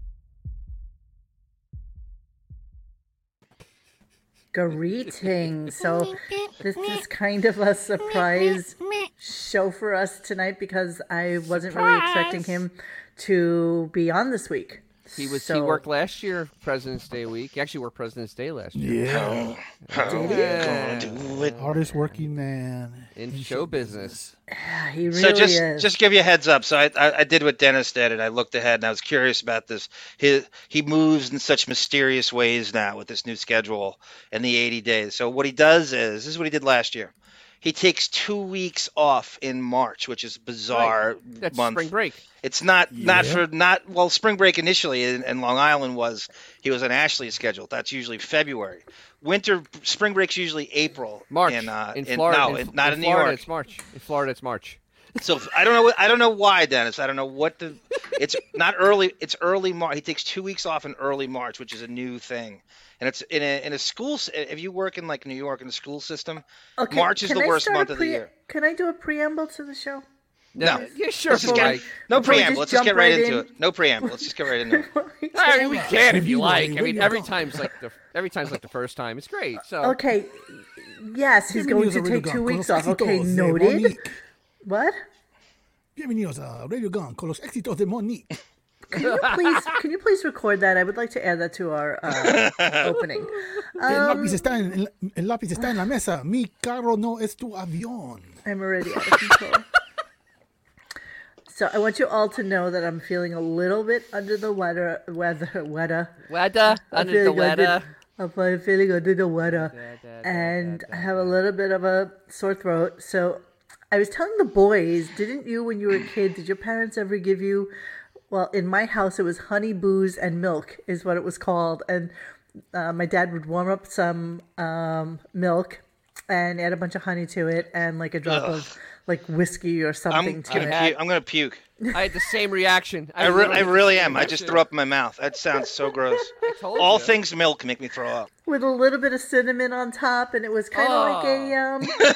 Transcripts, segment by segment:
Greetings. So, this is kind of a surprise show for us tonight because I wasn't really expecting him to be on this week. He was he So- worked last year President's Day week. He actually worked President's Day last year. Oh. Yeah. How you Yeah. gonna do it? Hardest working man In show business. Yeah, he really so just is. just give you a heads up. So I, I I did what Dennis did, and I looked ahead, and I was curious about this. He he moves in such mysterious ways now with this new schedule and the 80 days. So what he does is this is what he did last year. He takes two weeks off in March, which is bizarre That's month. spring break. It's not not Yeah. for not well spring break initially in, in Long Island was he was on Ashley schedule. That's usually February. Winter spring break's usually April. March. in, uh, in- Florida. no, in- not in, New Florida, York. It's March. In Florida, it's March. So if- I don't know. I don't know why, Dennis. I don't know what the. It's not early. It's early March. He takes two weeks off in early March, which is a new thing. And it's in a in a school. s- If you work in like New York in the school system, Okay, March is can the I worst start a month of the pre- year. Can I do a preamble to the show? No. Yeah, sure. Let's just Mike. get, no Before we preamble. just Let's just get jump right right into in. it. No preamble. Let's just get right into it. I mean, we can if If you you like. like, I what mean, you every got? time's like the every time's like the first time. It's great. So Okay. Yes, he's going to take two weeks off. Okay, eh, noted. What? Bienvenidos a Radio Gun con los uh, éxitos de Monique. Can you please can you please record that? I would like to add that to our uh, opening. um, el, lápiz está en, el, el lápiz está en la mesa. Mi carro no es tu avión. I'm already out of control. So I want you all to know that I'm feeling a little bit under the weather. Weather. Weather. weather I'm under the feeling weather. I'm feeling- feeling under the weather, and I have a little bit of a sore throat. So I was telling the boys, didn't you when you were a kid? Did your parents ever give you? Well, in my house, it was honey, booze, and milk is what it was called, and uh, my dad would warm up some um, milk and add a bunch of honey to it and like a drop of like whiskey or something I'm to gonna it. puke. I'm gonna puke. I had the same reaction. I, re- literally I had the really same am. I just reaction. threw up in my mouth. That sounds so gross. told All you. things milk make me throw up. with a little bit of cinnamon on top, and it was kind of Oh. like a um.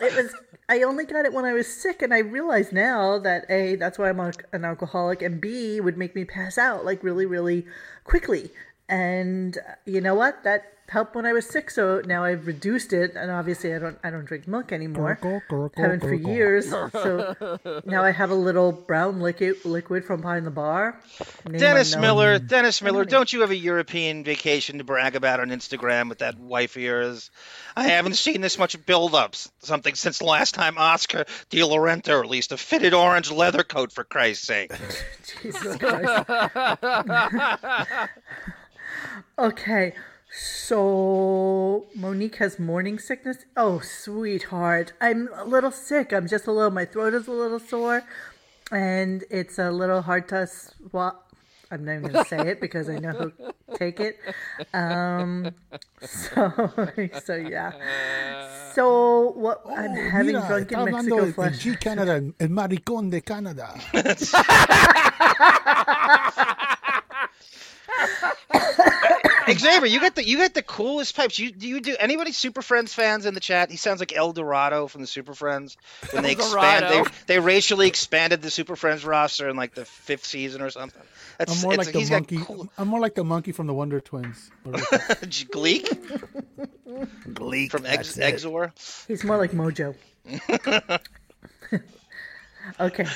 it was. I only got it when I was sick, and I realize now that a that's why I'm a, an alcoholic, and b would make me pass out like really, really quickly. And uh, you know what? That helped when I was sick, so now I've reduced it, and obviously I don't I don't drink milk anymore. Gurgle, gurgle, Haven't for gurgle. years, so now I have a little brown liquid liquid from behind the bar. Name Dennis unknown. Miller, Dennis Miller, don't you have a European vacation to brag about on Instagram with that wife of yours? I haven't seen this much build-ups, something since the last time Oscar De Laurenta released a fitted orange leather coat, for Christ's sake. Jesus Christ. okay. So Monique has morning sickness. Oh, sweetheart. I'm a little sick. I'm just a little my throat is a little sore and it's a little hard to swap. I'm not even going to say it because I know who take it. Um, so, so yeah. So what I'm having Oh, Mira, drunken está hablando Mexico del flesh. G Canada, el, el maricón de Canadá. Xavier, you got the you got the coolest pipes. You do you do anybody Super Friends fans in the chat? He sounds like El Dorado from the Super Friends when they expand they, Dorado. they racially expanded the Super Friends roster in like the fifth season or something. That's I'm more it's, like the he's got monkey. cool- I'm more like the monkey from the Wonder Twins. Gleek Gleek from Ex- Exor. He's more like Mojo. okay.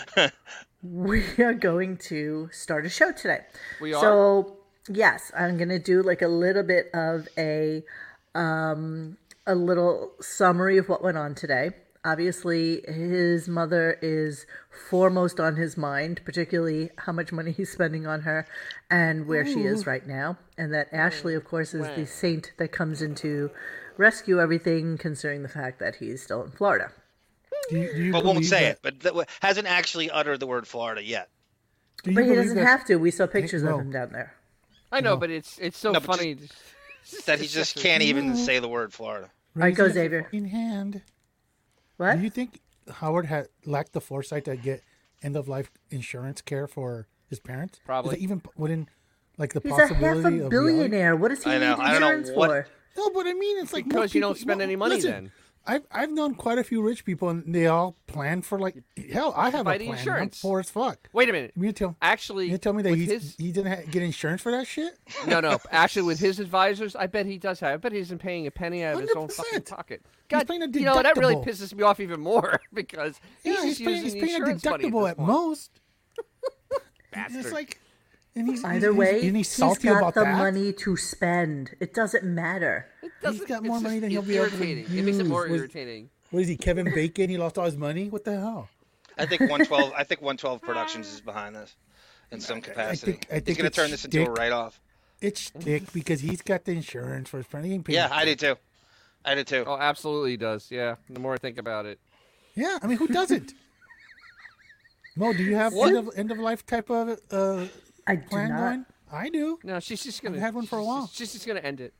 We are going to start a show today. We are? So, yes, I'm going to do like a little bit of a um a little summary of what went on today. Obviously, his mother is foremost on his mind, particularly how much money he's spending on her and where she is right now. And that Ashley, of course, is the saint that comes in to rescue everything, considering the fact that he's still in Florida. Do you, do you But won't believe say that- it. But that, hasn't actually uttered the word Florida yet. do you But he believe doesn't that- have to. We saw pictures no. of him down there. I know, but it's it's so No, but funny. That he just can't even say the word Florida. All right, go, Raise it Xavier. In hand. What? Do you think Howard had lacked the foresight to get end of life insurance care for his parents? Probably. Is it even within like the He's a half possibility a of reality? billionaire. What does he I know. need I don't know insurance what- for? No, but I mean, it's like most Because you don't people- spend well, any money listen, then. I've I've known quite a few rich people, and they all plan for like hell. I have a Buy plan. the I'm insurance. poor as fuck. Wait a minute. You tell Actually, you tell me that with he's, his he didn't ha- get insurance for that shit. no no actually with his advisors, I bet he does have. I bet he isn't paying a penny out of his own fucking 100%. pocket. He's God, paying a you know that really deductible. pisses me off even more because he's yeah, just he's using paying, he's the paying a insurance money deductible at, at this point. most. It's Bastard. like, and he's Either he's, way, he's, and he's he's salty got about the that. money to spend. It doesn't matter. It doesn't- got it's more just money than he'll be able to irritating. It makes it use. more Was- irritating. What is he, Kevin Bacon? He lost all his money. What the hell? I think 112. I think 112 Productions is behind this in some capacity. think- I He's think going to it's turn this into a dick. write-off. It's dick because he's got the insurance for his friend. He ain't paying- Yeah, I do too. I do too. Oh, absolutely does. Yeah. The more I think about it. yeah. I mean, who doesn't? Mo, do you have What? end of, end of life type of uh, I do plan not. going? I do. No, she's just gonna. had one for a she's while. just- she's just gonna end it.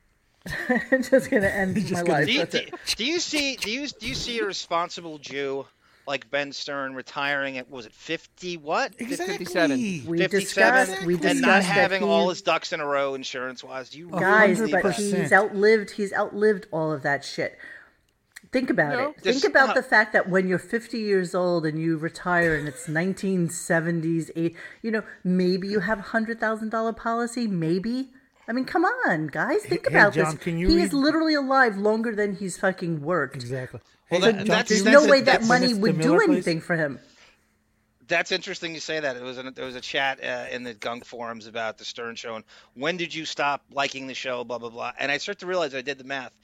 I'm just gonna end my gonna- life. do you, That's do, it. do you see do you do you see a responsible Jew like Ben Stern retiring at was it fifty what Exactly. 57. We 57 discussed. We discussed and not that having he- all his ducks in a row insurance wise? Do you guys, really but believe that? 100%. he's outlived. He's outlived all of that shit. Think about No. it. Just- Think about uh, the fact that when you're 50 years old and you retire and it's 1970s, eight, you know, maybe you have a hundred thousand dollar policy. Maybe. I mean, come on, guys. Think hey, about John, this. can you he read- is literally alive longer than he's fucking worked. Exactly. Well, Hey, that- John, that's- can you There's read no a- way that that's- money Mr. would Miller, do please? anything for him. That's interesting you say that. It was an, there was a chat uh, in the gunk forums about the Stern show and when did you stop liking the show? Blah blah blah. And I start to realize I did the math.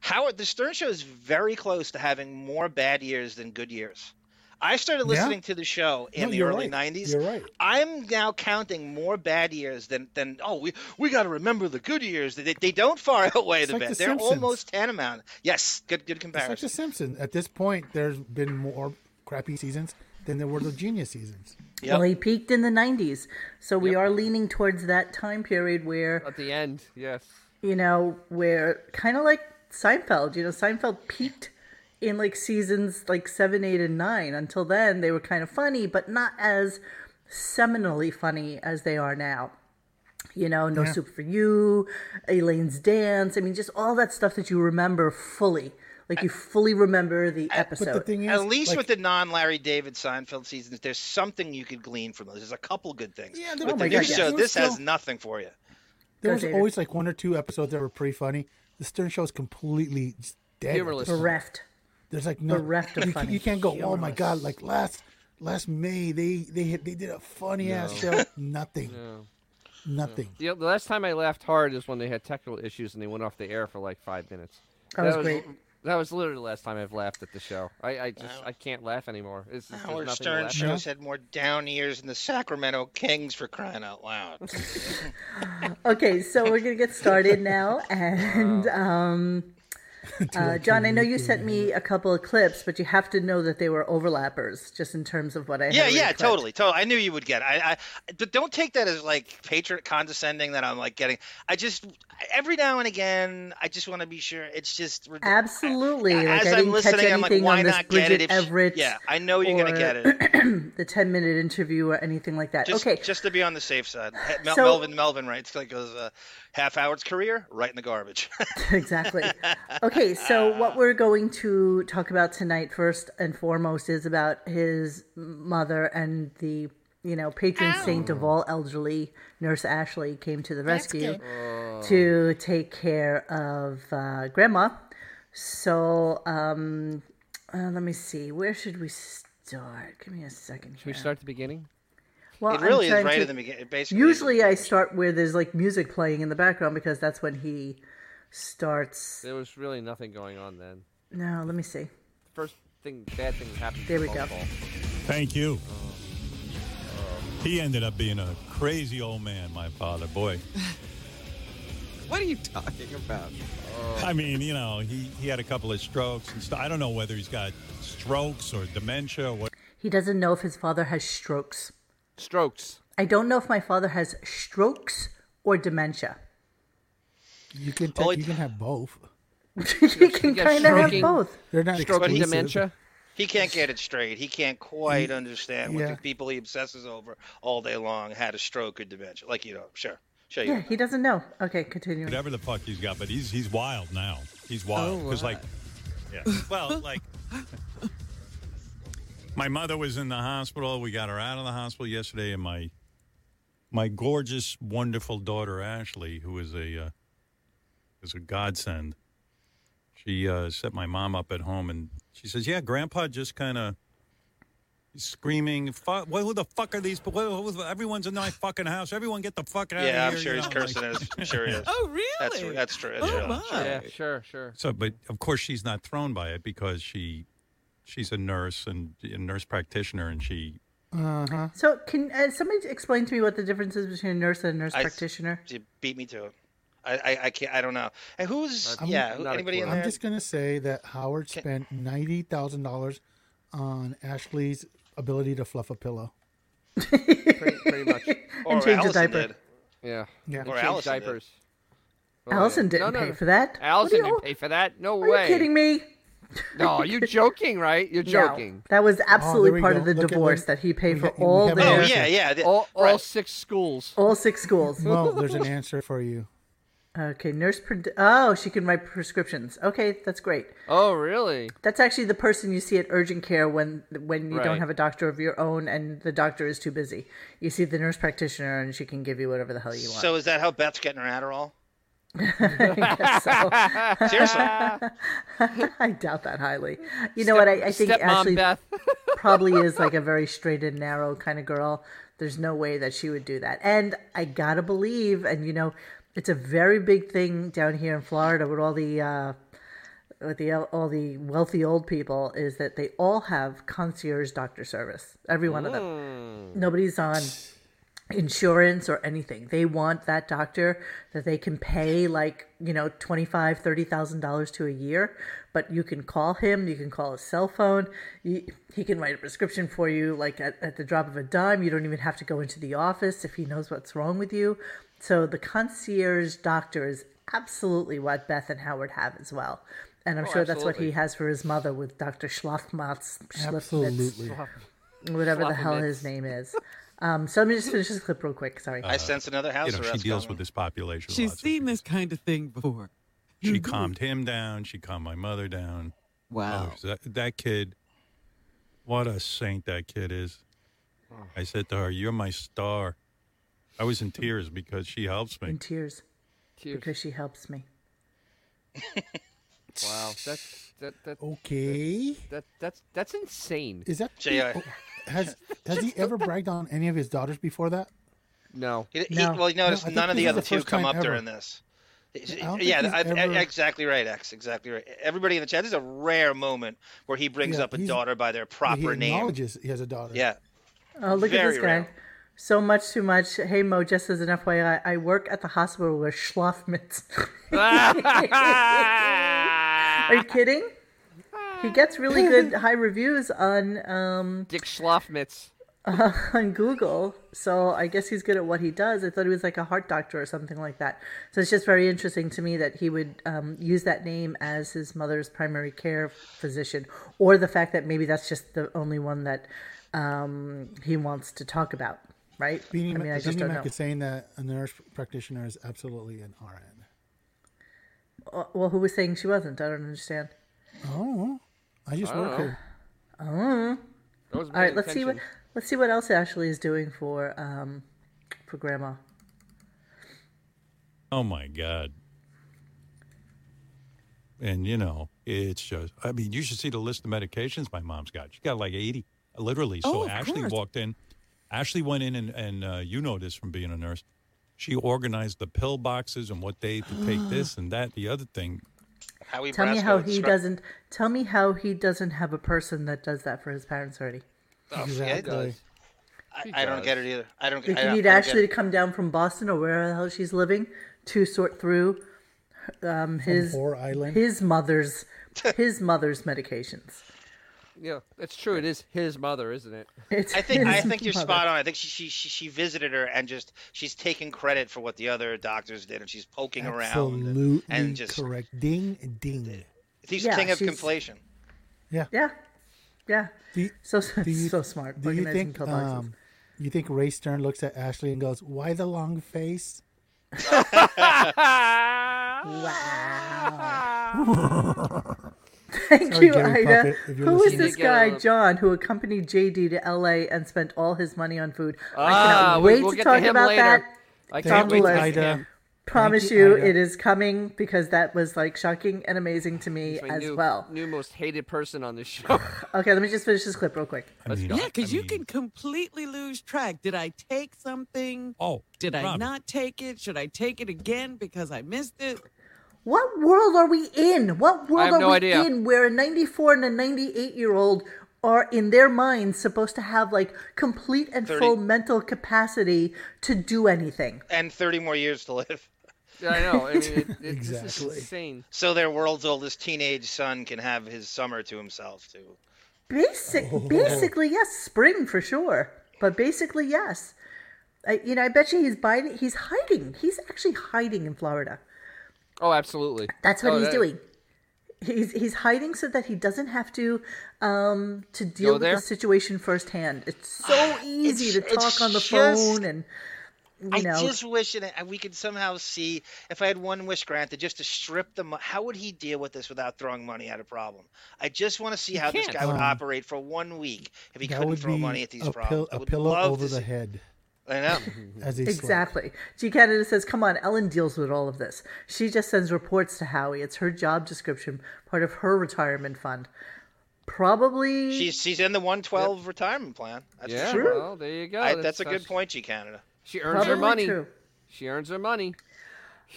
Howard, the Stern show is very close to having more bad years than good years. I started Yeah. listening to the show in No, the you're early right. 90s. You're right. I'm now counting more bad years than than oh we we got to remember the good years they, they don't far outweigh the like bad The they're Simpsons. almost tantamount yes good good It's like comparison The Simpsons. At this point, there's been more crappy seasons than there were the genius seasons. Yep. Well, he peaked in the 90s. So we are leaning towards that time period where At the end, yes. you know, where kind of like Seinfeld, you know, Seinfeld peaked in like seasons like seven, eight, and nine. Until then, they were kind of funny, but not as seminally funny as they are now. You know, No Soup for You, Elaine's Dance. I mean, just all that stuff that you remember fully. Like you fully remember the But the episode. thing is, At least like, with the non-Larry David Seinfeld seasons, there's something you could glean from those. There's a couple good things. Yeah, there- with Oh the my new God, yeah. show, There this was has still- nothing for you. there was David. always like one or two episodes that were pretty funny. The Stern Show is completely just dead. at Humorless. this point. Bereft. There's like no Bereft of you, funny. you can't go. Oh my god! Like last last May, they they hit, they did a funny ass show. Nothing. Nothing. The, the last time I laughed hard is when they had technical issues and they went off the air for like five minutes. That was great. That was literally the last time I've laughed at the show. I, I just I can't laugh anymore. It's just, there's Howard nothing to Stern laugh at. shows had more down years than the Sacramento Kings for crying out loud. Okay, so we're gonna get started now, and um, uh, John, I know you sent me a couple of clips, but you have to know that they were overlappers, just in terms of what I. had yeah, already yeah, clipped. totally, totally. I knew you would get. It. I, I, but don't take that as like patriot condescending that I'm like getting. I just every now and again, I just want to be sure. It's just rid- Absolutely. As Like, I I'm didn't catch listening, I'm like, anything why on this not get it Bridget if she- Everett. yeah, I know you're gonna or get it. the ten minute interview or anything like that. Just, okay. just to be on the safe side. He- Mel- So- Melvin Melvin writes like goes uh, half Howard's career right in the garbage. exactly. Okay, so what we're going to talk about tonight, first and foremost, is about his mother and the you know patron saint of all elderly, Nurse Ashley, came to the rescue to take care of uh, Grandma. So um, uh, let me see, where should we start? Give me a second. Should we here. start at the beginning? Well, It I'm really is trying right to- in the beginning. Basically, Usually, I start where there's like music playing in the background because that's when he starts. There was really nothing going on then. No, let me see. First thing, bad thing happened. was There the we phone go. call. Thank you. He ended up being a crazy old man, my father. Boy, What are you talking about? I mean, you know, he, he had a couple of strokes and stuff. I don't know whether he's got strokes or dementia or what. He doesn't know if his father has strokes. Strokes. I don't know if my father has strokes or dementia. You can take, Oh, it- you can have both. he can gets kind of have stroking- both. They're not Stroke and exclusive. dementia. He can't get it straight. He can't quite understand what yeah. the people he obsesses over all day long had a stroke or dementia. Like you know, sure, sure. Yeah, You he doesn't know. Okay, continuing. Oh, Whatever the fuck he's got, but he's he's wild now. He's wild because like Yeah. Well, like my mother was in the hospital. We got her out of the hospital yesterday, and my my gorgeous, wonderful daughter Ashley, who is a uh, is a godsend. She uh, set my mom up at home, and she says, "Yeah, Grandpa just kind of." Screaming, fuck, well, who the fuck are these? But everyone's in my fucking house. Everyone get the fuck out of here. Yeah, I'm you sure he's know, like- cursing. us. I'm sure he is. Oh, really? That's that's true. That's oh real. my. Yeah, sure, sure. So, but of course, she's not thrown by it because she she's a nurse and a nurse practitioner, and she Uh-huh. So, can uh, somebody explain to me what the difference is between a nurse and a nurse I- practitioner? You beat me to it. I, I, I can't. I don't know. And who's I'm yeah? Who, not a anybody in clue. there? I'm just gonna say that Howard spent ninety thousand dollars on Ashley's ability to fluff a pillow. Pretty, pretty much. or change the Allison diaper. did. Yeah. Yeah. Or Change Allison did. diapers. Oh, Allison yeah. didn't No, no, pay no. for that. What are Allison you- didn't pay for that. No Are way. you kidding me? No, you're joking, right? You're joking. No, that was Oh, we absolutely part go. of the Look at divorce them. that he paid We for ha- we all have their, Oh Yeah. yeah, yeah. the- All, all right. six schools. all six schools. Well, there's an answer for you. Okay, nurse. Pre- oh, she can write prescriptions. Okay, that's great. Oh, really? That's actually the person you see at urgent care when when you don't Right. have a doctor of your own and the doctor is too busy. You see the nurse practitioner and she can give you whatever the hell you want. So is that how Beth's getting her Adderall? So, Seriously, I doubt that highly. You know what? I, I think Stepmom Ashley Beth. probably is like a very straight and narrow kind of girl. There's no way that she would do that. And I gotta believe, and you know, it's a very big thing down here in Florida with all the uh, with the all the wealthy old people is that they all have concierge doctor service. Every one of them. Nobody's on insurance or anything. They want that doctor that they can pay like, you know, $25,000, $30,000 to a year, but you can call him, you can call his cell phone, you, he can write a prescription for you like at, at the drop of a dime. You don't even have to go into the office if he knows what's wrong with you. So the concierge doctor is absolutely what Beth and Howard have as well. And I'm sure that's what he absolutely. has for his mother with Dr. Schlafmatz, Schlafmitz, Absolutely. whatever the hell his name is. Um, so let me just finish this clip real quick. Sorry. I sense another Uh, house you know she arrest. deals going with this population. a She's lot, so seen this kind of thing before. She calmed him down. She calmed my mother down. Wow. Oh, that, that kid, what a saint that kid is. I said to her, "You're my star." I was in tears because she helps me. in tears because she helps me. Wow, that's that, that, Okay. that that's that's insane. Is that Oh, JR. has has he ever bragged on any of his daughters before that? No, on. He- he- No. well, you notice No, I think none of this the is other the two first come up time ever. during this. don't think yeah, he's I, ever- exactly right, X. Exactly right. Everybody in the chat. This is a rare moment where he brings Yeah, up a he's- daughter by their Yeah, proper he name. acknowledges he has a daughter. Yeah, Oh, look at Very this guy. rare. So much, too much. Hey, Mo, just as an FYI, I work at the hospital with Schlafmitz. Mm. Are you kidding? He gets really good high reviews on um, Dick Schlafmitz. on Google, so I guess he's good at what he does. I thought he was like a heart doctor or something like that. So it's just very interesting to me that he would um, use that name as his mother's primary care physician, or the fact that maybe that's just the only one that um, he wants to talk about, right? Beanie, I mean, Ma- I just Beanie don't know. Mac is saying that a nurse practitioner is absolutely an RN. Uh, Well, who was saying she wasn't? I don't understand. Oh, I just work here. That was All right, let's see what let's see what else Ashley is doing for um, for Grandma. Oh my God. And you know, it's just I mean, you should see the list of medications my mom's got. She's got like eighty. Literally. So Oh, of Ashley course. walked in. Ashley went in and, and uh, you know this from being a nurse. She organized the pill boxes and what day to take this and that, the other thing. Howie Tell me Brasco how he described- doesn't. Tell me how he doesn't have a person that does that for his parents already. Exactly. does. I, I don't get it either. Oh, I don't. Like I, I you need don't get Ashley it. to come down from Boston or wherever the hell she's living to sort through um, his Or island. his mother's his mother's medications. Yeah, that's true. It is his mother, isn't it? It's I think I his think you're mother. spot on. I think she, she she she visited her and just she's taking credit for what the other doctors did, and she's poking around and, Absolutely and just correct. Ding, ding. he's Yeah, king of she's- conflation. Yeah, yeah. Do, So so, do you, so smart. Do you organizing think pill boxes. um, you think Ray Stern looks at Ashley and goes, "Why the long face?" wow. Thank Sorry, you, Gary Ida. Puppet, if you're Who is listening. You did get a this guy, little- John, who accompanied JD to LA and spent all his money on food? I Ah, cannot we- wait we'll to get to talk him about later. that. I Tom can't wait to Bless. meet him. Ida. Promise you, you, Ida. it is coming because that was like shocking and amazing to me He's my as new, well. new most hated person on this show. Okay, let me just finish this clip real quick. I mean, Yeah, because I you mean- can completely lose track. Did I take something? Oh, Did I Robin, not take it? Should I take it again because I missed it? What world are we in? What world have are no we idea. in where a 94 and a 98 year old are in their minds supposed to have like complete and 30. full mental capacity to do anything? and 30 more years to live. I know. I mean, it, it, this is Exactly. insane. So their world's oldest teenage son can have his summer to himself too. Basic, basically, yes, spring for sure. But basically, yes. I, you know, I bet you he's biding, he's hiding. He's actually hiding in Florida. Oh, absolutely. That's what Oh, he's that- doing. He's he's hiding so that he doesn't have to um to deal with there? the situation firsthand. It's so easy It's- to talk it's on the just- phone and you know I just wish it, we could somehow see if I had one wish granted, just to strip them. How would he deal with this without throwing money at a problem? I just want to see how this can't. guy would Um, operate for one week if he That couldn't would throw be money at these a, problems. pill- I a would pillow love over to the see- head I know. Mm-hmm. as he slept. exactly. G Canada says, "Come on, Ellen deals with all of this. She just sends reports to Howie. It's her job description, part of her retirement fund. Probably She's she's in the 112 retirement plan. That's Yeah. true. Well, there you go. I, that's a how good she- point, G Canada. She earns probably her money. true. She earns her money.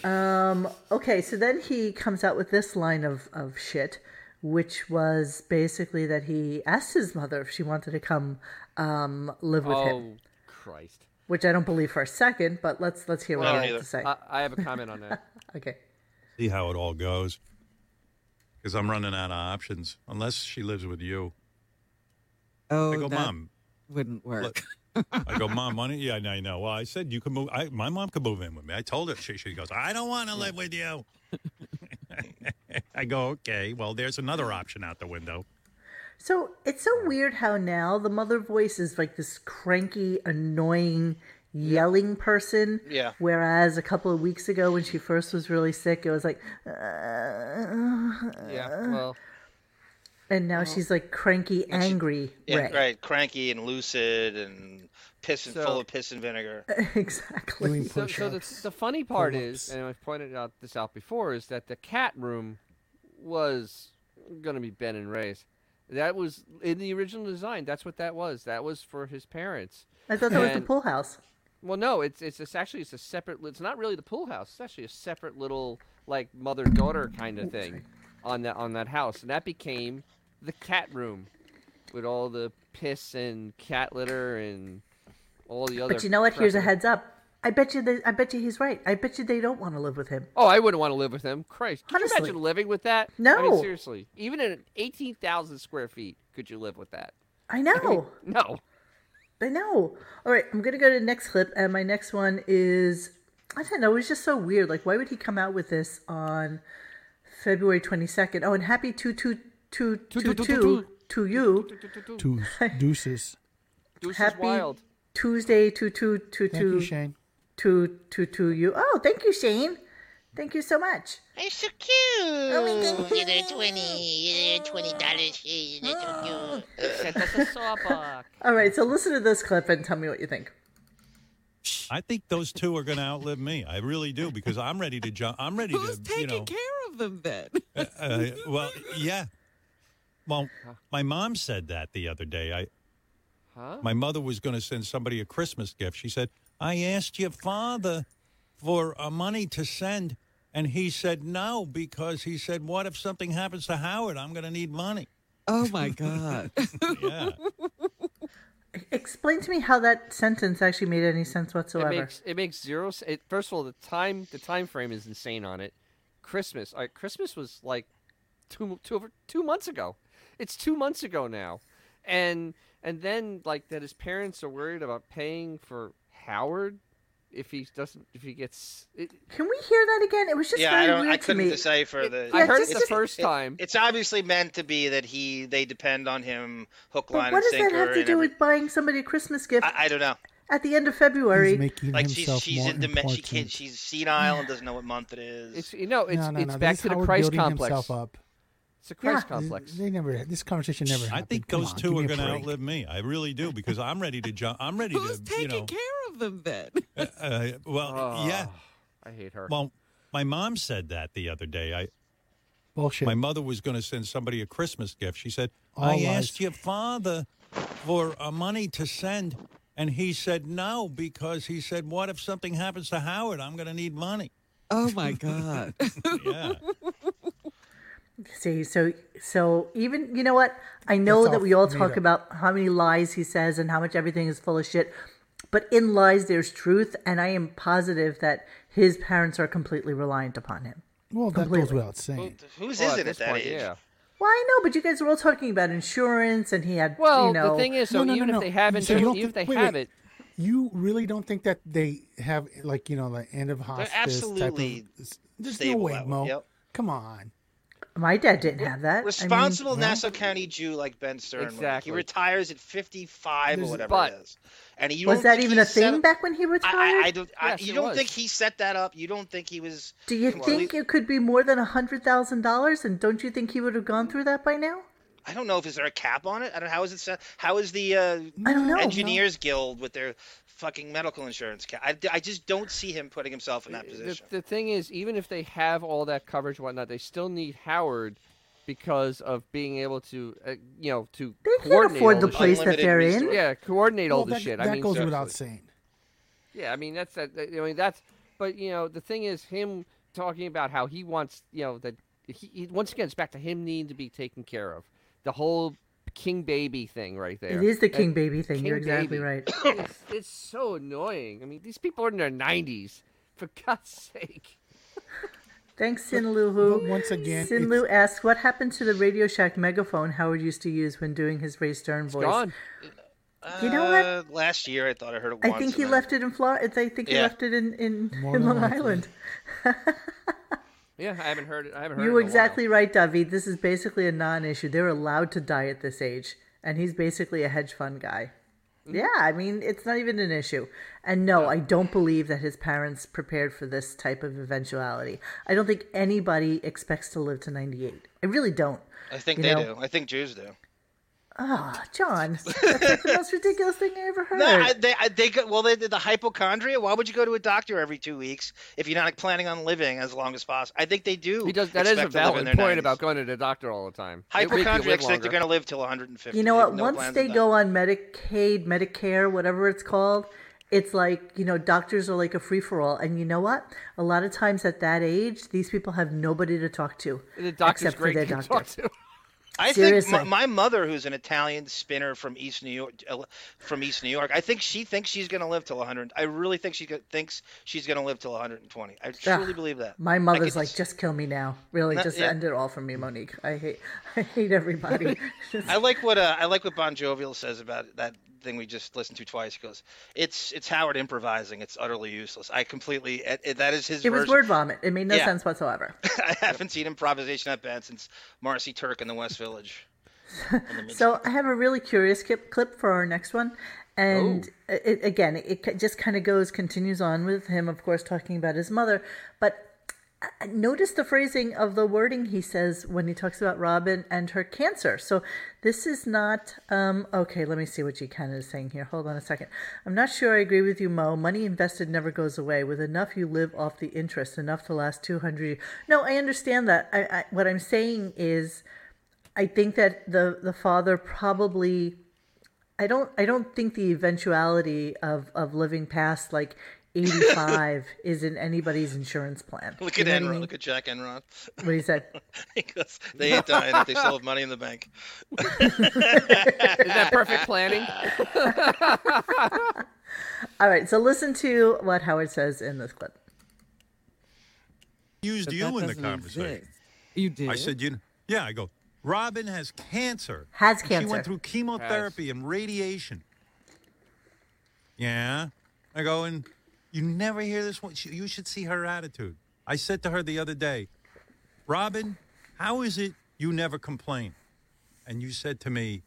um, Okay, so then he comes out with this line of, of shit, which was basically that he asked his mother if she wanted to come um, live with Oh, him, Christ. which I don't believe for a second, but let's let's hear what I I don't have either. to say. I, I have a comment on that. okay. see how it all goes. Because I'm running out of options unless she lives with you. Oh, I go, that mom. wouldn't work. Look, I go, mom, why don't you? Yeah, I know. Well, I said you can move. I, my mom could move in with me. I told her. She, she goes, I don't want to live with you. I go, okay. Well, there's another option out the window. So it's so weird how now the mother voice is like this cranky, annoying, yelling person. Yeah. Whereas a couple of weeks ago when she first was really sick, it was like, "Uh, Yeah. Well, and now she's like cranky, angry. Yeah, Ray. right. Cranky and lucid and pissing So- full of piss and vinegar. exactly. Doing so, push-ups. so the, the funny part is, pull-ups. and I've pointed out this out before, is that the cat room was going to be Ben and Ray's. That was in the original design. That's what that was. That was for his parents. I thought that was the And- pool house. Well, no, it's it's it's actually it's a separate. It's not really the pool house. It's actually a separate little like mother daughter kind of thing on that on that house, and that became the cat room with all the piss and cat litter and all the other. But you know what? Here's a crappy- heads up. I bet you. They, I bet you he's right. I bet you they don't want to live with him. Oh, I wouldn't want to live with him. Christ, could you Honestly. imagine living with that? I mean, No. seriously, even in eighteen thousand square feet, could you live with that? I know. No. I know. All right, I'm gonna go to the next clip, and my next one is I don't know. It was just so weird. Like, why would he come out with this on February 22nd? Oh, and happy two two two two two to you. Two deuces. Deuce is Happy wild. Tuesday two two two Thank you, two Shane. two two two you. Oh, thank you, Shane. Thank you so much. Oh, It's so cute. we can- You're there 20. You're there $20. Hey, You're there so cute. Sent us a sawbuck. All right, so listen to this clip and tell me what you think. I think those two are going to outlive me. I really do because I'm ready to jump. I'm ready Who's to, taking you know. care of them then? uh, well, yeah. Well, my mom said that the other day. I, Huh? my mother was going to send somebody a Christmas gift. She said, "I asked your father for uh, money to send, and he said no because he said, "What if something happens to Howard? I'm going to need money." oh my god. Yeah, Explain to me how that sentence actually made any sense It whatsoever. makes it makes zero. s- It, first of all, the time the time frame is insane on it. Christmas, all right, Christmas was like two two over two months ago. It's two months ago now, and and then like that his parents are worried about paying for Howard if he doesn't if he gets. It, Can we hear that again? It was just yeah, very I don't. weird I to couldn't me. decipher the. I heard just- it the just- first time. It's obviously meant to be that he they depend on him hook, but line, what does and that sinker. have to and do every- with buying somebody a Christmas gift I, I don't know. at the end of He's February? making Like she's himself she's more in deme- she can't, important. she's senile and doesn't know what month it is. it's you know it's no, no, it's no. back this is to the Howard price building complex. Himself up. It's a Christ Yeah. complex. They never. This conversation never. I happened. think Come those on, give two me are a going to break. outlive me. I really do because I'm ready to jump. I'm ready Who's to, you taking know. care of them then? uh, uh, well, yeah. Ah, I hate her. Well, my mom said that the other day. I Bullshit. my mother was going to send somebody a Christmas gift. She said, All "I lies. asked your father for uh, money to send, and he said no because he said, "What if something happens to Howard? I'm going to need money." Oh my God. Yeah. See, so so even you know what? I know That's that all we all made talk up. about how many lies he says and how much everything is full of shit, but in lies there's truth, and I am positive that his parents are completely reliant upon him. well, that goes completely. without saying. Whose Well, isn't this at that point, age? Yeah. Well, I know, but you guys were all talking about insurance, and he had Well, you know, the thing is, so No, no, no, even no. if they haven't, So you don't even if they think- wait, have wait. it, You really don't think that they have like you know the end of hospice? absolutely Type of, there's no stable way, that way. Mo. Yep. Come on. my dad didn't have that. I mean, Responsible Nassau County Jew like Ben Stern. was. Exactly. He retires at 55 or whatever but- it is. And you was don't that think even he a set thing up- back when he retired? I, I, I don't. I, Yes, you it don't was. think he set that up. You don't think he was. Do you think it could be more than a hundred thousand dollars? And don't you think he would have gone through that by now? I don't know if is there a cap on it. I don't. How is it set? How is the uh, I don't know. engineers guild with their fucking medical insurance cap? I, I just don't see him putting himself in that the, position. the thing is, even if they have all that coverage and whatnot, they still need Howard because of being able to, uh, you know, to They can't coordinate afford all the this place shit. that they're Unlimited in. Yeah, coordinate all Well, this that, shit. that I mean, goes seriously. without saying. Yeah, I mean that's that. that- I mean that's. But you know the thing is him talking about how he wants you know that he, he once again it's back to him needing to be taken care of. The whole king baby thing right there. It is the And king baby thing. King You're Baby. exactly right. It's, it's so annoying. I mean these people are in their nineties. For God's sake. Thanks, Sinlu. But Who once again, it's- Sinlu asks, "What happened to the Radio Shack megaphone Howard used to use when doing his Ray Stern voice?" Gone. You know what? Uh, last year I thought I heard it I once. think and he then- left it in Florida. I think he Yeah. left it in in, More in than Long likely. Island. Yeah, I haven't heard it. I haven't heard. it in You a while. exactly right, David. This is basically a non-issue. They're allowed to die at this age, and he's basically a hedge fund guy. Hmm. Yeah, I mean, it's not even an issue. And no, I don't believe that his parents prepared for this type of eventuality. I don't think anybody expects to live to 98. I really don't. I think you they know. do. I think Jews do. Ah, John, that's like the most ridiculous thing I ever heard. No, I, they, I, they go, well, they did the hypochondria. Why would you go to a doctor every two weeks if you're not planning on living as long as possible? I think they do. He does. That is a expect to live in valid their point 90s. about going to the doctor all the time. They make you live hypochondriacs. Think longer. they're going to live till 150. You know They have what? no Once plans they of go on Medicaid, Medicare, whatever it's called, it's like, you know, doctors are like a free for all. And you know what? A lot of times at that age, these people have nobody to talk to The doctor's except great for their to doctor. talk to. I Seriously. think my, my mother, who's an Italian spinner from East New York, uh, from East New York, I think she thinks she's going to live till 100. I really think she go- thinks she's going to live till 120. I truly believe that. My mother's could like, s- just kill me now. Really, No, just yeah. end it all for me, Monique. I hate, I hate everybody. I like what uh, I like what Bon Jovial says about that thing we just listened to twice. He goes, "It's it's Howard improvising. It's utterly useless." I completely it, it- that is his it was version. word vomit. It made no Yeah. sense whatsoever. I haven't seen improvisation that bad since Marcy Turk in the West Village. So I have a really curious clip, clip for our next one, and it, again, it ca- just kind of goes continues on with him, of course, talking about his mother. But I- I notice the phrasing of the wording he says when he talks about Robin and her cancer. So this is not um, okay. Let me see what G Cannon is saying here. Hold on a second. I'm not sure I agree with you, Mo. Money invested never goes away. With enough, you live off the interest. Enough to last 200 years. No, I understand that. I, I, what I'm saying is. I think that the the father probably I don't I don't think the eventuality of of living past like 85 is in anybody's insurance plan. Look You at know what I Enron. mean? Look at Jack Enron. What he said. He goes, "They ain't dying if they still have money in the bank." Is that perfect planning? All right, so listen to what Howard says in this clip. Used But you that in the doesn't conversation. exist. You did. I said, you know, yeah, I go, Robin has cancer. Has She cancer. went through chemotherapy and radiation. Yeah. I go, and you never hear this one. She, you should see her attitude. I said to her the other day, Robin, how is it you never complain? And you said to me,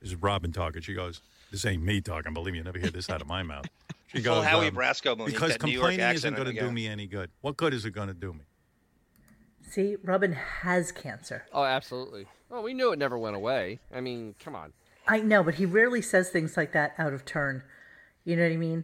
This is Robin talking. She goes, This ain't me talking. Believe me, you never hear this out of my mouth. She Full goes, Howie um, Brasco Monique, Because that New York complaining isn't accent going to again. do me any good. What good is it going to do me? See, Robin has cancer. Oh, absolutely. Well, we knew it never went away. I mean, come on. I know, but he rarely says things like that out of turn. You know what I mean?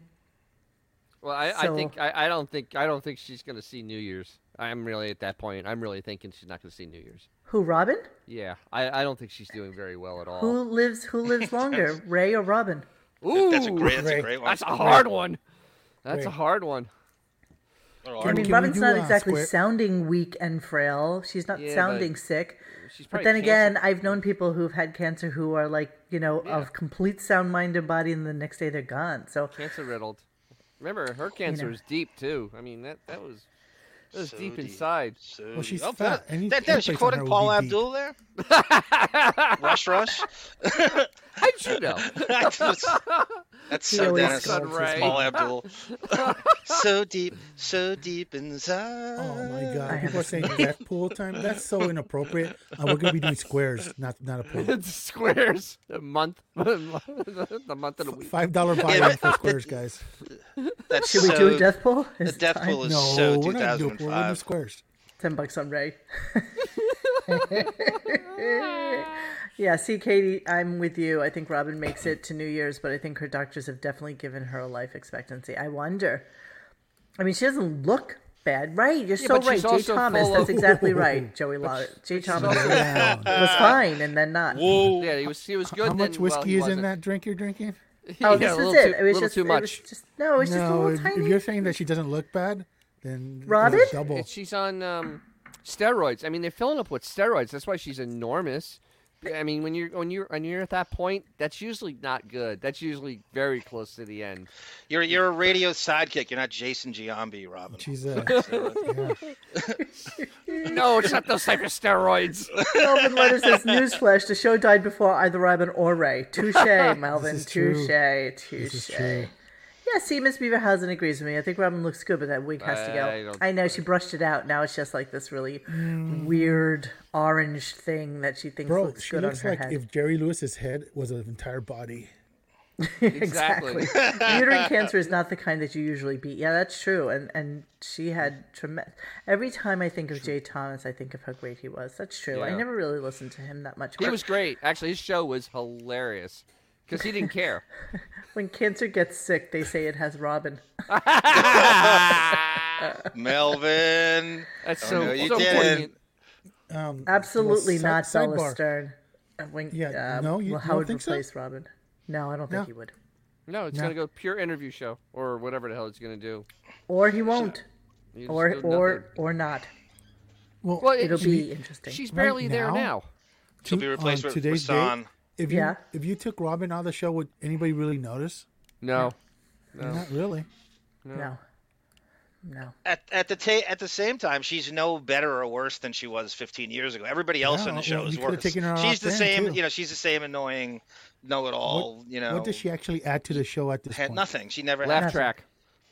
Well, I, I So- think I, I don't think I don't think she's gonna see New Year's. I'm really at that point. I'm really thinking she's not gonna see New Year's. Who, Robin? Yeah, I, I don't think she's doing very well at all. Who lives? Who lives longer, Ray or Robin? Ooh, That's a great. That's a Ray. great one. that's a hard one. That's a Ray. hard one. I mean, Can we Robin's do, not uh, exactly square- sounding weak and frail. She's not Yeah, but- sounding sick. She's But probably then cancer- again, I've known people who've had cancer who are like, you know, of complete sound mind and body, and the next day they're gone. So cancer riddled. Remember, her cancer is deep too. I mean, that that was that was So deep deep. inside. So, Well, she's oh, fat. that- Any- that, any that, she place on quoting her would E Paul be deep. Abdul there? rush, rush. How'd you know? I just- that's He so always Dennis. calls It's his Paul mom. Abdul. so deep, so deep inside. Oh my god! have People are saying that pool time. That's so inappropriate. Uh, we're gonna be doing squares, not not a pool. it's squares. The month, the month of the week. Five dollar Yeah, buy-in but- for squares, guys. That's should we so, do a death pool? The It's death fine. pool is No, so we're not gonna do a pool. We're gonna do 2005. squares. Ten bucks on Ray. yeah, see, Katie, I'm with you. I think Robin makes it to New Year's, but I think her doctors have definitely given her a life expectancy. I wonder. I mean, she doesn't look bad, right? You're so but right, she's Jay also Thomas. full That's of- exactly right, Joey Lauder. Jay Thomas was fine, and then not. Whoa. Yeah, he was he was good. How much then, well, he whiskey is in wasn't. that drink you're drinking? Yeah, Oh, a this little was Too, it. It was little just too it much. was just no. It's just a No, little if, if tiny. you're saying that she doesn't look bad, then it's Robin? a double. It's- she's on um, steroids. I mean, they're filling up with steroids. That's why she's enormous. I mean, when you're when you're when you're at that point, that's usually not good. That's usually very close to the end. You're you're a radio sidekick. You're not Jason Giambi, Robin. She's uh, No, it's not those type of steroids. Melvin Letter says, "Newsflash: The show died before either Robin or Ray." Touche, Melvin. is Touche. true. Touche. this is true. Yeah, see, Miss Beaverhausen agrees with me. I think Robin looks good, but that wig has to I go. don't- I, know she brushed it out. Now it's just like this really weird orange thing that she thinks Bro, looks she good looks on her like head. if Jerry Lewis's head was an entire body. Exactly. Uterine cancer is not the kind that you usually beat. Yeah, that's true. And and she had tremendous. Every time I think of Jay Thomas, I think of how great he was. That's true. I Yeah. never really listened to him that much. He But was great. Actually, his show was hilarious because he didn't care. when cancer gets sick, they say it has Robin. Melvin. That's Oh, so, no, you so didn't. poignant. Um, Absolutely well, not, side- Bella sidebar. Stern. Uh, When, Yeah, uh, no, you- well, you how don't would think so? replace Robin? No, I don't think No. he would. No, it's gonna go pure interview show or whatever the hell it's gonna do. Or he won't. You just Or do or nothing. or not. Well, well, it- It'll she- be interesting. she's Right barely there now? now. She'll be to- replaced on with uh, today's date, Rasan. If you Yeah. if you took Robin out of the show, would anybody really notice? No, Not really. no. No. At, at the ta- at the same time, she's no better or worse than she was 15 years ago. Everybody else on No, the well, show you is could've worse. taken her she's off the then, same, too. you know. She's the same annoying know-it-all, you know. What does she actually add to the show at this had point? nothing. She never laugh had. track.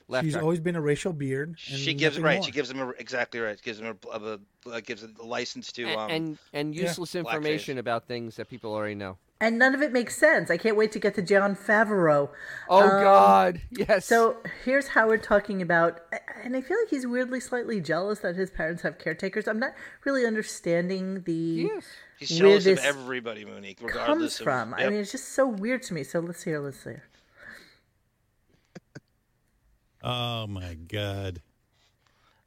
Laugh She's track. always been a racial beard. And She gives nothing right. more. She gives him a, exactly right. Gives him a, a, a gives a license to and, um. and and useless information about things that people already know. And none of it makes sense. I can't wait to get to John Favreau. Um, Oh God, yes. So here's Howard talking about, and I feel like he's weirdly slightly jealous that his parents have caretakers. I'm not really understanding the yes. He's where jealous of this everybody, Monique, regardless comes of. from. I yep. mean, it's just so weird to me. So let's hear, let's hear. Oh my God.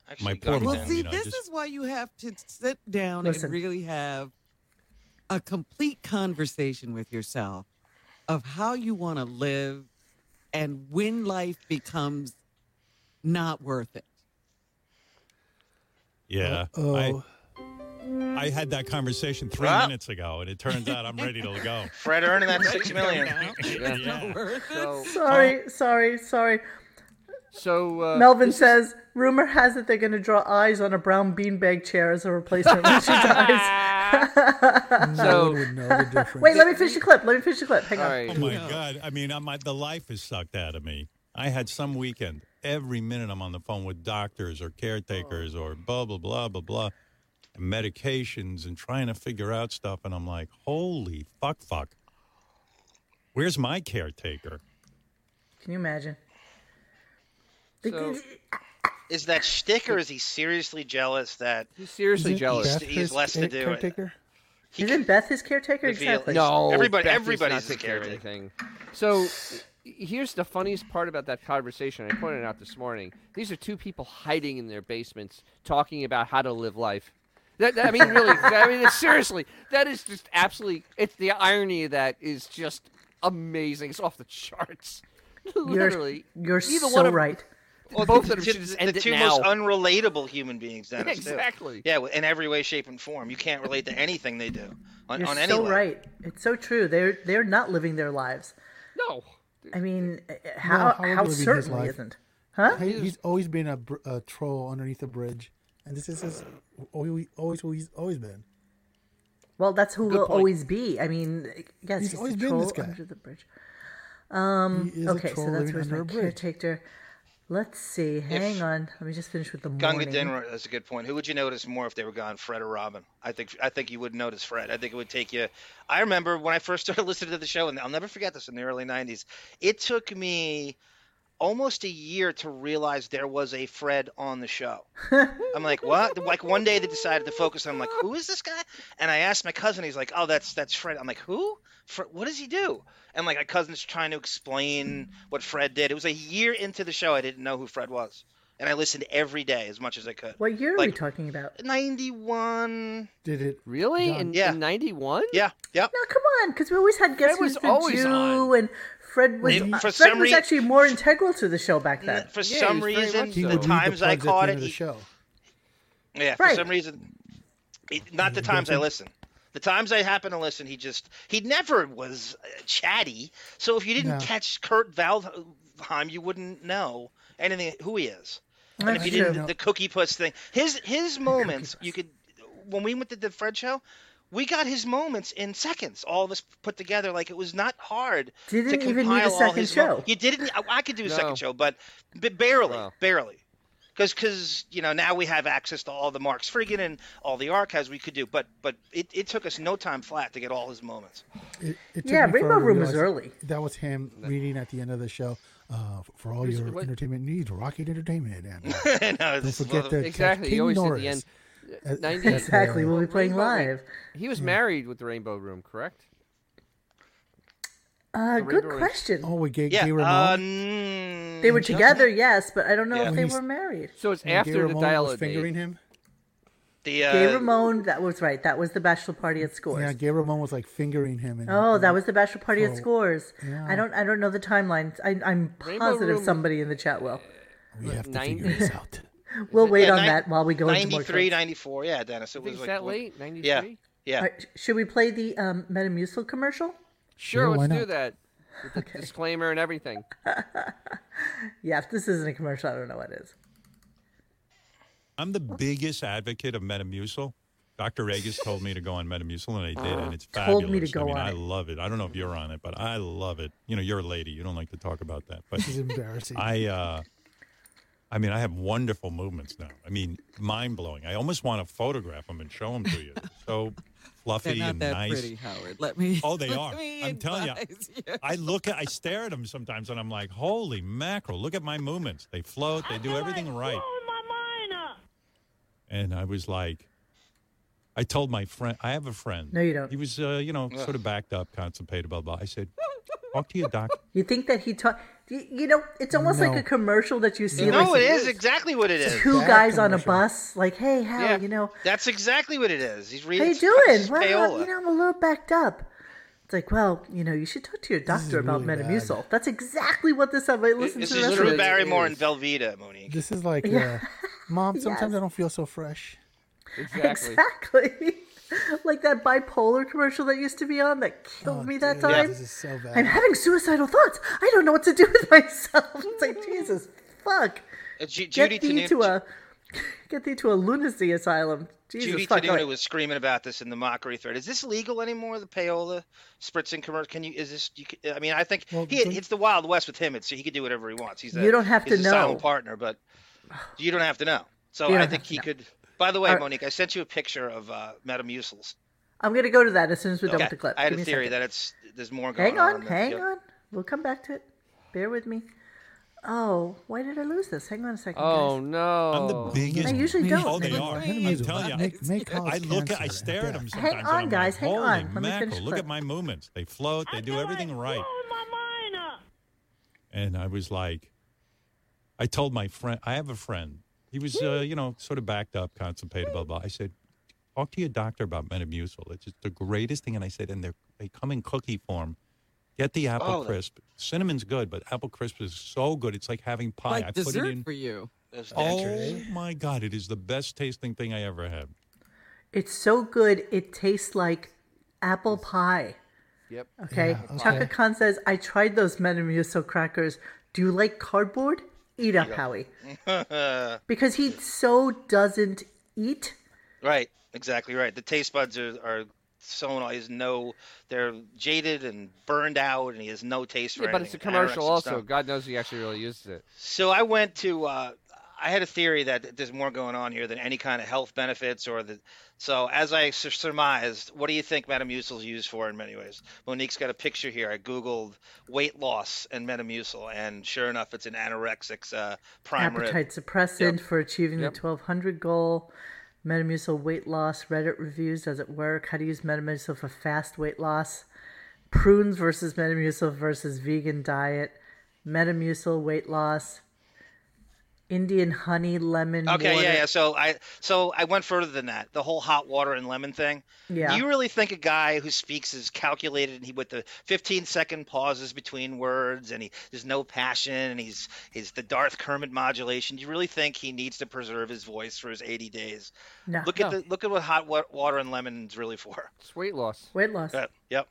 Actually, my God, poor no. Well, man. see, you know, this just- is why you have to sit down Listen. and really have a complete conversation with yourself of how you want to live and when life becomes not worth it. Yeah. Uh-oh. I, I had that conversation three Ah. minutes ago, and it turns out I'm ready to go. Fred earning that six million. Now, it's not worth it. So Sorry, sorry, sorry. so uh, Melvin says, rumor has it they're going to draw eyes on a brown beanbag chair as a replacement when she dies. No so one would know the difference. Wait, let me finish the clip. Let me finish the clip. Hang all on. Oh right. my God! I mean, I'm, I, the life is sucked out of me. I had some weekend. Every minute I'm on the phone with doctors or caretakers or blah blah blah blah blah, and medications and trying to figure out stuff. And I'm like, holy fuck, fuck. Where's my caretaker? Can you imagine? The- So- Is that shtick, or is he seriously jealous that He's seriously Isn't jealous. Beth He's less to care- do it. caretaker? he Isn't Beth his caretaker? Reveal- Exactly. No, Everybody- Beth does everybody's not take care of scary. anything. So here's the funniest part about that conversation. I pointed out this morning. These are two people hiding in their basements, talking about how to live life. That, that- I mean, really. I mean, it's, seriously. That is just absolutely. It's the irony of that is just amazing. It's off the charts. Literally, You're either so one of, right. Both of them the, should just the end it two now. most unrelatable human beings, Dennis. too. exactly. Yeah, in every way, shape, and form. You can't relate to anything they do on, You're on any so level. right. It's so true. They're they're not living their lives. No. I mean, uh, how how are they how living his certainly life? isn't? Huh? He- he's always been a, br- a troll underneath a bridge, and this is his, always, always, who he's always been. Well, that's who will point. always be. I mean, yes, He's he's, always the been troll this guy. under the bridge. Um, He is a Okay, troll so that's living where's under my a bridge. caretaker. Let's see. Hang on. Let me just finish with the Gunga morning. Din that's a good point. Who would you notice more if they were gone, Fred or Robin? I think I think you would notice Fred. I think it would take you. I remember when I first started listening to the show, and I'll never forget this in the early '90s. It took me almost a year to realize there was a Fred on the show. I'm like, what? Like one day they decided to focus on. I'm like, who is this guy? And I asked my cousin. He's like, oh, that's that's Fred. I'm like, who? Fred, what does he do? And like my cousin's trying to explain what Fred did. It was a year into the show I didn't know who Fred was, and I listened every day as much as I could. What year are we Like- talking about? 91. Did it? Really? In Yeah. in '91? Yeah, yep. No, come on, because we always had guess Fred was who's the always Jew, on. and Fred was Maybe uh, for Fred some was rea- actually more integral to the show back then. For Yeah, some he's very reason, much He so. the would read times I plugs at the caught end it, of the he- show. yeah, for Right. some reason, it- not the times I listened. The times I happened to listen, he just he never was uh, chatty. So if you didn't No. catch Kurt Valheim, you wouldn't know anything who he is. And if That's you true. didn't, the cookie puss thing, his his moments, you could when we went to the Fred show. We got his moments in seconds, all of us put together. Like it was not hard. Didn't to even need a compile all second his show. mom- You didn't. I, I could do a No. second show, but, but barely, Wow. barely, because because you know now we have access to all the Marks Friggin and all the archives we could do. But but it, it took us no time flat to get all his moments. It, it took Yeah, me Rainbow forever to Room was realize early. That was him reading at the end of the show. Uh, f- for all Here's your what- entertainment needs, Rocket Entertainment. And uh, And I was don't just forget love to it. Exactly. catch King You always Norris. at the end. At- uh, 90 Exactly. Yeah. We'll be playing Rainbow Room. live. He was married with the Rainbow Room, correct? Uh, good Rainbow Room. question. Oh, we gave Yeah. Gay uh, Ramone. mm, They were together, yes, but I don't know if When they he's- were married. Mm-hmm. So it's when Gay after the Ramone was dialogue. fingering date. him. the uh, Gay Ramone, that was right. That was the bachelor party at Scores. Yeah, Gay Ramone was like fingering him. And, Oh, that was the bachelor party at So, Scores. I don't, I don't know the timelines. I, I'm Rainbow positive Room- somebody in the chat will. we have to 90. figure this out. We'll wait yeah, on nine- that while we go into more. 93, clips. 94. Yeah, Dennis. It I think was it's like that what- late? 93? Yeah, yeah. All right, sh- should we play the um, Metamucil commercial? Sure, Sure, why let's do not? that. With the disclaimer and everything. Yeah, if this isn't a commercial, I don't know what is. I'm the biggest advocate of Metamucil. Dr. Agus told me to go on Metamucil, and I did, Ah, and it's fabulous. Told me to go I mean, on I it. love it. I don't know if you're on it, but I love it. You know, you're a lady. You don't like to talk about that, but This is embarrassing. I, uh, I mean, I have wonderful movements now. I mean, mind blowing. I almost want to photograph them and show them to you. They're So They're fluffy not and that nice. pretty, Howard. Let me. Oh, they let are. me I'm telling ya. advise you. I look at, I stare at them sometimes, and I'm like, holy mackerel! Look at my movements. They float. They do everything right. And I was like, I told my friend, I have a friend. No, you don't. He was, uh, you know, sort of backed up, constipated, blah blah. I said, talk to your doctor. You think that he taught? You, you know, it's almost like No. a commercial that you see, No, like it is exactly what it is. two Bad guys on a commercial. bus, like, "Hey, Hal, Yeah. you know, That's exactly what it is. He's how reading. you doing? it's Well, payola. you know, I'm a little backed up." It's like, well, you know, you should talk to your doctor about really bad. Metamucil. That's exactly what this. I listened this to the is rest literally- of Drew it. Barrymore is. and Velveeta, Monique. This is like, uh, Mom, sometimes I don't feel so fresh. Exactly. Exactly. like that bipolar commercial that used to be on that killed Oh, me that dude, time. This is so I'm bad. having suicidal thoughts. I don't know what to do with myself. It's like Jesus, fuck. Uh, Ju- Get Judy thee Tenu- to a get thee to a lunacy asylum. Jesus Judy fuck. all Tenuna right. was screaming about this in the mockery thread. Is this legal anymore? The payola spritzing commercial? Can you? Is this? You, c- I mean, I think Well, he, don't- it's the Wild West with him. It's he could do whatever he wants. He's a, You don't have he's to a know. silent partner, but you don't have to know. So You I don't think have to he know. could. By the way, Alright. Monique, I sent you a picture of uh, Metamucils. I'm gonna go to that as soon as we're done Okay. with the clip. I had Give a me theory second. that it's there's more going hang on, than- hang yeah. on. We'll come back to it. Bear with me. Oh, why did I lose this? Hang on a second. Oh guys. no! I'm the biggest. I usually don't. Oh, they Nick. are. Hang I'm on. telling you. Nick- Nick Hall I is look at, I cancer stare at death. them sometimes. and on, I'm guys, Like, hang Holy on. Let me mackerel, finish Look quick. at my movements. They float. They do everything right. And I was like, I told my friend. I have a friend. He was, uh, you know, sort of backed up, constipated, blah blah. I said, talk to your doctor about Metamucil. It's just the greatest thing. And I said, and they they come in cookie form. Get the apple Oh, that- crisp. Cinnamon's good, but apple crisp is so good. It's like having pie. like I put it dessert in. for eh?" you. That's dangerous. Oh my god! It is the best tasting thing I ever had. It's so good. It tastes like apple pie. Yep. Okay. Chaka Khan says, I tried those Metamucil crackers. Do you like cardboard? Eat up, Howie. because he so doesn't eat. Right, exactly right. The taste buds are, are sewn on. He's no, they're jaded and burned out, and he has no taste for Yeah, but it's a anything. commercial Anorexic also. stuff. God knows he actually really uses it. So I went to. Uh, I had a theory that there's more going on here than any kind of health benefits or the. So as I sur- surmised, what do you think Metamucil is used for in many ways? Monique's got a picture here. I googled weight loss and Metamucil, and sure enough, it's an anorexic uh, prime rib. Appetite suppressant for achieving the 1200 goal. Metamucil weight loss. Reddit reviews. Does it work? How to use Metamucil for fast weight loss. Prunes versus Metamucil versus vegan diet. Metamucil weight loss. Indian honey, lemon, Okay, water. yeah, yeah. So I so I went further than that. The whole hot water and lemon thing. Yeah. Do you really think a guy who speaks is calculated and he with the 15 second pauses between words and he there's no passion and he's he's the Darth Kermit modulation? Do you really think he needs to preserve his voice for his 80 days? No. Look at the look at what hot wa- water and lemon's really for. It's weight loss. Weight loss. Uh, yep.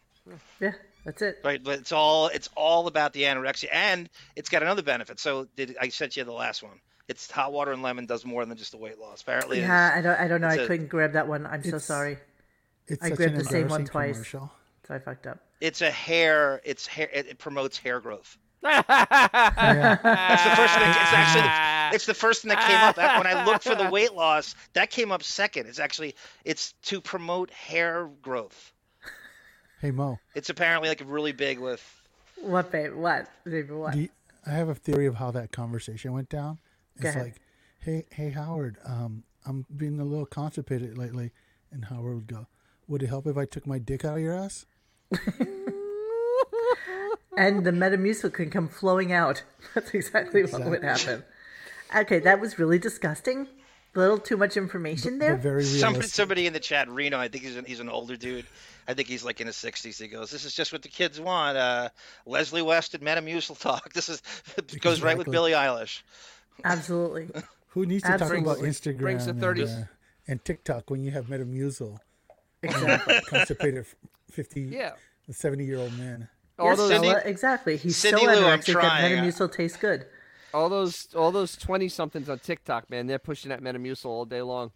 Yeah, that's it. Right, but it's all it's all about the anorexia, and it's got another benefit. So did I sent you the last one? It's hot water and lemon does more than just the weight loss. Apparently, it is- Yeah, I don't. I don't know. I it's a- couldn't grab that one. I'm so It's- sorry. It's I such grabbed an the same one embarrassing twice. commercial. So I fucked up. It's a hair. It's hair. It, it promotes hair growth. Yeah. It's the first thing. It's actually. It's the first thing that came up That- when I looked for the weight loss. That came up second. It's actually. It's to promote hair growth. hey Mo, It's apparently like really big with. What, babe? What, babe? What? do you- I have a theory of how that conversation went down. It's ahead. like, hey, hey Howard, um, I'm being a little constipated lately, and Howard would go, "Would it help if I took my dick out of your ass?" and the Metamucil can come flowing out. That's exactly what would happen. Okay, that was really disgusting. A little too much information But there. very Somebody, realistic. somebody in the chat, Reno. I think he's an, he's an older dude. I think he's like in his 60s. He goes, "This is just what the kids want." Uh, Leslie West and Metamucil talk. This is it goes right with Billie Exactly. Eilish. Absolutely. Who needs to talk Absolutely. about Instagram Brings the and, 30s. uh, and TikTok when you have Metamucil, Exactly. constipated fifty, Yeah. seventy-year-old man? All yes, those, Cindy- Stella, exactly. He's Cindy so Lou, I'm anorexic trying. that Metamucil tastes good. all those, all those twenty somethings on TikTok, man. They're pushing that Metamucil all day long.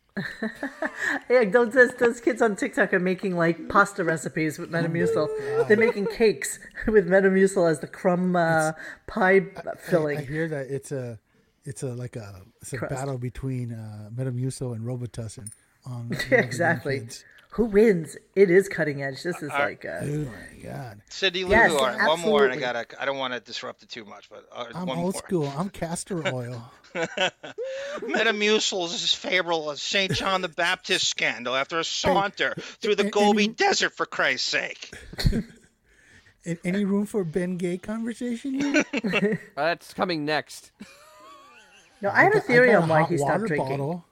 Yeah, those, those, those kids on TikTok are making like pasta recipes with Oh Metamucil. They're making cakes with Metamucil as the crumb uh, pie filling. I hear that it's a, it's a like a it's a Crust. battle between uh, Metamucil and Robitussin on the Metamucil exactly. kids. Who wins? It is cutting edge. This is like uh, Oh my god! Cindy Lou Yes, Who, one more, and I absolutely. gotta. I don't want to disrupt it too much, but uh, I'm one old more. school. I'm castor oil. Metamucil is favorable as St. John the Baptist scandal after a saunter through the and- Gobi and- Desert, for Christ's sake. A- Any room for Ben Gay conversation? here? Uh, that's coming next. no. I have a got- theory got on why hot he stopped water drinking. bottle.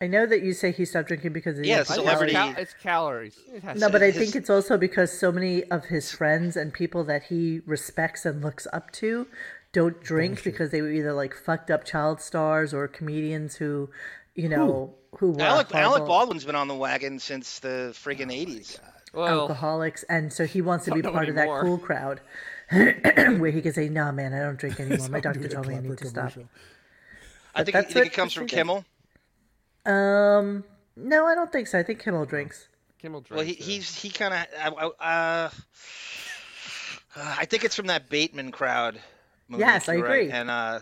I know that you say he stopped drinking because of the Yeah, alcohol. celebrity- It's, cal- it's calories. It has No, to but I his- think it's also because so many of his friends and people that he respects and looks up to don't drink because they were either like fucked up child stars or comedians who, you know, who were Alec, Alec horrible Baldwin's been on the wagon since the Oh friggin' 80s. well, alcoholics, and so he wants to be Don't know part of anymore. that cool crowd where he can say, "Nah, man, I don't drink anymore. My doctor Dude, a told me I clever need to stop." commercial. I think, I that's think it what- comes from Kimmel. Um, no, I don't think so. I think Kimmel drinks. Kimmel Well, he, drinks it. he's, he kind of. Uh, uh, I think it's from that Bateman crowd. Monique, Yes, I you're right. agree. And uh,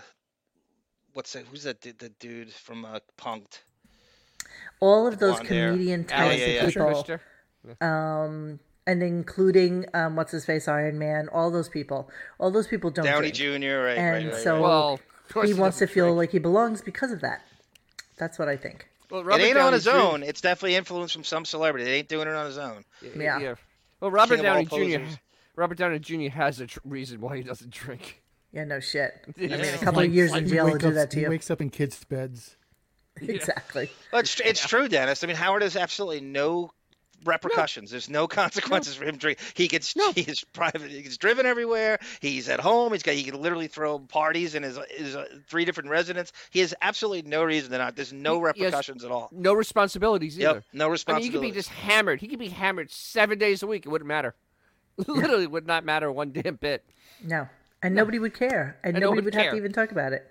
what's that? Who's that? dude- The dude from uh, Punked? all of those blonde hair. comedian Yeah, types yeah, yeah. of Mister, people. mister. and including um, what's his face, Iron Man, all those people. All those people don't. Downey drink. Jr. Right, And right, right. so right. Well, of course he wants to doesn't feel drink. like he belongs because of that. That's what I think. Well, it Robert ain't on Downey his Jr. own. It's definitely influenced from some celebrity. It ain't doing it on his own. Yeah. Well, Robert King of all Downey Jr. posers. Robert Downey Jr. has a tr- reason why he doesn't drink. Yeah, no shit. Yeah. I mean, a It's couple like- of years like in He jail will wakes do up- that to He you. wakes up in kids' beds. Exactly. Well, it's, tr- it's true, Dennis. I mean, Howard has absolutely no repercussions. There's no consequences for him drinking. He gets he is private. He gets driven everywhere. He's at home. He's got he can literally throw parties in his his uh, three different residents. He has absolutely no reason to not. There's no He- he has- repercussions at all. No responsibilities either. Yep, I no mean, he could be responsibility. just hammered. He could be hammered seven days a week. It wouldn't matter. Literally, would not matter one damn bit. No. And nobody would care. And, And nobody nobody would have care. to even talk about it.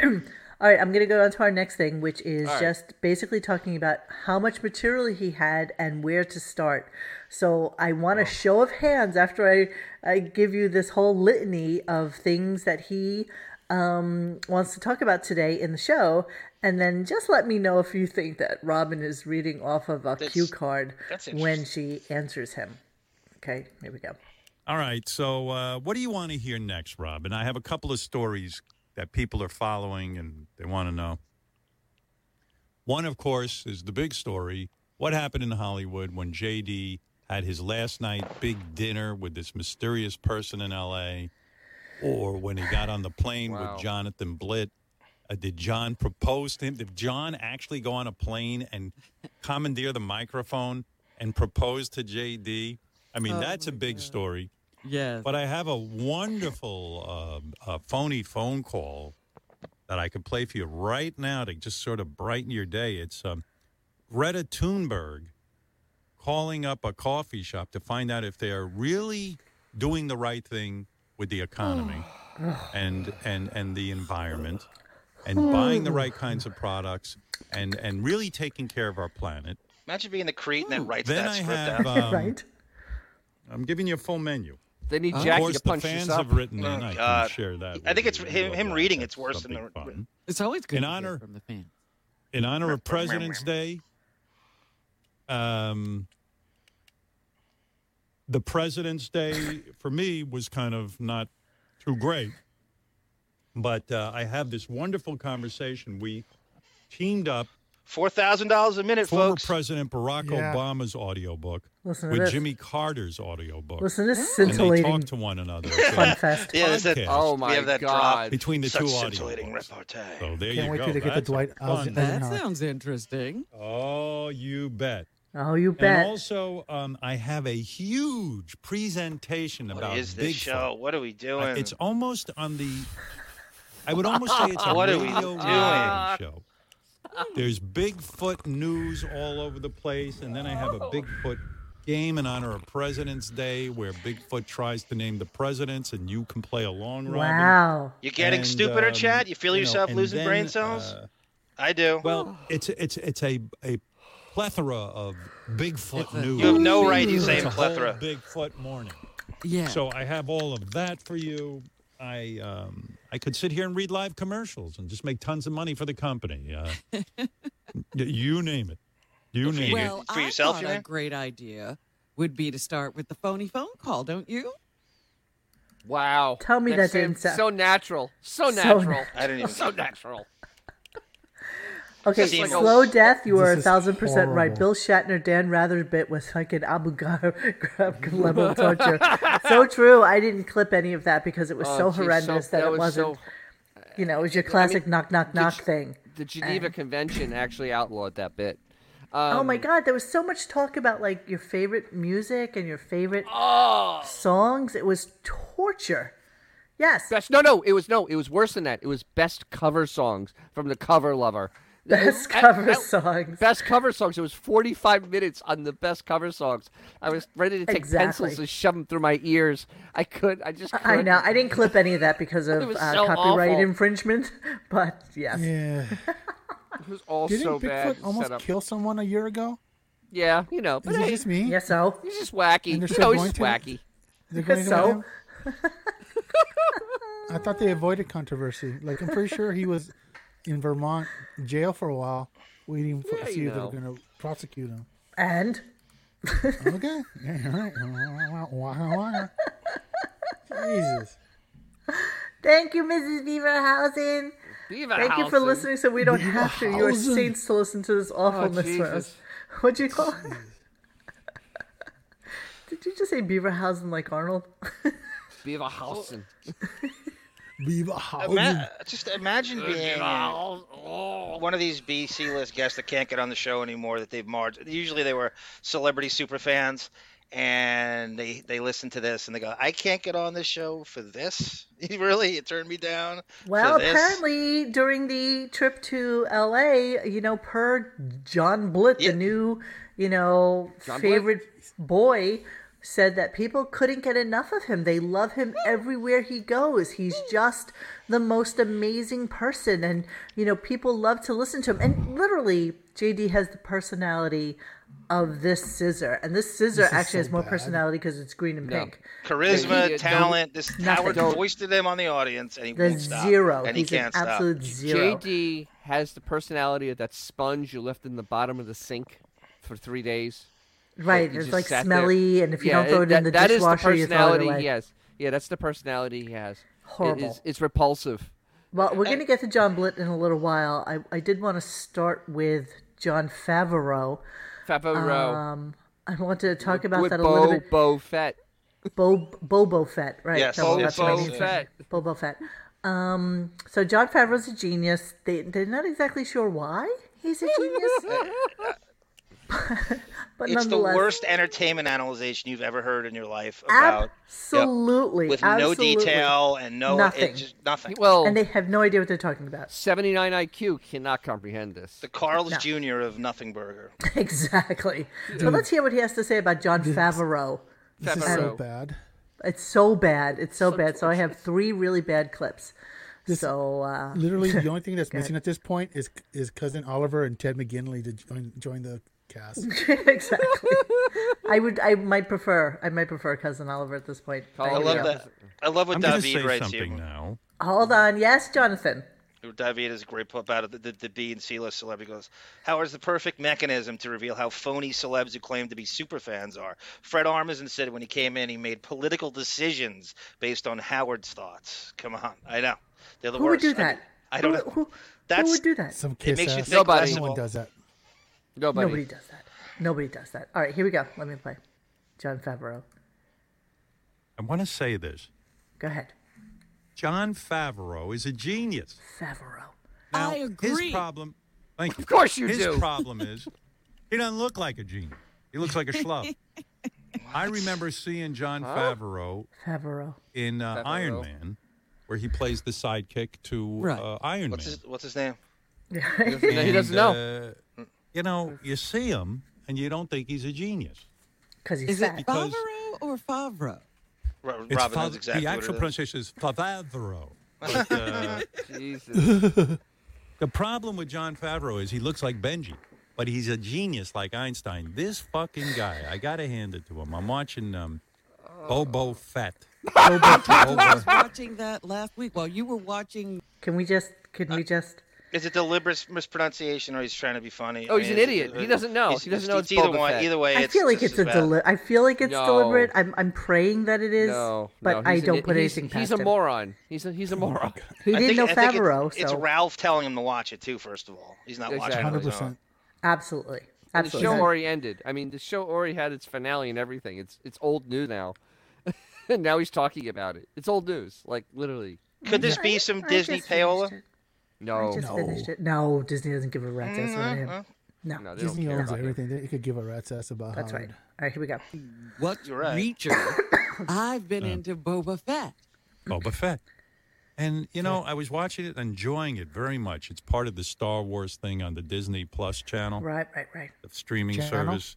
No. All right, I'm going to go on to our next thing, which is just basically talking about how much material he had and where to start. So I want a show of hands after I, I give you this whole litany of things that he um, wants to talk about today in the show. And then just let me know if you think that Robin is reading off of a cue card that's when she answers him. Okay, here we go. All right. So, uh, what do you want to hear next, Rob? And I have a couple of stories that people are following and they want to know. One, of course, is the big story what happened in Hollywood when JD had his last night big dinner with this mysterious person in LA, or when he got on the plane Wow. with Jonathan Blitt. Uh, did John propose to him? Did John actually go on a plane and commandeer the microphone and propose to JD? I mean, Oh, that's a my big God. story. Yes. But I have a wonderful uh, uh, phony phone call that I could play for you right now to just sort of brighten your day. It's um, Greta Thunberg calling up a coffee shop to find out if they are really doing the right thing with the economy and and and the environment and buying the right kinds of products and and really taking care of our planet. Imagine being the cretin that writes then that I script have out. um, right? I'm giving you a full menu. They need Of Jackie course, to punch the fans this up. have written in. Oh, I can God. share that. I with think it's you. him- You'll him love reading that. it's worse than Something the- fun. it's always good In to hear honor- from the fans. in honor of President's Day. Um, the President's Day for me was kind of not too great, but uh, I have this wonderful conversation. We teamed up Four thousand dollars a minute, former folks. President Barack Yeah. Obama's audiobook Listen to with this. Jimmy Carter's audiobook. Listen to this and they scintillating talked to one another. fun So, fest. yeah, is that, podcast. Oh we my have that god! drop. between the Such two scintillating audiobooks. repartee. So there Can't you wait go. till they get the That's a Dwight fun- Eisenhower. That Eisenhower. sounds interesting. Oh, you bet. Oh, you And bet. also, um, I have a huge presentation What about is this Bigfoot. show? What are we doing? Uh, It's almost on the. I would almost say it's a What are we radio doing? reality show. There's Bigfoot news all over the place, and then I have a Oh. Bigfoot game in honor of President's Day, where Bigfoot tries to name the presidents, and you can play along. Robin. wow. You're getting And, stupider, um, Chad. You feel know, yourself and losing then, brain cells? uh, I do. well, it's it's it's a a plethora of Bigfoot news. you have no right to It's say a whole plethora. Bigfoot morning. Yeah. So I have all of that for you. I um, I could sit here and read live commercials and just make tons of money for the company. Uh, y- you name it. You name it. well, for I yourself, thought you a mean? great idea would be to start with the phony phone call, don't you? Wow! Tell me that didn't sounds sound- so natural, so So natural, I didn't even. so natural. Okay, Seems- slow death. You are a This is thousand percent right. horrible. Bill Shatner, Dan Ratherbit was fucking Abu Ghraib Ghraib level of torture. so true. I didn't clip any of that because it was Oh, so geez, so- horrendous that, that it was wasn't. so- you know, it was your classic knock knock knock thing. The Geneva Convention actually outlawed that bit. Um, oh my god, there was so much talk about like your favorite music and your favorite Oh. songs. It was torture. Yes. Best, no, no, it was no, it was worse than that. It was best cover songs from the cover lover. Best At- cover at- songs. Best cover songs. It was 45 minutes on the best cover songs. I was ready to take Exactly. pencils and shove them through my ears. I could. I just. Couldn't. I know. I didn't clip any of that because of was uh, so copyright awful. infringement. But yes. Yeah. It was all Didn't so bad. Bigfoot and set almost up. kill someone a year ago? Yeah, you know. But Is it hey, just me? Yes, so. he's just wacky. And You they're still know, he's going just to wacky. it? They're going to So? him? I thought they avoided controversy. Like I'm pretty sure he was in Vermont jail for a while, waiting for Yeah, to see you if they were know. going to prosecute him. And okay. Yeah, all right. Uh, Wah, wah, wah, wah, wah. Jesus. Thank you, Mrs. Beaverhausen. Beaver Thank you for listening so we don't have to. You are Beaverhausen. saints to listen to this awfulness for us. Oh, Jesus. What'd you call it? Did you just say Beaverhausen like Arnold? Beaverhausen. Beaver Howard. Ima- just imagine being one of these BC list guests that can't get on the show anymore that they've marged. Usually they were celebrity super fans and they they listen to this and they go, I can't get on this show for this. really? You turned me down? for Well, this?" apparently during the trip to LA, you know, per John Blitt, Yeah. the new, you know, John Blitt? favorite boy, said that people couldn't get enough of him. They love him Hmm. everywhere he goes. He's just the most amazing person and you know, people love to listen to him. And literally JD has the personality of this scissor. And this scissor This is actually so has more bad. personality because it's green and No. pink. uh, Charisma, Yeah, he- uh, talent. This Howard Don't- hoisted him on the audience and he The won't stop. zero. And He's he an can't stop. absolute zero. JD has the personality of that sponge you left in the bottom of the sink for three days. Right, you it's just like sat there. smelly, and if you don't Yeah, throw it, in that- the that is dishwasher, you throw it personality away. he has. Yeah, that's the personality he has. It Horrible. is- it's repulsive. Well, we're going to get to John Blitt in a little while. I, I did want to start with John Favreau. Um, Favreau. I wanted to talk about with that a Bo, little bit. Bo Fett. Bo, Bobo Fett, right? Yes, That was- yes, that's what I yes, named yes. him. Bobo Fett. Um, so John Favreau's a genius. They they're not exactly sure why he's a genius, but It's the nonetheless, worst entertainment analyzation you've ever heard in your life about Absolutely, with absolutely. no detail and no Nothing. It's just nothing. Well, and they have no idea what they're talking about. 79 IQ cannot comprehend this. the Carl's Jr. of Nothing Burger. Exactly. So let's hear what he has to say about John Favreau. This is so Favreau. bad. It's so bad. It's so, bad. So I have three really bad clips. so uh, Literally, the only thing that's missing at this point is is cousin Oliver and Ted McGinley to join, join the cast. exactly, I would. I might prefer. I might prefer cousin Oliver at this point. Call Oh, I it Thank love you. that. I love what I'm going to David say writes something here. now. Hold on. Yes, Jonathan. David is a great put out of the, the, the B and C list celebrity goes. Howard's the perfect mechanism to reveal how phony celebs who claim to be super fans are. Fred Armisen said when he came in, he made political decisions based on Howard's thoughts. Come on, I know they're the Who would worst. do that? I, I don't who, know. Who, That's who would do that? Some kiss makes you ass. think Nobody. less No one of- does that. Nobody. Nobody does that. Nobody does that. All right, here we go. Let me play. John Favreau. I want to say this. Go ahead. John Favreau is a genius. Favreau. I His agree. problem, thank you. Of course you his do. problem is he doesn't look like a genius. He looks like a schlub. I remember seeing John Favreau Favreau. in uh, Favreau. Iron Man, where he plays the sidekick to Right. uh, Iron What's Man. his What's his name? And he doesn't know. know. uh, you know, you see him and you don't think he's a genius. Because he's Is fat. it Because- Favreau or Favreau? Ro- It's Robin Fav- knows exactly the what actual it is. pronunciation is Favreau. But, uh, Jesus. the problem with John Favreau is he looks like Benji, but he's a genius like Einstein. This fucking guy, I gotta hand it to him. I'm watching um, Oh. Bobo Fett. I Bobo was watching that last week while you were watching. Can we just? Can we just? Is it deliberate mispronunciation or he's trying to be funny? Oh, he's an is it- idiot. He uh, doesn't know. it's- He doesn't it's- know It's it's either Boba one. Fett. Either way, I feel like this it's a is bad. deli- I feel like it's No. deliberate. I'm I'm praying that it is, No, but no, I he's an don't i- put he's- anything He's past a him. moron. He's a, he's a moron. He I think- didn't know I think it- Favreau, It's so Ralph telling him to watch it too. First of all, he's not watching. it on Exactly. his 100%. own. absolutely, And the absolutely. show already ended. I mean, the show already had its finale and everything. It's it's old news now. and now he's talking about it. It's old news. Like literally. Could this be some Disney payola? Oh, No. Mm-hmm. Just finished it. No, Disney doesn't give a rat's ass about him. No, No, they don't Disney care owns about him. everything. You could give a rat's ass about that's right. Howard. All right, here we go. What You're right. Reacher? I've been into Boba Fett. Boba Fett. And you know, I was watching it, enjoying it very much. It's part of the Star Wars thing on the Disney Plus channel, Right, right, right. the streaming Channel? service.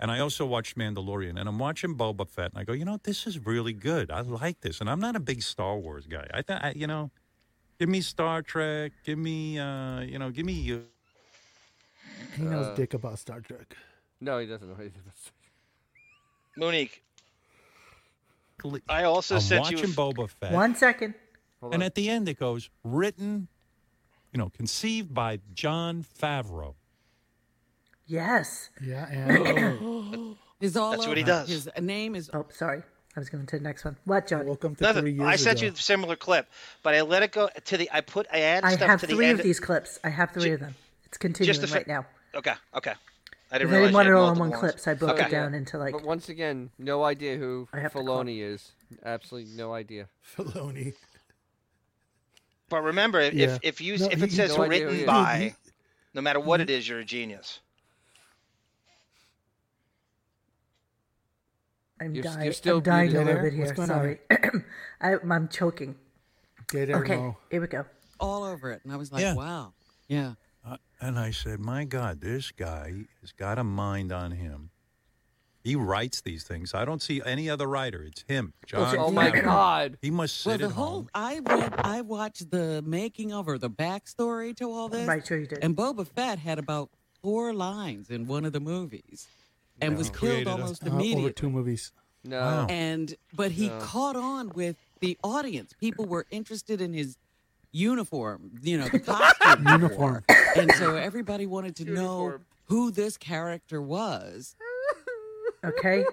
And I also watched Mandalorian, and I'm watching Boba Fett, and I go, you know, this is really good. I like this, and I'm not a big Star Wars guy. I thought, I- you know, give me Star Trek, give me, uh, you know, give me. Uh, He knows dick about Star Trek. No, he doesn't know. what he does. Monique, Cle- I also I'm sent you. watching Boba Fett, One second. Hold and on. at the end it goes written, you know, conceived by John Favreau. Yes, Yeah, and Is all That's what he over. does. His name is Oh, sorry. I was going to the next one. What, Johnny? Welcome to three Nothing. years I sent ago. you a similar clip, but I let it go to the. I put. I added I stuff have to the three end. of these clips. I have three of them. It's continuing the fa- right now. Okay. Okay. I I didn't realize. didn't you want had it all in multiple one ones. clip, so I broke Okay. it down into like. But once again, no idea who I have to Filoni is. Absolutely no idea. Filoni. But remember, if Yeah. if you No, if he- it says No idea who he written is. by, no matter what it is, you're a genius. I'm, You're- dying, you're still I'm dying a muted little there? bit here. What's going on Sorry. I, I'm choking. Dead Okay, Admiral. here we go. all over it, and I was like, Yeah. wow, yeah. Uh, and I said, "My God, this guy has got a mind on him. He writes these things. I don't see any other writer. It's him, John. Oh my Favreau. god. He must Well, sit the at whole home. I read, I watched the making of or the backstory to all this, Right, sure you did. and Boba Fett had about four lines in one of the movies, and was No. killed Created a- almost Uh, over immediately. two movies. No. Wow. and but he Yeah. caught on with the audience. People were interested in his uniform, you know, the costume he Uniform. wore. and so everybody wanted to know Uniform. who this character was. Okay,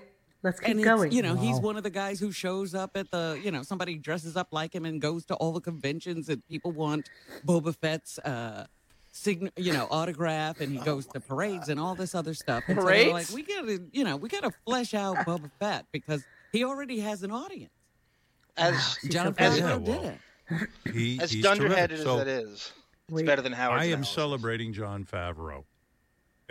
let's keep And it's- going. you know, he's Wow. one of the guys who shows up at the, you know, somebody dresses up like him and goes to all the conventions, and people want Boba Fett's. Uh, Sign, you know, autograph, Oh and he goes to parades and all this other stuff. And so they're Parades? like we gotta, you know, we gotta flesh out Boba Fett because he already has an audience. Ah, As She's John so funny. Yeah, Favreau well, did it. He, as he's dunderheaded terrific. as So that is, it's Wait. better than Howard. I am celebrating John Favreau.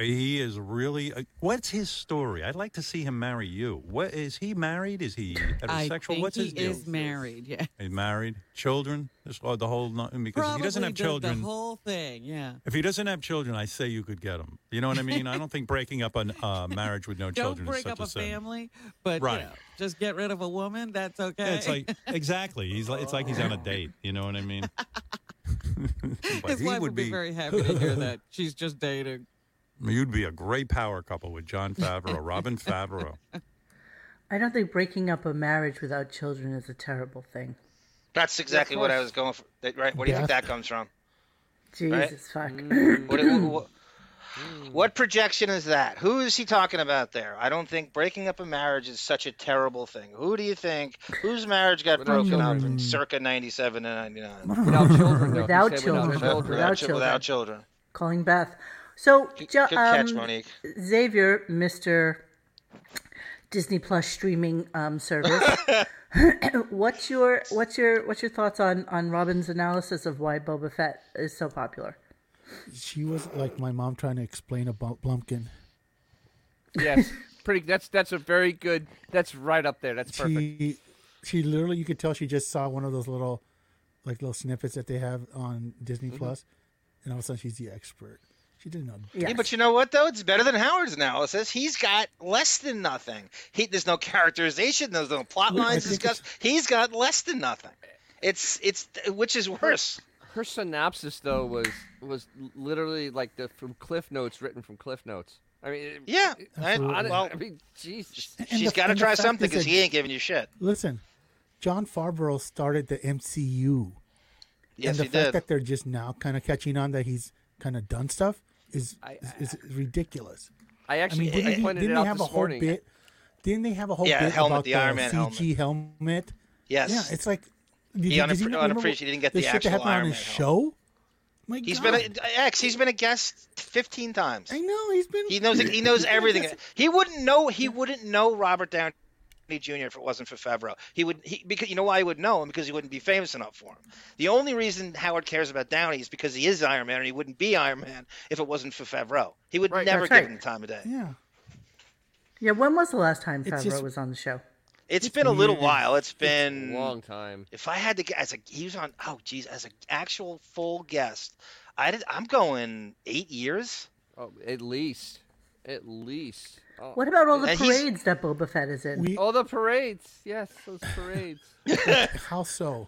He is really. uh, what's his story? I'd like to see him marry you. What is he married? Is he I heterosexual? think what's he his deal? is married. Yeah, He's married. Children. This or the whole. no- Because if he doesn't Probably have the- children. The whole thing. Yeah. If he doesn't have children, I say you could get him. You know what I mean? I don't think breaking up a uh, marriage with no Don't children is break such up a, a sin. family, but Right. you know, just get rid of a woman. That's okay. Yeah, it's like exactly. He's like it's like he's on a date. You know what I mean? but his he wife would be. very happy to hear that she's just dating. You'd be a great power couple with John Favreau, Robin Favreau. I don't think breaking up a marriage without children is a terrible thing. That's exactly what I was going for. That- Right? Where do you think Beth. that comes from? Jesus fuck. Mm, What, what, what projection is that? Who is he talking about there? I don't think breaking up a marriage is such a terrible thing. Who do you think? Whose marage got broken up in circa '97 and '99? Without children. though. He Without said Without children. Without children. children. Without children. Calling Beth. So, Good jo- good catch, um, Monique. Xavier, Mr. Disney Plus streaming um, service. what's your what's your what's your thoughts on on Robin's analysis of why Boba Fett is so popular? She was like my mom trying to explain about Blumpkin. Yes. Pretty that's that's a very good that's right up there. That's perfect. She, she literally, you could tell she just saw one of those little, like little snippets that they have on Disney Plus, and all of a sudden she's the expert. She didn't know. Yes. Yeah, but you know what though? It's better than Howard's analysis. He's got less than nothing. He, there's no characterization. There's no plot Well, I lines think discussed. He's got less than nothing. It's it's which is worse. Her synopsis though was was literally like the from Cliff Notes written from Cliff Notes. I mean it- Yeah. I, I, don't- well, I mean Jesus. And she's the- got to and the try fact something is because that- he ain't giving you shit. Listen, John Favreau started the MCU, Yes, and the he fact did. that they're just now kind of catching on that he's kind of done stuff is I- is, is ridiculous. I I mean, actually didn't, he- pointed didn't it they out have a this whole morning. bit? Didn't they have a whole Yeah, bit helmet, about the Iron Man CG helmet? yes. Yeah, it's like did, He you- does unappre- not remember unappreciated- he didn't get the shit that actual happened Iron on his Man show. My He's God. been a, X. He's been a guest fifteen times. I know he's been. He knows. He knows he's been a everything. guest- He wouldn't know. He wouldn't know Robert Downey Jr. if it wasn't for Favreau. He would. He because you know why he would know him because he wouldn't be famous enough for him. The only reason Howard cares about Downey is because he is Iron Man, and he wouldn't be Iron Man if it wasn't for Favreau. He would Right, never that's give right. him the time of day. Yeah, yeah, when was the last time It's Favreau just- was on the show? it's been a little weird. while. It's been Long time. If I had to guess, as a, he was on. Oh, geez, as an actual full guest, I did. I'm going eight years. Oh, at least. At least. Oh. What about all the Yeah, he's- parades that Boba Fett is in? we. Oh, the parades. Yes, those parades. How so?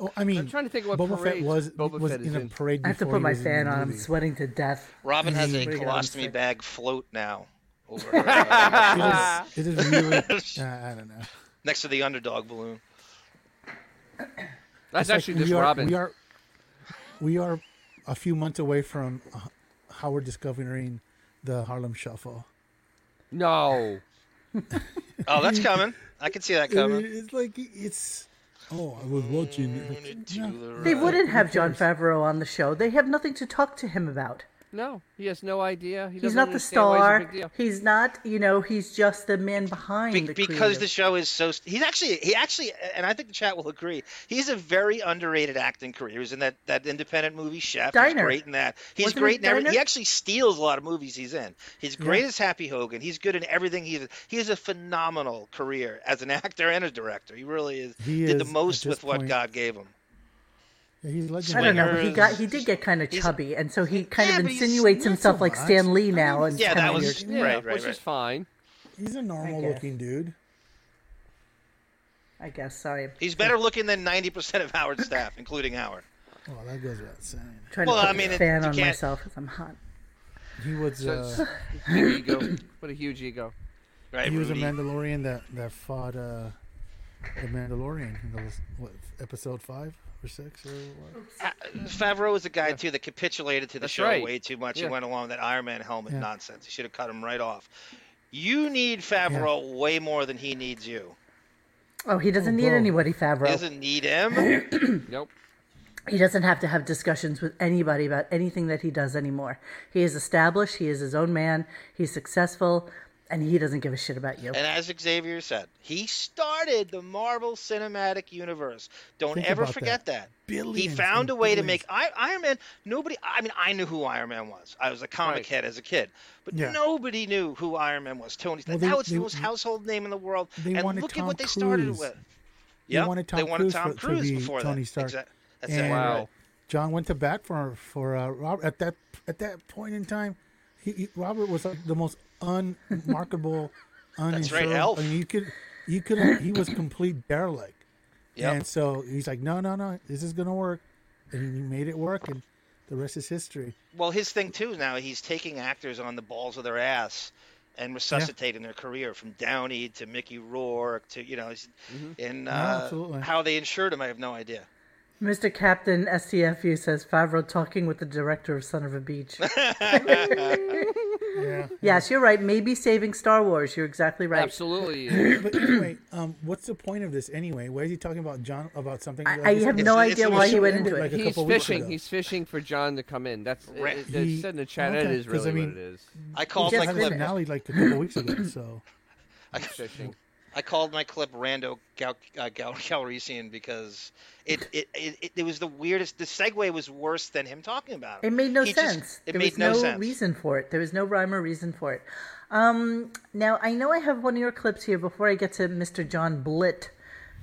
Oh, I mean, trying to think of what Boba Fett parades was Boba was Fett is in a in. parade. I have to before put he my was in the fan on. I'm movie. sweating to death. Robin has a Pretty good, I'm colostomy sick. bag float now over her, uh, It is, it is really. uh, I don't know. next to the underdog balloon. That's Like, actually just we are, Robin. We are, we are a few months away from uh, Howard discovering the Harlem Shuffle. No. Oh, that's coming. I can see that coming. It's like it's. Oh, I was watching. it. Mm, Like, no. They wouldn't have John Favreau on the show. They have nothing to talk to him about. No, he has no idea. He He's doesn't not the understand why star. he's a big deal. He's not, you know, he's just the man behind Be- the because the creative. show is so he's actually he actually and I think the chat will agree he's a very underrated acting career. He was in that that independent movie Chef. He's Diner. great in that. He's Wasn't it great in every, Diner? he actually steals a lot of movies he's in. He's great as Happy Hogan. He's good in everything he's he has a phenomenal career as an actor and a director. He really is. He did is, the at most this with what point. God gave him. Yeah, he's I legendary. don't know. He Swingers. got he did get kind of He's- chubby, and so he kind Yeah, of but he's insinuates not himself so like much. Stan Lee I now. mean, and Yeah, that kinda was- weird. Yeah, Right, right, which right. is fine. He's a normal guess. looking dude. I guess. Sorry, I'm He's better looking than ninety percent of Howard's staff, including Howard. Oh, that goes without saying. trying Well, to I put mean, a it- fan you on can't- myself because I'm hot. He was. So Uh, it's- Big ego. What a huge ego. Right, he was a Rudy? Mandalorian that that fought uh, the Mandalorian. in that was what episode five or six or what? Uh, Mm-hmm. Favreau was a guy too that capitulated to the That's show right. way too much. Yeah. He went along with that Iron Man helmet Yeah. nonsense. He should have cut him right off. You need Favreau way more than he needs you. Oh, he doesn't need bro. anybody, Favreau. He doesn't need him. Nope. he doesn't have to have discussions with anybody about anything that he does anymore. He is established, he is his own man, he's successful, and he doesn't give a shit about you. and as Xavier said, he started the Marvel Cinematic Universe. Don't Think ever about forget that. He Billions found and a way to billions. make I, Iron Man. Nobody. I mean, I knew who Iron Man was. I was a comic Right. head as a kid, but Yeah. nobody knew who Iron Man was. Tony. Well, that they- was the they- most household name in the world. they and wanted look Tom at what they started Cruise. with. They Yep, wanted Tom they wanted Cruise Tom for- to Cruise be before Tony that. Stark. Exact- That's And- it. Wow. John went to bat for for uh, Robert at that at that point in time. He, he- Robert was like, the most unmarketable, That's right, uninsurable. Elf. I mean, you could you could he was complete derelict. Yep. And so he's like, no, no, no, this is gonna work, and he made it work, and the rest is history. Well, his thing too now he's taking actors on the balls of their ass and resuscitating their career from Downey to Mickey Rourke to you know, he's- and uh, absolutely. how they insured him, I have no idea. Mr. Captain STFU says Favreau talking with the director of Son of a Beach. Yeah. yes, you're right. Maybe saving Star Wars. You're exactly right. Absolutely. But anyway, um, what's the point of this anyway? Why is he talking about John about something? I, like I this? have It's- no it's idea a why he show went ended into it. like a He's couple weeks fishing. ago. He's fishing for John to come in. That's it, Right. it- they He- said in the chat. That okay, is 'cause really I what mean- it is. I called my just I Like had a clip. finished. finale like a couple weeks ago, so I, Fishing. I called my clip Rando Gal, uh, Gal, Galrician because it it, it it it was the weirdest. The segue was worse than him talking about him. It made no He just- sense. it there made was no, no, sense. reason for it. There was no rhyme or reason for it. Um, now I know I have one of your clips here. Before I get to Mr. John Blitt,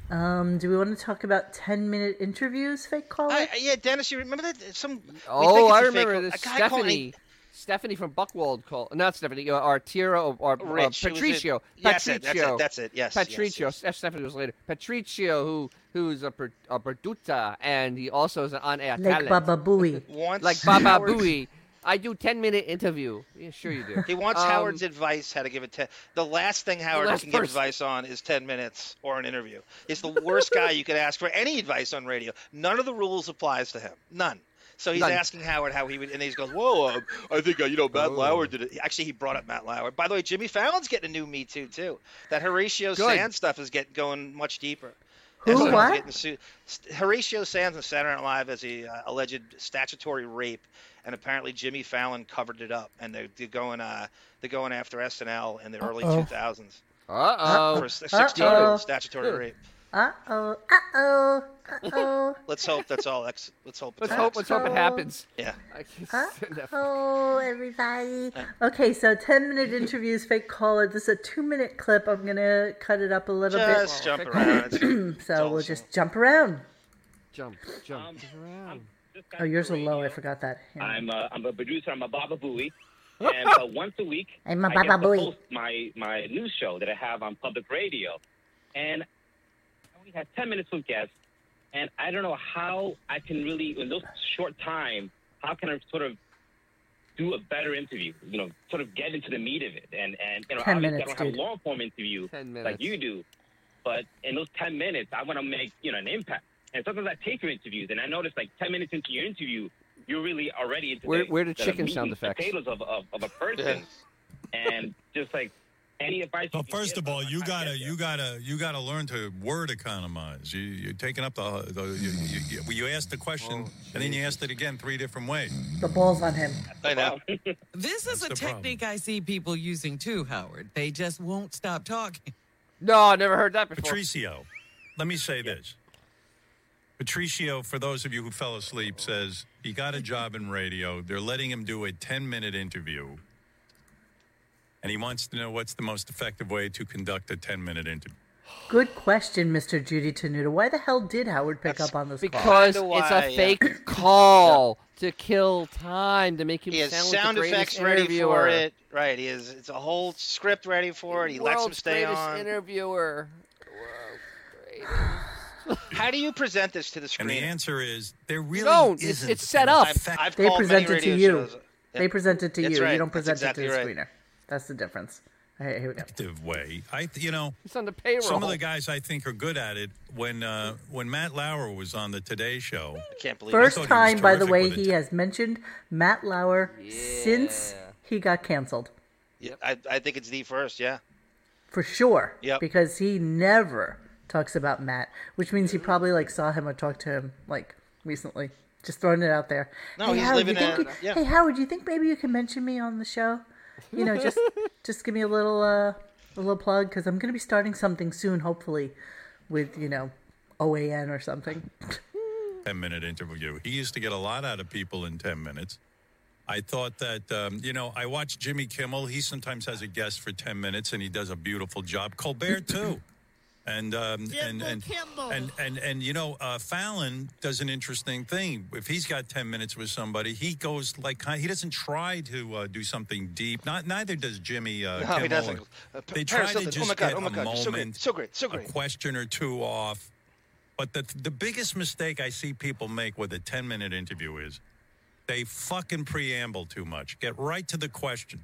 um, do we want to talk about ten-minute interviews? Fake caller. I, I- yeah, Dennis, you remember that? Some we Oh, think it's I a fake remember call- this. a guy called- I- Stephanie. Stephanie from Buckwald called. Not Stephanie. Uh, Artira or uh, Rich, it was a- Patricio. Yes, Patricio. it- that's it, that's it, yes, yes, Patricio. yes. Steph- Stephanie was later. Patricio, who who's a, per- a Perduta, and he also is an on-air Lake talent. Baba Booey. Once like Baba Howard- Booey. I do ten-minute interview. Yeah, sure you do. He wants Um, Howard's advice how to give a ten. The last thing Howard last can give person. advice on is ten minutes or an interview. It's the worst guy you could ask for any advice on radio. None of the rules applies to him. None. So he's None. asking Howard how he would, and he goes, "Whoa, um, I think uh, you know Matt Lauer did it." Actually, he brought up Matt Lauer. By the way, Jimmy Fallon's getting a new Me Too too. That Horatio Good. Sands stuff is getting going much deeper. Who, As someone's what? getting sued- St- Horatio Sands on Saturday Night Live as a uh, alleged statutory rape, and apparently Jimmy Fallon covered it up, and they're, they're going uh, they're going after SNL in the early Uh-oh. two thousands Uh-oh. for sixteen year old statutory rape. Uh oh. Uh oh. Uh oh. Let's hope that's all. Ex- let's hope. It's Let's all hope. Let's hope it Axel. happens. Yeah. I can't stand that. Oh, everybody. Uh. Okay, so 10 minute interviews, fake caller. This is a two minute clip. I'm going to cut it up a little Just jump around. It's- bit. So we'll awesome. just jump around. Jump, jump Um, around. Oh, yours are low. I forgot that. Here. I'm a, I'm a producer. I'm a Baba Booey. And uh, once a week, I'm a I get Baba to Booey. host my, my news show that I have on public radio. And I only have 10 minutes with guests. And I don't know how I can really, in those short time, how can I sort of do a better interview? You know, sort of get into the meat of it. And, and you know, 10 obviously minutes, I don't dude. have a long form interview 10 like minutes. you do. But in those 10 minutes, I want to make, you know, an impact. And sometimes I take your interviews, and I notice like 10 minutes into your interview, you're really already into Where- the, where do the chicken meat sound and effects? potatoes of, of, of a person. and just like, any advice? So you can first give of all, us on you how to get gotta there? you gotta you gotta learn to word economize. You, you're taking up the, the you, you, you, well, you asked the question Oh, and then you asked it again three different ways. The ball's on him. I know. This is That's the a technique I see people using too, Howard. They just won't stop talking. No, I never heard that before. Patricio, let me say this. Patricio, for those of you who fell asleep, says he got a job in radio. They're letting him do a 10 minute interview. And he wants to know what's the most effective way to conduct a 10 minute interview. Good question, Mr. Judy Tenuta. Why the hell did Howard pick up on this call? Because Kinda it's why, a yeah. fake call to kill time to make him He has sound sound like the greatest effects ready for interviewer. it. Right. He is. It's a whole script ready for it. He lets him World's stay greatest on. interviewer. How do you present this to the And the screen? answer is there really don't. It's- isn't. it's set an up. effective- I've They called present many it to radio you. shows. They present it to That's you. right. You don't That's present it to the exactly right. screener. That's the difference. All right, here we go. effective way. I, th- you know, It's on the payroll. some of the guys I think are good at it. When uh, when Matt Lauer was on the Today Show, I can't believe it. First thought he was time, by the terrific way, with it. he has mentioned Matt Lauer since he got canceled. Yeah, I, I think it's the first. Yeah. for sure. Yep. Because he never talks about Matt, which means he probably like saw him or talked to him like recently. Just throwing it out there. No, hey, he's Howard, living you think in- you- yeah. Hey Howard, you think maybe you can mention me on the show? You know, just just give me a little uh, a little plug because I'm going to be starting something soon, hopefully, with you know OAN or something. 10 minute interview. He used to get a lot out of people in 10 minutes. I thought that, um, you know, I watch Jimmy Kimmel. He sometimes has a guest for 10 minutes and he does a beautiful job. Colbert, too. And, um, and, and, and, and, and, you know, uh, Fallon does an interesting thing. If he's got 10 minutes with somebody, he goes like, kind- he doesn't try to uh, do something deep. Not, neither does Jimmy. Uh, No, Kimmel. he doesn't. Uh, They Paris try to Hilton, just oh my God, get oh my a God, you're so great, moment, so great, so great. a question or two off. But the the biggest mistake I see people make with a 10 minute interview is they fucking preamble too much. Get right to the question.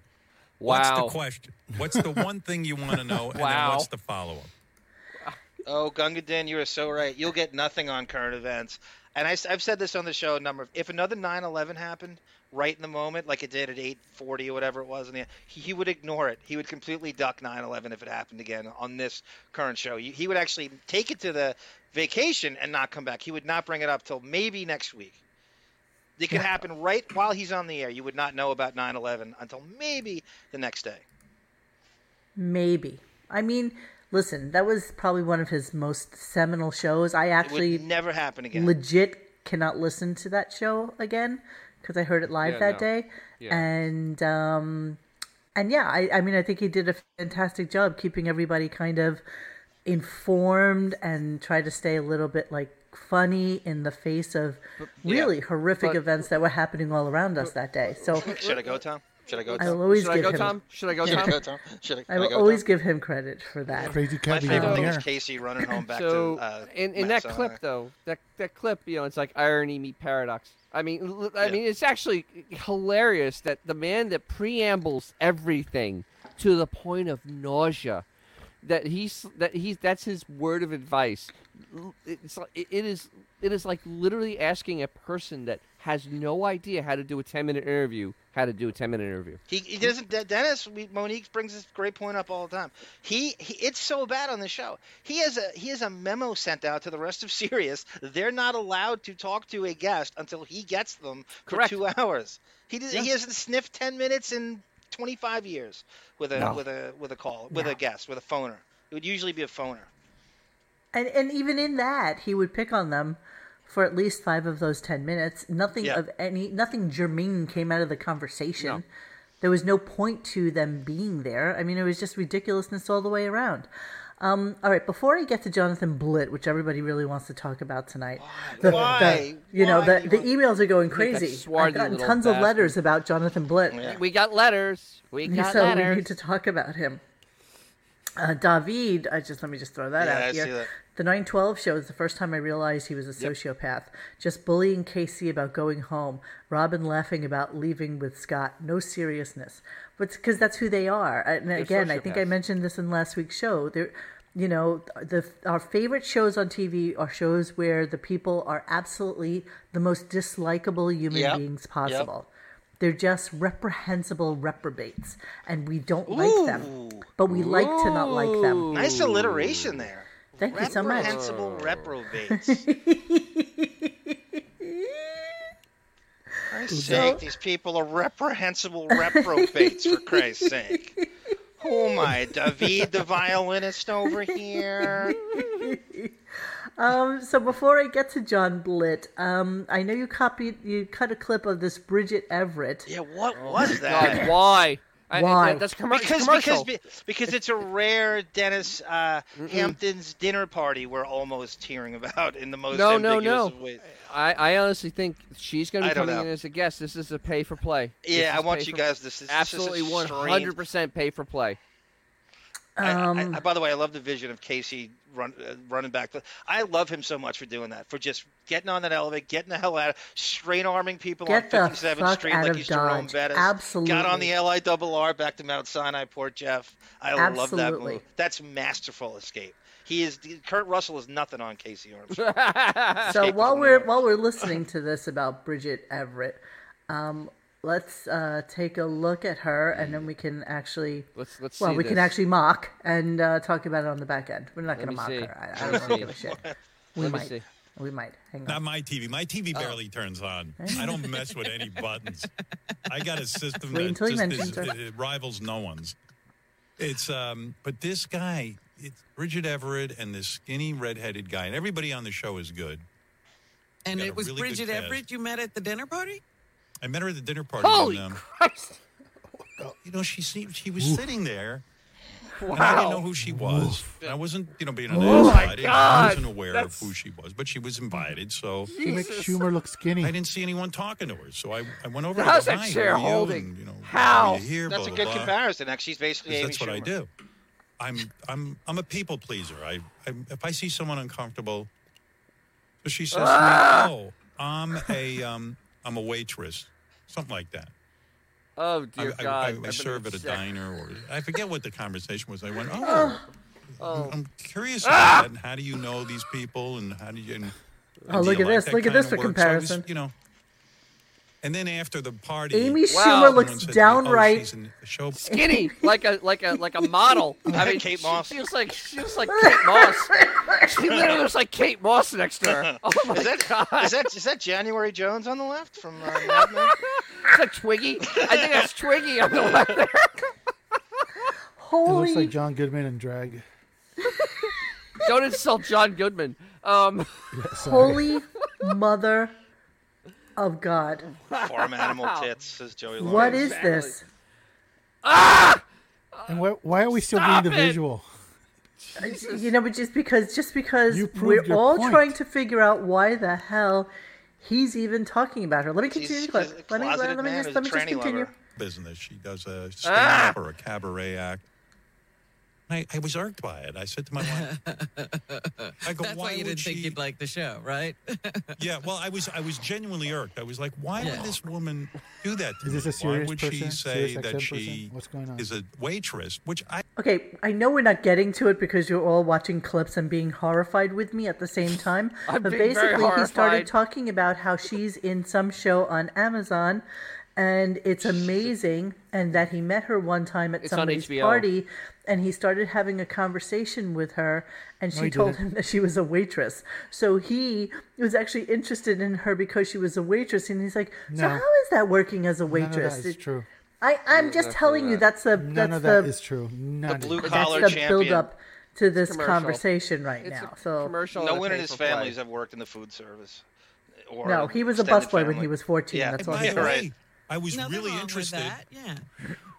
What's wow. the question? What's the one thing you want to know? And Wow. then what's the follow up? Oh, Gunga Din, you are so right. You'll get nothing on current events. And I, have said this on the show a number of. If another 9/11 happened right in the moment, like it did at 8:40 or whatever it was, in the, he, he would ignore it. He would completely duck 9/11 if it happened again on this current show. He, he would actually take it to the vacation and not come back. He would not bring it up till maybe next week. It could happen right while he's on the air. You would not know about 9/11 until maybe the next day. Maybe. I mean, listen, that was probably one of his most seminal shows. I It actually would never happen again. legit cannot listen to that show again because I heard it live Yeah, that no. day. Yeah. And um, and yeah, I, I mean, I think he did a fantastic job keeping everybody kind of informed and try to stay a little bit like funny in the face of really horrific but- events that were happening all around us that day. So Should I go, Tom? Should I go? I Tom? will always Should I give go, him. Tom? Should I go, Should I Tom? go, Tom? Should I, I can will go, Tom? always give him credit for that. Crazy My cat be favorite on the thing is air. Casey running home back so to. Uh, in, in Matt that clip Sonia. though that that clip you know it's like irony meet paradox i mean l- i Yeah. mean it's actually hilarious that the man that preambles everything to the point of nausea that he's that he's that's his word of advice L- it's like, it- it is it is like literally asking a person that has no idea how to do a 10 minute interview how to do a 10 minute interview he, he doesn't. De- Dennis we, Monique brings this great point up all the time. He, he it's so bad on the show. He has a he has a memo sent out to the rest of Sirius. They're not allowed to talk to a guest until he gets them Correct. for two hours. He does, he hasn't sniffed ten minutes in twenty five years with a No. with a with a call with a guest with a phoner. It would usually be a phoner. And and even in that, he would pick on them for at least five of those ten minutes. Nothing Yeah. of any nothing germane came out of the conversation. No. There was no point to them being there. I mean, it was just ridiculousness all the way around. Um, all right, before I get to Jonathan Blitt, which everybody really wants to talk about tonight, the, Why? the- you know Why the, do the you emails are going that crazy. swarthy I've gotten little tons of bastard. letters about Jonathan Blitt. we got letters we got So we letters need to talk about him. Uh, David, I just let me just throw that Yeah, out I here. see that. The 912 show was the first time I realized he was a sociopath. Just bullying Casey about going home, Robin laughing about leaving with Scott. No seriousness, but because that's who they are. And again, I think I sociopaths. mentioned this in last week's show. They're, you know, the our favorite shows on TV are shows where the people are absolutely the most dislikable human Yep. beings possible. They're just reprehensible reprobates, and we don't like them. Ooh. But we like to not like them. Nice alliteration there. Thank you so much. Reprehensible reprobates. Christ's sake, these people are reprehensible reprobates, for Christ's sake. Who am I, Oh, David the violinist over here? Um, so before I get to John Blitt, um, I know you copied, you cut a clip of this Bridget Everett. Yeah, what was that? God, why? I- I- Why? that's commer- it's Because, because commercial. be- because it's a rare Dennis uh, Hampton's dinner party we're almost hearing about in the most No, no, Oh, ambiguous no. of ways. I, I honestly think she's going to I be don't coming know. in as a guest. This is a pay for play. This Yeah, I is want pay you for- guys to. This absolutely is one such a strange- hundred percent pay for play. I- I- Um, I, by the way, I love the vision of Casey run, uh, running back. I love him so much for doing that, for just getting on that elevator, getting the hell out of, straight arming people Get the on 57th fuck Street out like of he's Jerome Dodge. Bettis. Got on Absolutely. the LIRR back to Mount Sinai, Port Jeff. I love that Absolutely. move. That's masterful escape. He is Kurt Russell is nothing on Casey Armstrong. so Escape while from we're New while we're listening to this about Bridget Everett, um, let's uh, take a look at her, and then we can actually Let's let's well, see we can this. actually mock and uh, talk about it on the back end. We're not Let going to me mock see. her. I, I Let don't me really give a shit. Let We me might. see. We might. Hang Not on. my TV. My TV barely turns on. I don't mess with any buttons. I got a system Wait that until he just is, mentions her. it, it rivals no one's. It's um, but this guy, it's Bridget Everett and this skinny redheaded guy, and everybody on the show is good. And Got a it was really good Bridget cast. Everett you met at the dinner party? I met her at the dinner party. Holy and, um, Christ! you know, she seemed she was sitting there. And I didn't know who she was. And I wasn't, you know, being an Oh, asshole, my I, didn't- I God. wasn't aware That's- of who she was, but she was invited, so She makes Schumer look skinny. I didn't see anyone talking to her. So I, I went over. How's to that her, "Hi, share how are you?" holding? And, you know, How? "What are you here?" That's a Blah, good blah, blah. comparison. Actually, she's basically 'Cause Amy That's what I Schumer. do. I'm I'm I'm a people pleaser. I, I if I see someone uncomfortable, so she says, Ah! to me, "Oh, I'm a um I'm a waitress, something like that." Oh I, dear I- God! I- I've I, been serve at a sick. diner, or I forget what the conversation was. I went, "Oh, I'm- Oh. I'm curious about that. And how do you know these people? And how do you?" And, Ah! Oh, and do look you at like this. that Look at kind this of for work? So I was, comparison. you know. And then after the party, Amy Wow. Schumer someone looks said to me, "Oh, downright. she's in a show- Skinny, like a like a like a model. I mean, Kate she Moss. feels like she was like Kate Moss. She literally looks like Kate Moss next to her. Oh my Is that, God! is that is that January Jones on the left from uh, Mad Men? Is that Twiggy? I think that's Twiggy on the left. there. It Holy looks like John Goodman in drag. Don't insult John Goodman. Um, Holy mother of God. Farm animal tits, says Joey Lawrence. What is this? And Uh, why, why are we still Stop doing the it! visual? You know, but just because just because You we're proved your all point. trying to figure out why the hell he's even talking about her. Let me He's, continue the he's clip. a Let me let, closeted let me man just who's a let me just tranny continue. lover. Ah! business. She does a stand up or a cabaret act. And I, I was irked by it. I said to my wife, I go, That's why, you would didn't think she-" you'd like the show, right? Yeah, well, I was I was genuinely irked. I was like, why Yeah. would this woman do that to Is this me? a serious why would she person? say Serious that XM she person? What's going on? is a waitress? Which I Okay, I know we're not getting to it because you're all watching clips and being horrified with me at the same time. I'm but being very basically, he started horrified. talking about how she's in some show on Amazon, and it's amazing, and that he met her one time at It's on somebody's HBO. party, and he started having a conversation with her, and she he told didn't. him that she was a waitress. So he was actually interested in her because she was a waitress, and he's like, "So No. how is that working as a None of that waitress?" is true. I, I'm just telling you that's the None that's of the that is true. None of blue it. that's collar the champion. build up to this commercial. conversation right it's now. a So commercial. No and a one in pay his for play. family has ever worked in the food service. Or no, he was a extended busboy when family. he was 14. Yeah. That's all by he the was. right. way, I was Nothing really wrong with interested. that, Yeah.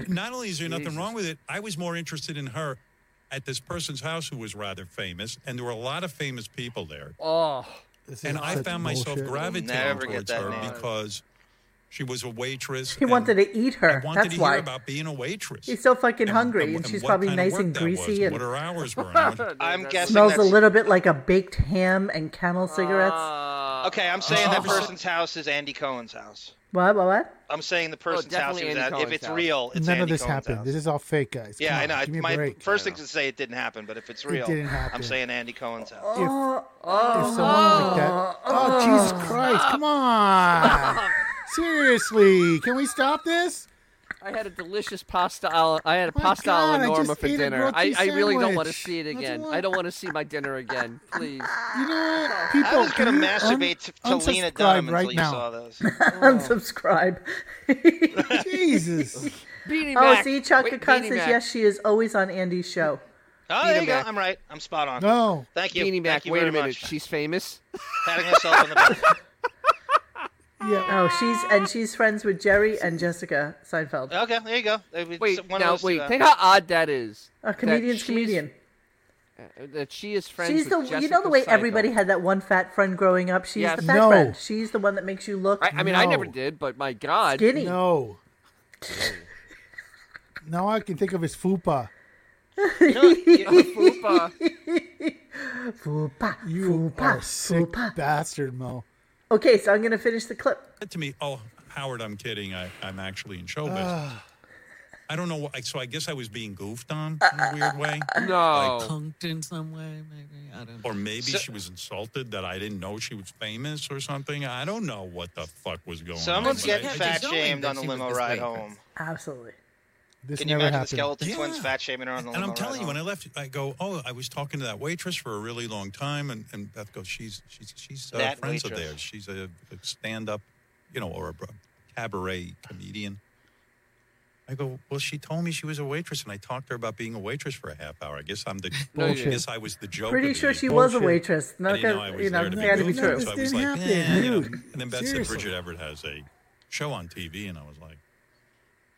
Not only is there nothing wrong with it, I was more interested in her at this person's house who was rather famous, and there were a lot of famous people there. Oh, This is and I such found myself bullshit. gravitating Never get towards that her name. because she was a waitress. He wanted and to eat I her. wanted That's to why. hear about being a waitress. He's so fucking And- hungry, and, she's what probably kind of nice work and that was greasy what and her hours were. And I went, I'm That's- guessing- smells a that's- little bit like a baked ham and camel cigarettes. Uh, Okay, I'm saying that Oh. person's house is Andy Cohen's house. what? What? What? I'm saying the person's house he Oh, definitely was Andy at. If Cohen's it's house. real, it's None Andy of this Cohen's happened. house. This is all fake, guys. yeah, Come I know. on, I- Give me a my break. first thing to say it didn't happen, but if it's real, didn't I'm happen. saying Andy Cohen's house. if, Oh. oh, Oh, if someone like that. Oh, Jesus Christ! Come on. Seriously, can we stop this? I had a delicious pasta. Al- I had a My pasta God, alla I Norma just for ate a dinner. grilled I, cheese I really don't want to sandwich. see it That's again. all I don't want to see my dinner again. Please. You know what? I People was gonna can you masturbate to- un- to Lena unsubscribe Dunham right until you now. saw those. Unsubscribe. Jesus. Beanie oh, Mac. see, Chuck Wait, the Cunt Beanie says Mac. yes, she is always on Andy's show. Oh, there you go. Mac. I'm right. I'm spot on. No. Thank you. Beanie Mac. Thank you Wait very a minute. much. She's famous. Patting myself on the back. Yeah. Oh, she's and she's friends with Jerry and Jessica Seinfeld. Okay, there you go. It was Wait, one of now those two, wait. uh, Think how odd that is. A That comedian's she's- comedian. uh, That she is friends. She's the with you know the Jessica way Seinfeld. everybody had that one fat friend growing up. She's Yes. the fat No. friend. She's the one that makes you look I, I mean, I never No. did, but my God. skinny. No. Now I can think of his fupa. you know what? You- Fupa. Fupa, You fupa, are sick fupa. bastard, Mo. Okay, so I'm gonna finish the clip. said to me, "Oh, Howard, I'm kidding. I, I'm actually in show business." I don't know. Why, so I guess I was being goofed on in a weird way, No. Punked in some way, maybe. I don't know. or maybe she was insulted that I didn't know she was famous or something. I don't know what the fuck was going Someone's on. Yeah, but I- getting yeah, fat Zoe, shamed that on the she was limo this ride way. home. Absolutely. This Can you never imagine the happened. skeleton Yeah. twins fat shaming her on the and limo I'm ride telling you, home? when I left, I go, "Oh, I was talking to that waitress for a really long time," and, and Beth goes, "She's she's she's uh, That friends of waitress. theirs. She's a, a stand-up, you know, or a, bro- cabaret comedian." I go, "Well, she told me she was a waitress, and I talked to her about being a waitress for a half hour. I guess I'm the No, you I didn't. guess I was the joke." Pretty of the sure evening. she was a Bullshit. waitress. I Not didn't know gonna, I was you know, there to they had to be begin with, true. So I was This didn't like, happen, eh, you know. dude. And then Beth said Seriously. Bridget Everett has a show on TV, and I was like,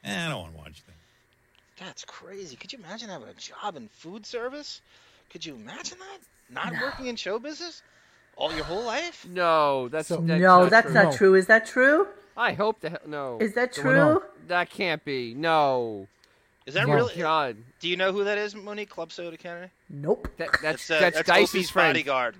eh, I don't want to watch that. That's crazy. Could you imagine having a job in food service? Could you imagine that? Not working in show business all your whole life? No, Oh, that's, So- that's No, not that's true. not No. true. Is that true? I hope the hell no. Is that Don't know. true? That can't be. No. Is that No. really? God. Do you know who that is, Monique? Club Soda Kennedy? Nope. That, that's uh, that's, Dicey's Opie's friend. bodyguard.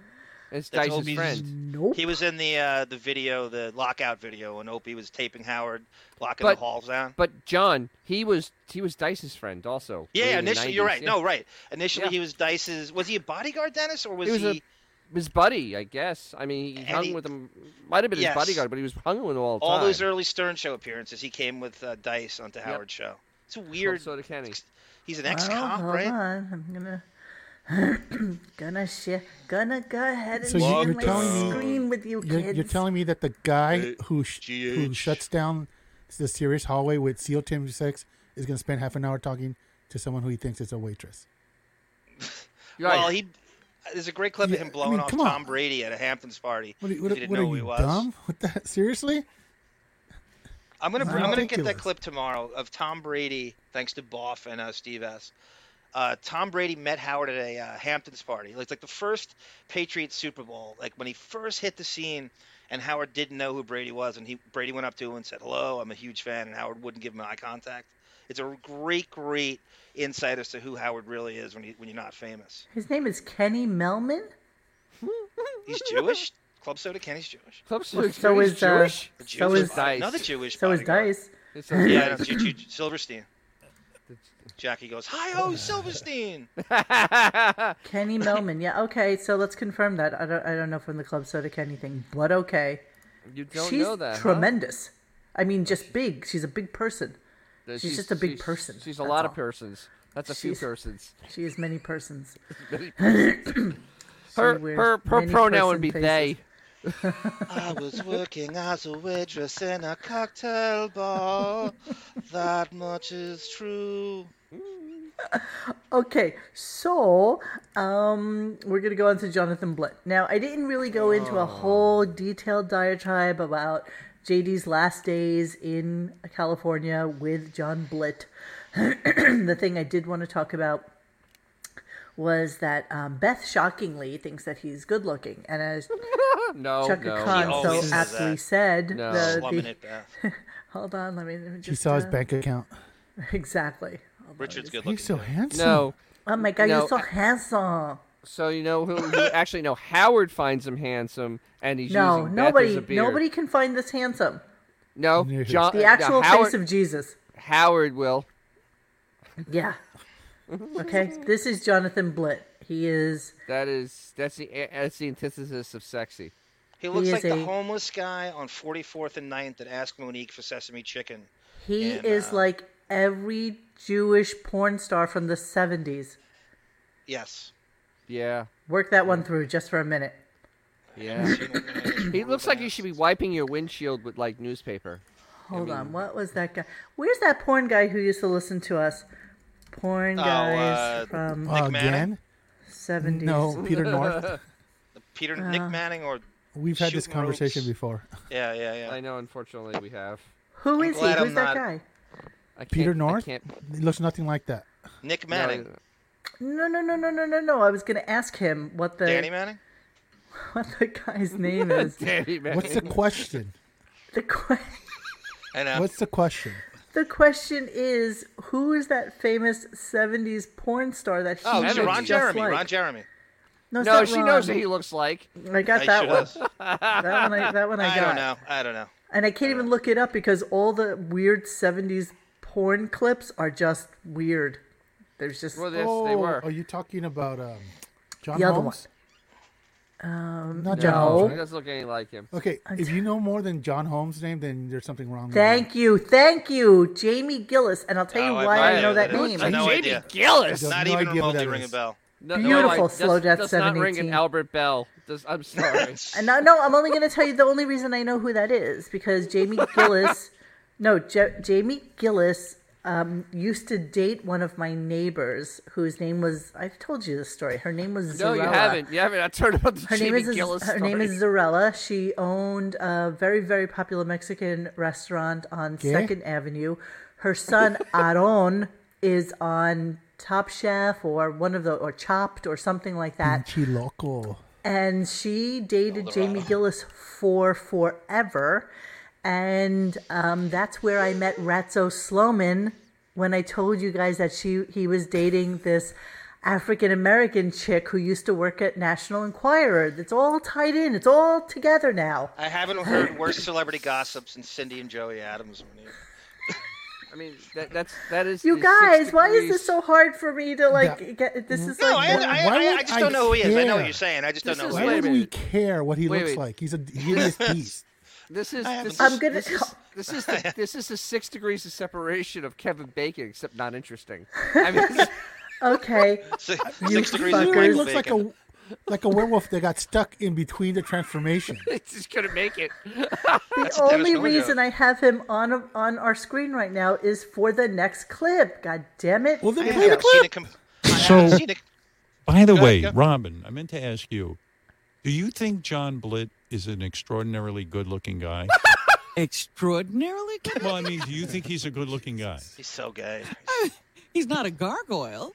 That's That's Dicey's Opie's- friend. Nope. He was in the uh, the video, the lockout video, when Opie was taping Howard, locking But- the halls down. But John, he was he was Dice's friend also. way Yeah, in the initially you're 90s, right. yeah. No, right. Initially Yeah. he was Dice's. Was he a bodyguard, Dennis, or was He he? was a- his buddy, I guess. I mean, he And hung he- with him. Might have been Yes. his bodyguard, but he was hung with him all the all time. those early Stern Show appearances, he came with uh, Dice onto Howard's show. It's a weird. Soda Kenny. He's an Oh, ex-cop, hold right? on. I'm gonna gonna share gonna go ahead and So you- share you're my telling me- screen with you You're, kids. you're telling me that the guy who sh- who GH. shuts down the serious hallway with SEAL Team Six is going to spend half an hour talking to someone who he thinks is a waitress. You're Well, right. he there's a great clip Yeah, of him I blowing mean, off come on. Tom Brady at a Hamptons party. What are, if what, you are- didn't what know are who he you was. dumb? What the, seriously? I'm gonna It's br- I'm gonna get that ridiculous. clip tomorrow of Tom Brady, thanks to Boff and uh, Steve S. Uh, Tom Brady met Howard at a uh, Hamptons party. Like like the first Patriots Super Bowl, like when he first hit the scene, and Howard didn't know who Brady was, and he Brady went up to him and said, "Hello, I'm a huge fan," and Howard wouldn't give him eye contact. It's a great, great insight as to who Howard really is when he, when you're not famous. His name is Kenny Melman. He's Jewish. Club Soda Kenny's Jewish. Club Soda So Kenny's is uh, Jewish. so Jewish is Dice. Another Jewish. so is bodyguard. Dice. It's a- Yeah, no, Ju- Ju- Silverstein. Jackie goes, "Hi ho, Silverstein." Kenny Melman. Yeah. Okay. So let's confirm that. I don't. I don't know from the club soda Kenny thing, but okay. you don't She's know that. huh? tremendous. I mean, just big. She's a big person. That She's just a big person, She's a that's lot of all. persons. That's a few She's- persons. She is many persons. Her wears her her many pronoun person would be faces. they. I was working as a waitress in a cocktail bar. That much is true. Okay, so um, we're going to go on to Jonathan Blitt. Now, I didn't really go into Oh. a whole detailed diatribe about JD's last days in California with John Blitt. the thing I did want to talk about was that um, Beth shockingly thinks that he's good looking. And as No, Chaka no. He Khan always so says aptly that. said, No. the, Slumming the, it back. hold on, let me, let me just. He saw his uh, bank account. Exactly. Richard's good looking. He's so too. handsome. No. Oh my God, No, you're so I- handsome. So you know who, who actually no Howard finds him handsome and he's No, using Beth as nobody, a beard. nobody can find this handsome. No, Neither. John The no, actual Howard, face of Jesus. Howard will. Yeah. Okay. this is Jonathan Blitt. He is That is that's the that's the antithesis of sexy. He looks is like the a- homeless guy on 44th and 9th that asked Monique for sesame chicken. He And, is uh, like every Jewish porn star from the 70s. Yes. Yeah, Work that one through just for a minute. yeah. he looks like you should be wiping your windshield with like newspaper. Hold on, what was that guy? Where's that porn guy who used to listen to us? Porn Oh, guys uh, from Nick Manning? again? 70s. No, Peter North. Peter Uh. Nick Manning or We've had this Shooting conversation ropes. before. yeah, yeah, yeah. I know. Unfortunately, we have. Who is he? glad Who's I'm that not- guy? I can't, Peter I North? can't- It looks nothing like that. Nick no, Manning. No, no, no, no, no, no, no. I was going to ask him what the Danny Manning? what the guy's name is. Danny Manning. What's the question? The que- I know. What's the question? the question is, who is that famous '70s porn star that she Oh, looks It's Manning? Ron just Jeremy. like? Ron Jeremy. No, it's No, not she Ron. knows what he looks like. I got I that should one. have. That one I, that one I, I got. don't know. I don't know. And I can't even look it up because all the weird 70s porn clips are just weird. There's just. Well, yes, they were. Oh, Are you talking about um, John The other Holmes? Um, Not John no. Holmes. He right? doesn't look anything like him. Okay, if you know more than John Holmes' name, then there's something wrong. with Thank you. Thank you, Jamie Gillis. And I'll tell you Oh, I why have no I know idea that who that is. name. I have no Jamie idea. Gillis. Does- Not no even idea who remotely that ring a is. bell. No, Beautiful I- slow does, death does not ring an 718. Albert Bell. Does, I'm sorry. And no, no, I'm only going to tell you the only reason I know who that is because Jamie Gillis, no, J- Jamie Gillis um, used to date one of my neighbors whose name was, I've told you this story. Her name was no, you Zarella. haven't. You haven't. I turned about the Her Jamie name is Gillis her story. name is Zarella. She owned a very very popular Mexican restaurant on Second Avenue. Her son Aaron is on Top Chef or one of the or Chopped or something like that. that. Pinche loco. And she dated Jamie Gillis for forever, and um, that's where I met Ratzo Sloman when I told you guys that she he was dating this African American chick who used to work at National Enquirer. It's all tied in. It's all together now. I haven't heard worse celebrity gossip since Cindy and Joey Adams. I mean, that, that's that is. You the six guys, why is degrees- this so hard for me to like Yeah. get? This is No, I, like. I, why I, I would just don't know who he is. I know what care? you're saying. I just don't This know. is Wait Who Why he a is. would we minute. care what he Wait, looks wait. like? He's a hideous beast. This is. haven't- This is I'm gonna- This is, this is, the, this is the six degrees of separation of Kevin Bacon, except not interesting. I mean, this- okay, Six, You six degrees fuckers. of He Kevin really Kevin looks like Bacon. a like a werewolf that got stuck in between the transformation. it just couldn't make it. the a Dennis only Miller reason joke. I have him on on our screen right now is for the next clip. God damn it! Well, then I play the haven't seen a clip. com- I So- haven't seen a- By the Go ahead, way, go. Robin, I meant to ask you: Do you think John Blitt is an extraordinarily good-looking guy? Extraordinarily good. well, I mean, do you think he's a good-looking guy? He's so gay. He's not a gargoyle.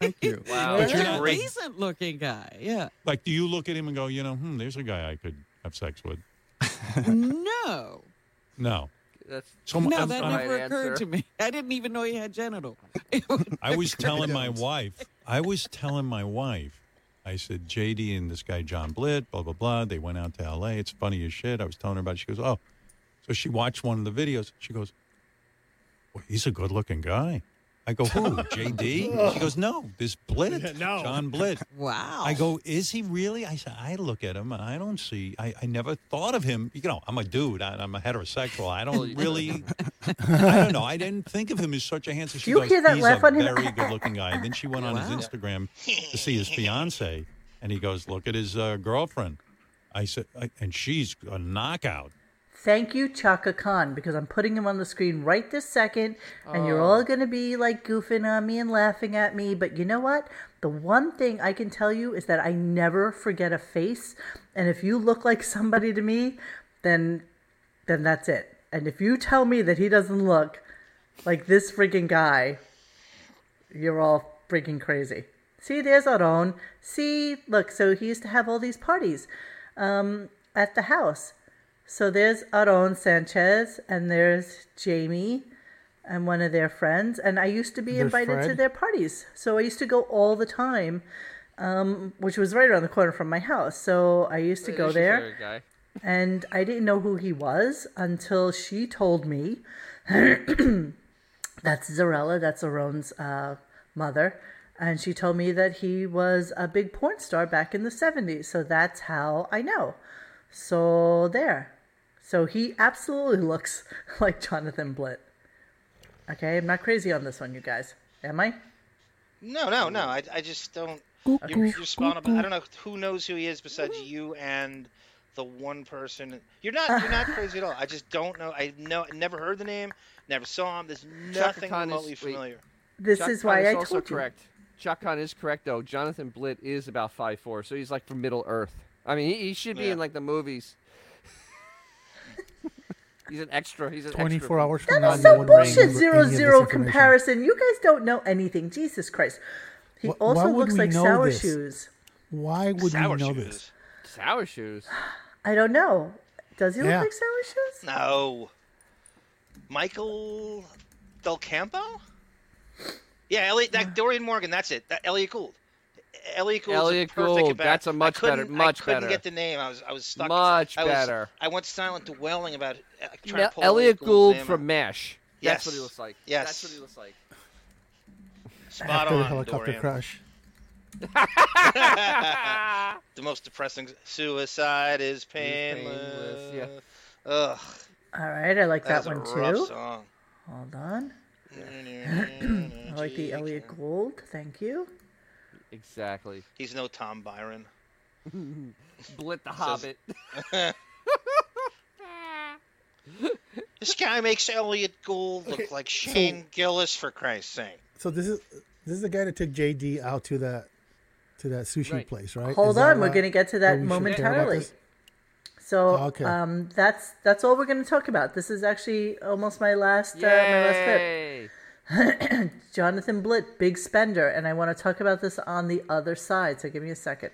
Thank you. Wow. But He's you're a not- decent looking guy. Yeah. Like, do you look at him and go, you know, hmm, there's a guy I could have sex with? No. No. That's So I'm- No, I'm- that I'm- Right never occurred answer. to me. I didn't even know he had genital. I was telling my wife, I was telling my wife, I said, JD and this guy, John Blitt, blah, blah, blah. They went out to LA. It's funny as shit. I was telling her about it. She goes, Oh. So she watched one of the videos. She goes, Well, he's a good looking guy. I go, Who? JD? She goes, No, this Blitt. no. John Blitt. Wow. I go, is he really? I said, I look at him. and I don't see. I, I never thought of him. You know, I'm a dude. I, I'm a heterosexual. I don't really. I don't know. I didn't think of him as such a handsome. She you goes, hear that He's laugh a on him? very good-looking guy. And then she went on Wow. his Instagram to see his fiance, and he goes, look at his uh, girlfriend. I said, I, and she's a knockout. Thank you, Chaka Khan, because I'm putting him on the screen right this second, and you're Oh. all going to be like goofing on me and laughing at me. But you know what? The one thing I can tell you is that I never forget a face, and if you look like somebody to me, then then that's it. And if you tell me that he doesn't look like this freaking guy, you're all freaking crazy. See, there's Aron. See, look, so he used to have all these parties um, at the house. So there's Aron Sanchez and there's Jamie and one of their friends. And I used to be There's invited to Fred. their parties. So I used to go all the time, um, which was right around the corner from my house. So I used to go She's there a Guy. and I didn't know who he was until she told me that's Zarella, that's Aron's uh, mother, and she told me that he was a big porn star back in the 70s. So that's how I know. So there. So he absolutely looks like Jonathan Blitt. Okay, I'm not crazy on this one, you guys. Am I? No, no, no. I, I just don't. You're, you're spot on. I don't know who knows who he is besides you and the one person. You're not. You're not crazy at all. I just don't know. I know. Never heard the name. Never saw him. There's nothing Khan is- remotely wait. familiar. This Shot is Khan why I also told you. correct. Shot Khan is correct though. Jonathan Blitt is about five four, so he's like from Middle Earth. I mean, he, he should be Yeah. in like the movies. he's an extra. He's an Twenty extra. four hours from now. That's you some wouldn't remember bullshit any of zero this zero information. comparison. You guys don't know anything. Jesus Christ. He Wh- why also would looks we like know Sour this? Shoes. Why would Sour you know shoes. this? Sour shoes. I don't know. Does he Yeah. look like Sour Shoes? No. Michael Del Campo? Yeah, Elliot, that Dorian Morgan, that's it. That Elliot Gould. Elliot Gould's Elliot a perfect Gould, embed- that's a I much better- couldn't- much I couldn't better. get the name. I was I was stuck. Much I was- better. I went silent dwelling about uh, trying Now, to pull Elliot Gould's Gould name from out. Mash. That's what he Yes. looks like. Yes. That's what he looks like. Spot After the on, helicopter Dorian. crash. The most depressing suicide is painless. painless, yeah. Ugh, All right, I like that that's a one rough too. song. Hold on. I like the Elliot Gould. Thank you. Exactly. He's no Tom Byron. Blitt the Hobbit. This guy makes Elliot Gould look like Shane Gillis, for Christ's sake. So this is this is the guy that took JD out to that to that sushi Right. place, right? Hold Is that on, we're why- gonna get to why that we should care about momentarily. this? So Oh, okay. um, that's that's all we're going to talk about. This is actually almost my last uh, my last tip. Yay! Jonathan Blitt, big spender, and I want to talk about this on the other side. So give me a second.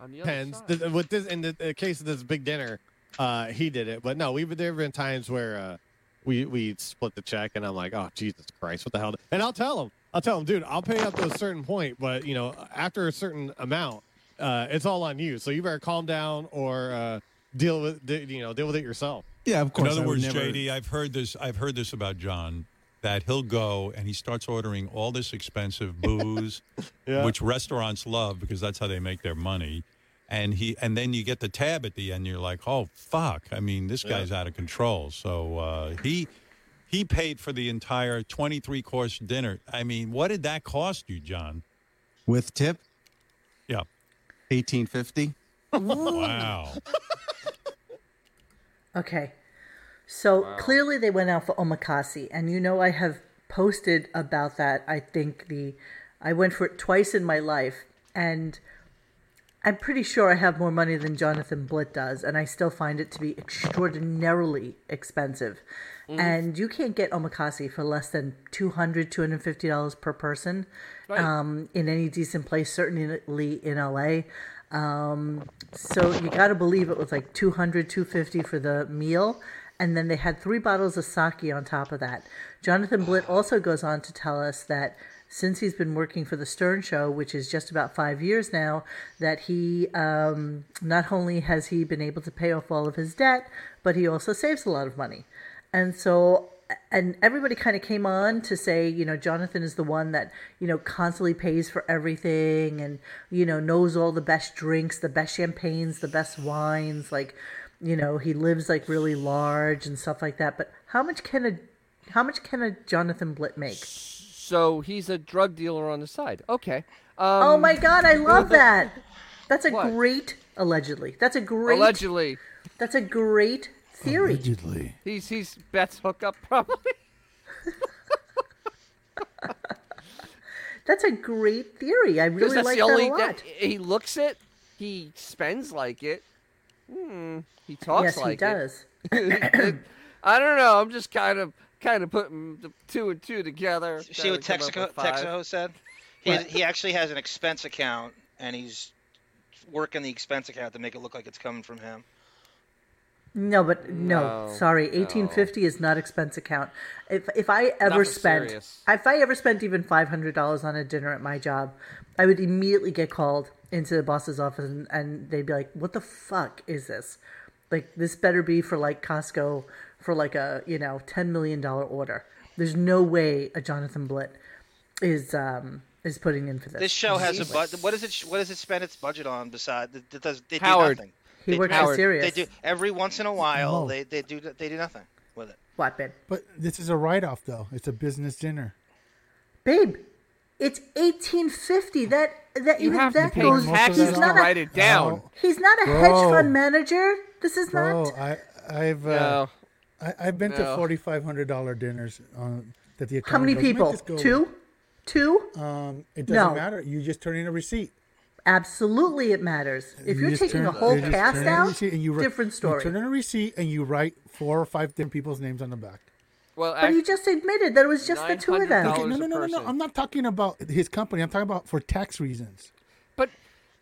On the other Depends. side. Th- with this, in the uh, case of this big dinner, uh, he did it. But no, we've been there been times where uh, we we split the check, and I'm like, oh Jesus Christ, what the hell? And I'll tell him, I'll tell him, dude, I'll pay up to a certain point, but you know, after a certain amount, uh, it's all on you. So you better calm down or uh, deal with de- you know deal with it yourself. Yeah, of In course. I other would words, never- JD, I've heard this. I've heard this about John that he'll go and he starts ordering all this expensive booze, Yeah. which restaurants love because that's how they make their money. And he and then you get the tab at the end. You're like, oh fuck! I mean, this guy's out of control. So uh, he he paid for the entire 23 course dinner. I mean, what did that cost you, John? with tip, Yeah. eighteen fifty. Wow. Okay. So clearly they went out for omakase, and you know I have posted about that. I think the I went for it twice in my life, and I'm pretty sure I have more money than Jonathan Blitt does, and I still find it to be extraordinarily expensive. And you can't get omakase for less than 200 $250 per person um, in any decent place, certainly in LA. Um, so you got to believe it was like 200, 250 for the meal. And then they had three bottles of sake on top of that. Jonathan Blitt also goes on to tell us that since he's been working for the Stern Show, which is just about five years now, that he um, not only has he been able to pay off all of his debt, but he also saves a lot of money. And so, and everybody kind of came on to say, you know, Jonathan is the one that, you know, constantly pays for everything and, you know, knows all the best drinks, the best champagnes, the best wines. Like, you know, he lives like really large and stuff like that. But how much can a, how much can a Jonathan Blitt make? So he's a drug dealer on the side. Okay. Um, Oh my God, I love that. That's a What? great, allegedly. That's a great, Allegedly, that's a great theory. Allegedly. he's he's Beth's hookup probably. That's a great theory. I Because really that's like the that only a lot. that he looks it, he spends like it. Hmm. He talks yes, like he does. it. I don't know. I'm just kind of kind of putting the two and two together. See what trying to come Texaco, up with five. Texaco said? He, he actually has an expense account, and he's working the expense account to make it look like it's coming from him. No, but no, No, sorry, eighteen fifty is not expense account. If if I for ever spent, serious. if I ever spent even five hundred dollars on a dinner at my job, I would immediately get called into the boss's office, and, and they'd be like, "What the fuck is this? Like this better be for like Costco for like a you know ten million dollar order. There's no way a Jonathan Blitt is um is putting in for this. This show has a budget. What does it? What does it spend its budget on? Besides, it does. They Howard. do nothing. He He works for Howard, Sirius. They do every once in a while. No. They they do they do nothing with it. Weapon. But this is a write off, though. It's a business dinner. Babe, it's 1850. That that You even have to that pay goes. taxes he's to not write a, Oh. it down. He's not a hedge Bro. fund manager. This is Bro, not. I, I've uh, No. I, I've been No. to forty five hundred dollar dinners on that the How many accountant goes, "Might people? this go Two. Two. with?" Um, it doesn't No. matter. You just turn in a receipt. Absolutely, it matters. If You you're just taking turn- a whole you just turn cast in a out, receipt and you wri- different You story. turn in a receipt and you write four or five different people's names on the back. Well, but ac- you just admitted that it was just the two of them. $900 Okay, no, Dollars no, a no, no, no. person. I'm not talking about his company. I'm talking about for tax reasons. But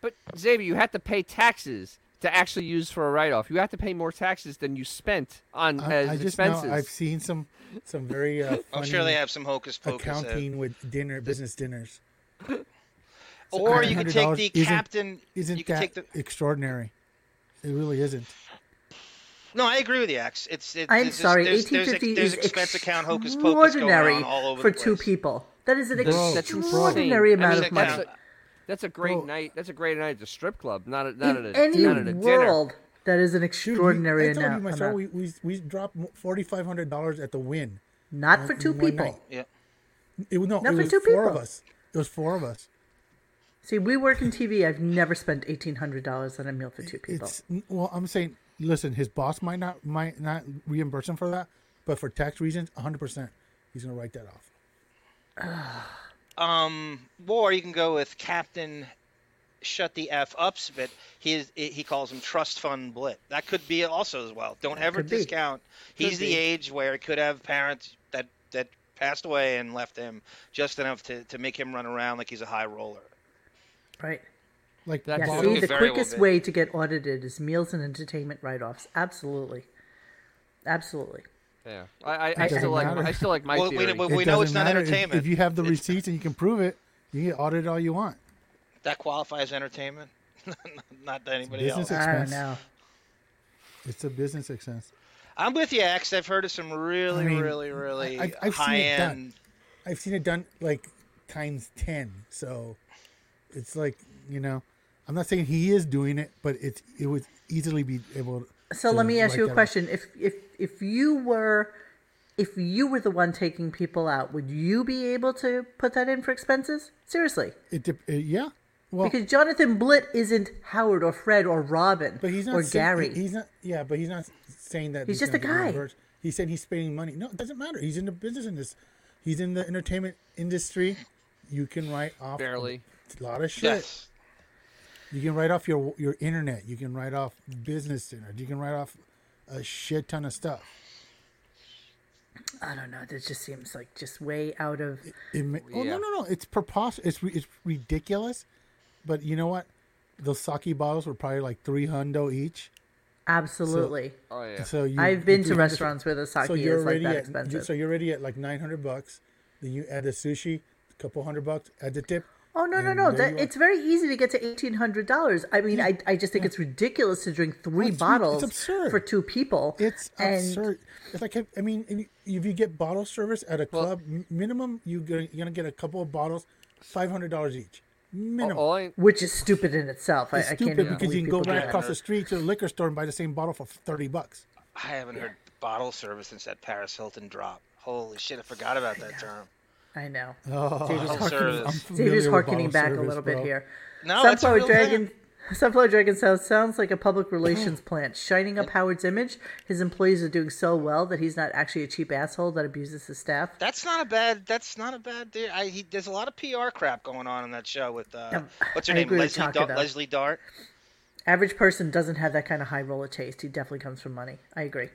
but Xavier, you have to pay taxes to actually use for a write off. You have to pay more taxes than you spent on I, as I just expenses. know I've seen some some very uh, funny I'm sure they have some hocus pocus. uh, accounting with dinner business dinners. Or you could take $900 the isn't- captain. Isn't you could that take the. extraordinary? It really isn't. No, I agree with you, Ax. It's. It, I'm it's just- sorry, There's, there's, 1850 there's is expense account hocus pocus going extraordinary on all over for the place. two people. That is an That's- that's insane. extraordinary I amount mean, of money. That's a, that's a great Bro. night. That's a great night at the strip club. Not a, not In at a any not at a dinner. world, that is an Dude, we- extraordinary I told you, amount. my amount. friend, we, we, we dropped forty five hundred dollars at the win. Uh, Not for in two one people. night. Yeah. It, was- no, Not it for was two four people. of us. It was four of us. See, we work in TV. I've never spent eighteen hundred dollars on a meal for two people. It's well, I'm saying, listen, his boss might not might not reimburse him for that, but for tax reasons, one hundred percent, he's gonna write that off. Um, or you can go with Captain Shut the F Up Spit. He is, he calls him Trust Fund Blit. That could be also as well. Don't ever could be. discount. He's the be. age where it could have parents that that passed away and left him just enough to, to make him run around like he's a high roller. Right. Like That's Yeah, Well, see, could the very well quickest be. way to get audited is meals and entertainment write offs. Absolutely. Absolutely. Yeah, I, I, I doesn't still like matter. I still like my Well, theory. wait, wait, It we know doesn't it's not matter if- entertainment. If, you have the receipts and you can prove it, you can audit all you want. That qualifies entertainment. not to anybody business else. I don't expense. know. It's a business expense. I'm with you, Ax. I've heard of some really, I mean, really, really I- I've- I've seen high it done. end. I've seen it done like times ten, so it's like you know, I'm not saying he is doing it, but it's it would easily be able. So to let me ask write you that a off. question. If if if you were if you were the one taking people out, would you be able to put that in for expenses? Seriously. It, dep- uh, yeah, well, Because Jonathan Blitt isn't Howard or Fred or Robin But he's not or saying- Gary. He's not. Yeah, but he's not saying that. He's just gonna a get guy. reimbursed. He's saying he's spending money. No, it doesn't matter. He's in the business in this. He's in the entertainment industry. You can write off Barely. a lot of shit. Yes. You can write off your your internet. You can write off business dinner. You can write off a shit ton of stuff. I don't know. That just seems like just way out of It ma- Oh Yeah. no no no! It's preposterous. It's, ri- it's ridiculous. But you know what? Those sake bottles were probably like three hundo each. absolutely. Oh yeah. So you, I've been to you- restaurants where the sake so you're is like already that at expensive. you- so you're already at like nine hundred bucks. Then you add the sushi, a couple hundred bucks, add the tip. Oh no no And no! there That, you are. it's very easy to get to eighteen hundred dollars. I mean, I, I just think it's ridiculous to drink three it's rid- it's bottles absurd. for two people. It's and absurd. It's like I mean, if you- if you get bottle service at a Well- club, m- minimum you gonna, you're gonna get a couple of bottles, five hundred dollars each, minimum. All I, which is stupid in itself. I, it's I can't stupid even because you believe can go people do right that. across the street to the liquor store and buy the same bottle for thirty bucks. I haven't heard bottle service since that Paris Hilton drop. Holy shit, I forgot about that term. I know. Oh. Bottle service. Xavier's harkening back a little bit here. No, that's a Sunflower real thing. Dragon. Sunflower Dragon sounds sounds like a public relations plant, shining up Howard's image. His employees are doing so well that he's not actually a cheap asshole that abuses his staff. That's not a bad. That's not a bad. de- I, he, there's a lot of PR crap going on in that show with uh, Um, what's her I name, agree with Leslie, Taka, Dar- though. Leslie Dart. Average person doesn't have that kind of high roller taste. He definitely comes from money. I agree.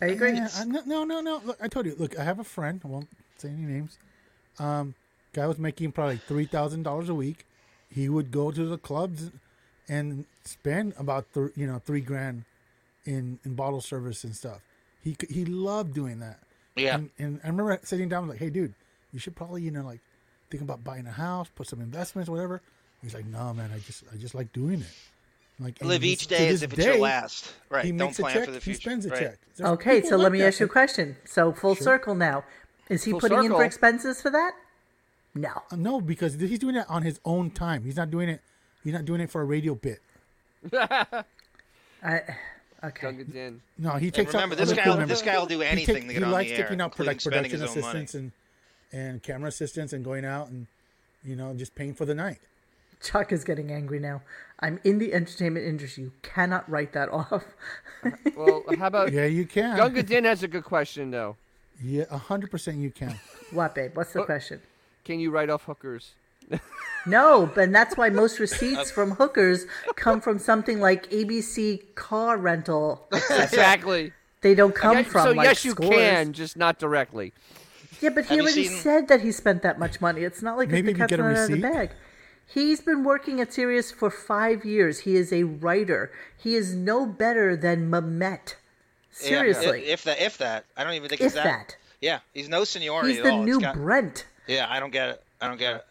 I agree. Uh, Yeah, I- no, no, no, no. Look, I told you. Look, I have a friend. I won't say any names. Um, guy was making probably three thousand dollars a week. He would go to the clubs and spend about th- you know three grand in in bottle service and stuff. He c- he loved doing that. Yeah. And, and I remember sitting down like, hey, dude, you should probably you know like think about buying a house, put some investments, whatever. He's like, no, man, I just I just like doing it. I'm Like and Live he's- each to day as this if it's your day, last. Right. He Don't makes plan a check. for the He future. spends a Right. check. There's Okay, people so let like me that. ask you a question. So full circle now. Is he Full putting in circle. for expenses for that? No. Uh, No, because th- he's doing it on his own time. He's not doing it. He's not doing it for a radio bit. I okay. Gunga Din. No, he And takes remember, out this other guy- crew this members. guy will do He anything to get he on likes the air, taking out pro- like including spending his production own money. assistants and and camera assistants and going out and you know just paying for the night. Chuck is getting angry now. I'm in the entertainment industry. You cannot write that off. Well, how about Yeah, you can. Gunga Din has a good question though. Yeah, hundred percent, you can. What, babe? What's the question? Can you write off hookers? No, but that's why most receipts from hookers come from something like ABC car rental. Exactly. They don't come Okay, from so like yes, you scores. can, just not directly. Yeah, but he Have you already seen- said that he spent that much money. It's not like Maybe the we cat's get a not out of the receipt? bag. He's been working at Sirius for five years. He is a writer. He is no better than Mamet. Yeah, Seriously, if, if that, if that, I don't even think if he's that. that. Yeah, he's no seniority He's at the all. It's new got- Brent. yeah, I don't get it. I don't get it.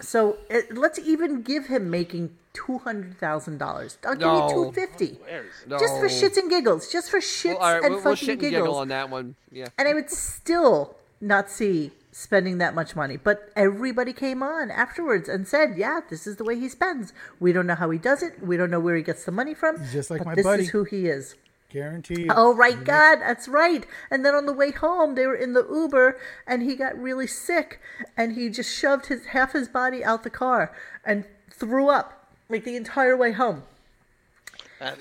So it, let's even give him making two hundred thousand dollars. I'll give No. you two fifty, Where is it? No. just for shits and giggles, just for shits Well, all right, and we'll, fucking we'll shit and giggles. giggle on that one. Yeah. and I would still not see spending that much money. But everybody came on afterwards and said, "Yeah, this is the way he spends. We don't know how he does it. We don't know where he gets the money from. Just like but my this buddy. is who he is." Guarantee. Oh right, God, that's right. And then on the way home, they were in the Uber, and he got really sick, and he just shoved his half his body out the car and threw up like the entire way home. I,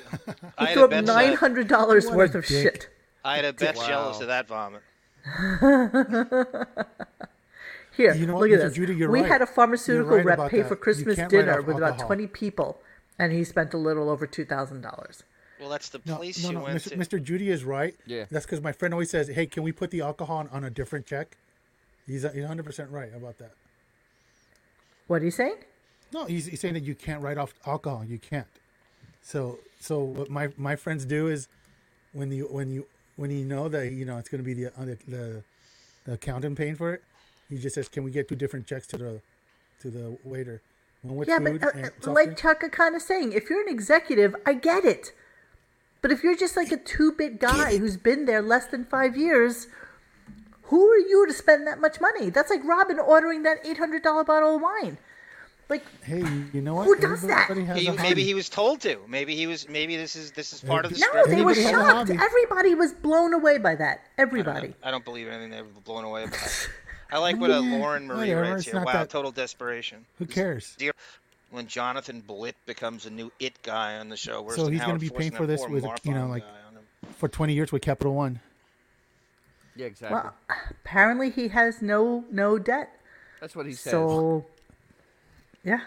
I had Threw a up bet nine that- hundred dollars What a worth of dick. shit. I had a bet Wow. jealous of that vomit. Here, You know look what, at Mr. this. Judy, you're we right. had a pharmaceutical You're right rep about pay that. for You Christmas can't write dinner off with about alcohol. twenty people, and he spent a little over two thousand dollars. Well, that's the No, place no, you no, went Mr. to. Mr. Judy is right. Yeah. That's because my friend always says, "Hey, can we put the alcohol on, on a different check?" He's he's 100 percent right about that. What are you saying? No, he's, he's saying that you can't write off alcohol. You can't. So so what my my friends do is when you when you when you know that you know it's going to be the, uh, the the the accountant paying for it, he just says, "Can we get two different checks to the to the waiter?" One with Yeah, food but and uh, uh, soft like drink." Chuck kind of saying, if you're an executive, I get it. But if you're just like a two-bit guy who's been there less than five years, who are you to spend that much money? That's like Robin ordering that eight hundred dollar bottle of wine. Like, hey, you- you know what? Who does that? Everybody has He- a maybe hobby. he was told to. Maybe he was. Maybe this is this is part of the no, script. they were Anybody have a shocked. hobby? Everybody was blown away by that. Everybody. I don't believe anything they were blown away by. I like what a Yeah, Lauren Marie whatever, writes it's here. not Wow, that- total desperation. Who cares? Dear, when Jonathan Blitt becomes a new it guy on the show, worse So than he's gonna Howard be paying Forstner, for this poor with, you know, Marfan like- guy on him. For 20 years with Capital One. Yeah, exactly. Well, apparently he has no no debt. That's what he says. So, yeah.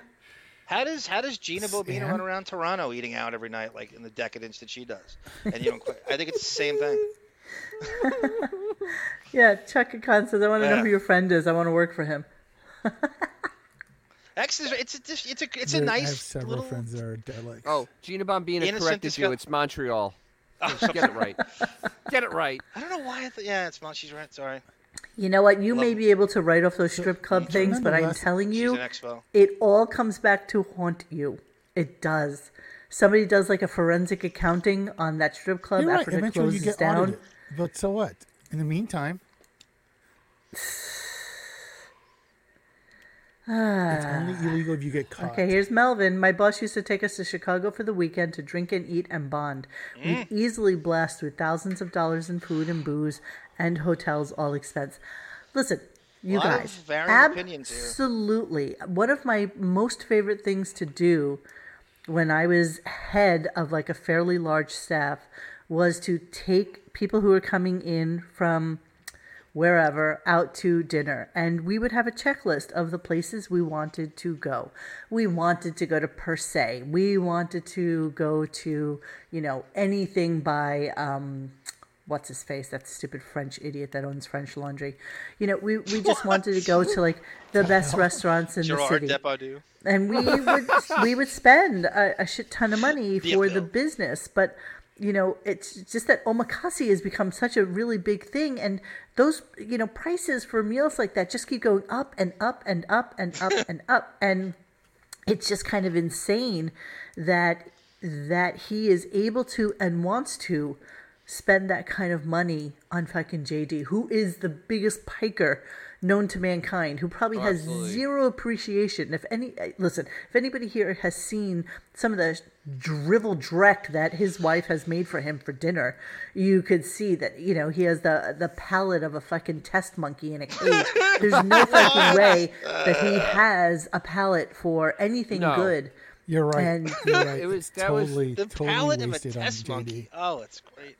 How does how does Gina Bobina Sam? run around Toronto eating out every night like in the decadence that she does? And you don't. quit. I think it's the same thing. Yeah, Chuck and Khan says, I want to know Yeah. who your friend is. I want to work for him. Actually, it's a dis- it's a it's a There- I nice have several little. friends that are dead like. oh, Gina Bombina Innocent corrected you. disgu- It's Montreal. Just get it right. Get it right. I don't know why. I th- yeah, it's she's right. Sorry, You know what? You may Love- be able to write off those strip club things, but I'm nonetheless, telling she's you, an expo. it all comes back to haunt you. It does. Somebody does like a forensic accounting on that strip club You're right. after it Eventually, closes you get down. audited. But so what? In the meantime, it's only illegal if you get caught. Ah. Okay, here's Melvin. My boss used to take us to Chicago for the weekend to drink and eat and bond. We'd easily blast through thousands of dollars in food and booze and hotels, all expense. Listen, you Lot of guys, varying opinions here. absolutely. One of my most favorite things to do when I was head of like a fairly large staff was to take people who were coming in from wherever out to dinner and we would have a checklist of the places we wanted to go we wanted to go to per se we wanted to go to you know anything by um what's his face that stupid french idiot that owns french laundry you know we, we just wanted to go to like the best restaurants in the Gerard city Depardieu. and we would we would spend a, a shit ton of money The for the bill. business but you know it's just that omakase has become such a really big thing and those you know prices for meals like that just keep going up and up and up and up and up and it's just kind of insane that that he is able to and wants to spend that kind of money on fucking JD, who is the biggest piker known to mankind who probably has Absolutely. zero appreciation. If any, eh, listen, if anybody here has seen some of the drivel dreck that his wife has made for him for dinner, you could see that you know he has the the palate of a fucking test monkey in a cage. There's no fucking way that he has a palate for anything No. good. You're right. And- You're right. It was- It's that was- totally, The totally palate of a wasted on test JD. monkey. Oh, it's great.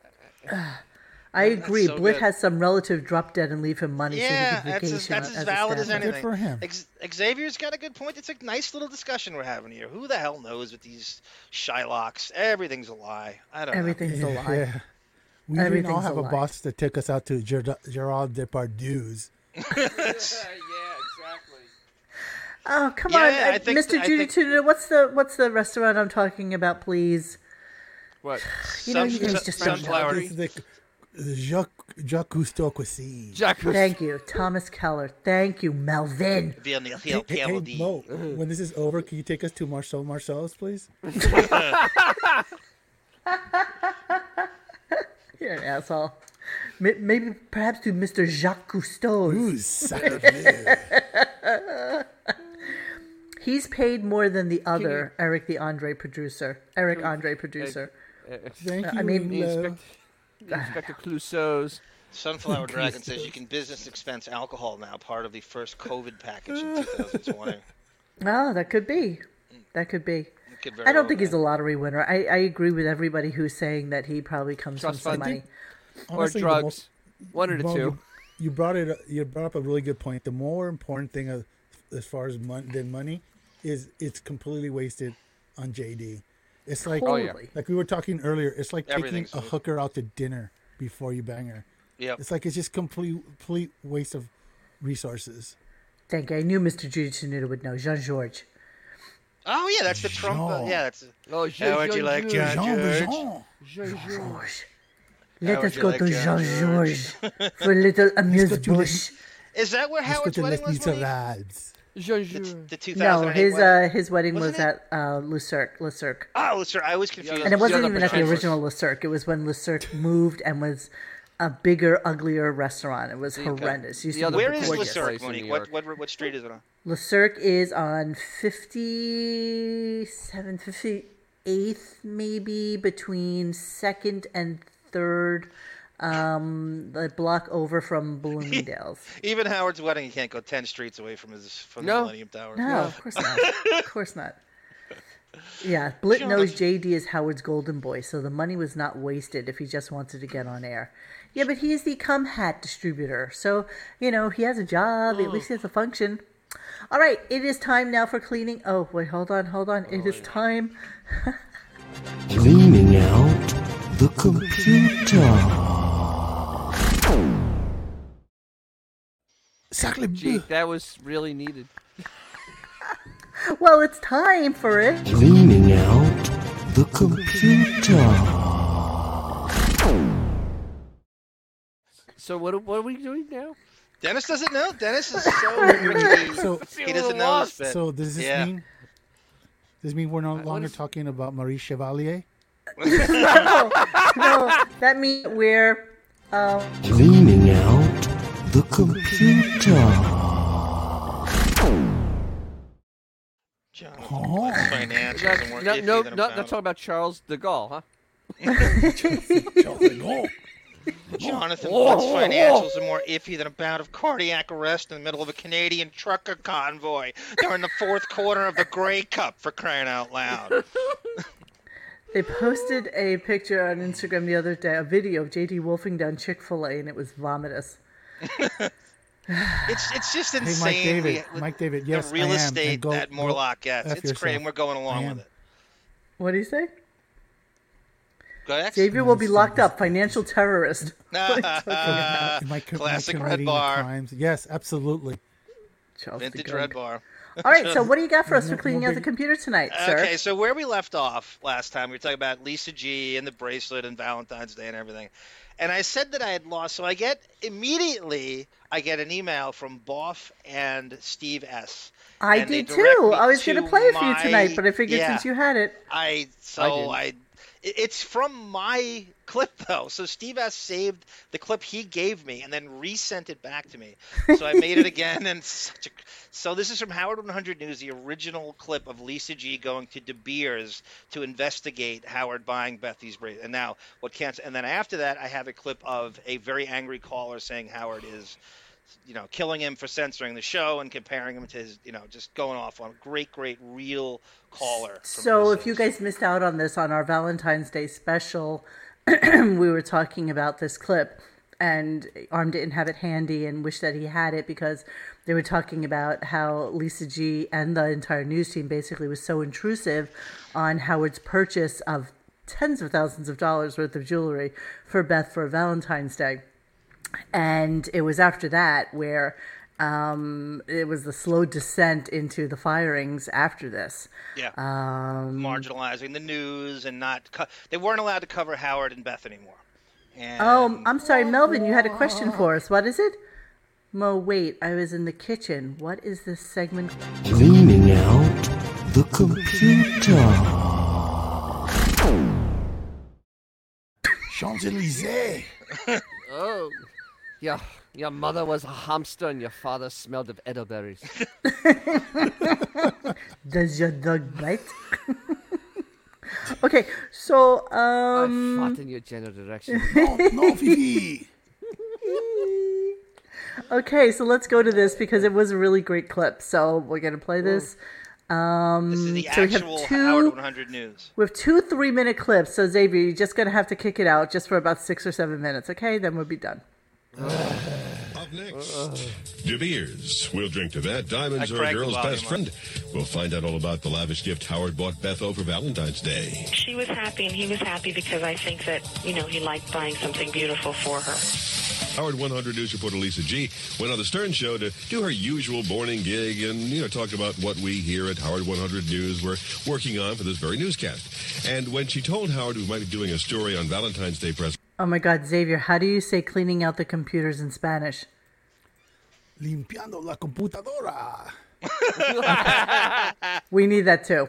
I agree. so Blit good. has some relative drop dead and leave him money Yeah, so he can that's vacation. as, that's as as a valid as staffer. anything. for him. Ex- Xavier's got a good point. It's a nice little discussion we're having here. Who the hell knows with these Shylocks? Everything's a lie. I don't Everything's a lie. Yeah. We didn't all Everything's have a a lie. boss that took us out to Ger- Gerard Depardieu's. exactly. Oh come Yeah, on, I uh, think- Mr. I Judy think- Tudor. What's the what's the restaurant I'm talking about, please? What? know. You know, you Sun- guys sun- just don't know. sunflower. This is the, the Jacques, Jacques Cousteau cuisine. Jack was- Thank you, Thomas Keller. Thank you, Melvin. Be on the Hey, hill, hey, camel hey, D. Mo, when this is over, can you take us to Marcel Marcel's, please? You're an asshole. M- Maybe perhaps to Mr. Jacques Cousteau. Ooh, son of a- He's paid more than the other Eric the Andre producer. Eric Andre producer. Uh, Thank you. I mean- The Lo. Uh, Inspector, the Inspector Clouseau's. Sunflower Dragon says you can business expense alcohol now, part of the first COVID package in 2020. It Oh, that could be. That could be. Hmm. could very I don't well think be. he's a lottery winner. I, I agree with everybody who's saying that he probably comes Trust from fund. some money. or honestly, the drugs. most- One or the Mo, two. You, you brought it. You brought up a really good point. The more important thing, of, as far as mon- than money, is it's completely wasted on JD. It's like Oh, yeah. like we were talking earlier. It's like taking Everything's a wasted. hooker out to dinner before you bang her. Yep. It's like it's just complete complete waste of resources. Thank you. I knew Mr. Judy Tsunoda would know. Jean George. Oh yeah, that's the Trump. uh, Jean. yeah, that's. Oh, How would you like John Jean George? Valjean. Oh, George. Let would us you go like to Jean Jean George for a little amuse to the- bush. Is that where Let's go Howard's to Les wedding was? Monique? Miserables. The, Jean-Jules. the 2008 No, his wedding? uh, his wedding was Wasn't at uh, Lucirc. Lucirc. Oh, sir, I was confused. And it other wasn't even at the Patricia's. original Le Cirque. It was when Le Cirque moved and was a bigger, uglier restaurant. It was horrendous. Used The to other be Where Patricia's is Le gorgeous. Cirque? Cirque, place in Monique? New What, what what street is it on? Le Cirque is on 57th, 58th, maybe between second and third, um, the block over from Bloomingdale's. Even Howard's wedding, he can't go ten streets away from his from the No. Millennium Tower. No, of course not. of course not. Yeah, Blit knows JD is Howard's golden boy, so the money was not wasted if he just wanted to get on air. Yeah, but he's the cum hat distributor, so you know he has a job. At least he has a function. All right, it is time now for cleaning. Oh wait, hold on, hold on. It is time. Cleaning out the computer. Sacre Gee, bleu. that was really needed. Well, it's time for it. Cleaning out the computer. So what? are- What are we doing now? Dennis doesn't know. Dennis is so rickety. So he doesn't know. his bit. so does this Yeah. mean? Does this mean we're no longer is- talking about Marie Chevalier? No, no, that means we're. Um, Cleaning out the computer. John, Oh. financials are more No, iffy no, than a no not pound. talking about Charles de Gaulle, huh? Jonathan Whoa, Wood's whoa, whoa. financials are more iffy than a bout of cardiac arrest in the middle of a Canadian trucker convoy during the fourth quarter of the Grey Cup, for crying out loud. They posted a picture on Instagram the other day, a video of JD wolfing down Chick Fil A, and it was vomitous. It's it's just Hey, insane. Mike David. the- Mike David. the Yes, real I am. And estate go- that go Morlock gets. F It's crazy. yourself. We're going I along am. with it. What do you say? Go next. Xavier will be locked up, financial terrorist. Am I co- am I Classic Red committing Bar. crimes? Yes, absolutely. Charles de Vintage Gaulle. Red Bar. All right, so what do you got for us for cleaning out the computer tonight, sir? Okay, so where we left off last time, we were talking about Lisa G and the bracelet and Valentine's Day and everything. And I said that I had lost, so I get immediately I get an email from Boff and Steve S. I and they did direct too. me I was going to to play it for you my- tonight, but I figured yeah. since you had it, I so I, It- It's from my clip though, so Steve S saved the clip he gave me and then resent it back to me. So I made it again, and such a, so this is from Howard 100 News, the original clip of Lisa G going to De Beers to investigate Howard buying Bethy's bracelet. And now what can't? And then after that, I have a clip of a very angry caller saying Howard is you know, killing him for censoring the show and comparing him to his, you know, just going off on a great, great real caller. from So, if Brazil. you guys missed out on this on our Valentine's Day special, we were talking about this clip, and Arm didn't have it handy and wished that he had it because they were talking about how Lisa G and the entire news team basically was so intrusive on Howard's purchase of tens of thousands of dollars worth of jewelry for Beth for Valentine's Day and it was after that where um, it was the slow descent into the firings after this. yeah, Um, marginalizing the news and not co- they weren't allowed to cover Howard and Beth anymore. And Oh, I'm sorry, Melvin, you had a question for us. What is it? Mo, wait, I was in the kitchen. What is this segment? Cleaning out the computer. Champs Elysees. Oh, your your mother was a hamster and your father smelled of edelberries. Does your dog bite? okay, so um, I fought in your general direction. No, Fifi. okay, so let's go to this because it was a really great clip. So we're gonna play this. Um, this is the so we have actual two- Howard 100 news. We have two three minute clips, so Xavier, you're just gonna have to kick it out just for about six or seven minutes, okay? Then we'll be done. Up next, De Beers. We'll drink to that. Diamonds I are a cracked the girl's best volume friend. We'll find out all about the lavish gift Howard bought Betho for Valentine's Day. She was happy, and he was happy because I think that, you know, he liked buying something beautiful for her. Howard 100 News reporter Lisa G went on the Stern Show to do her usual morning gig and, you know, talk about what we here at Howard 100 News were working on for this very newscast. And when she told Howard we might be doing a story on Valentine's Day presents, Oh my God, Xavier, how do you say cleaning out the computers in Spanish? Limpiando la computadora. We need that too.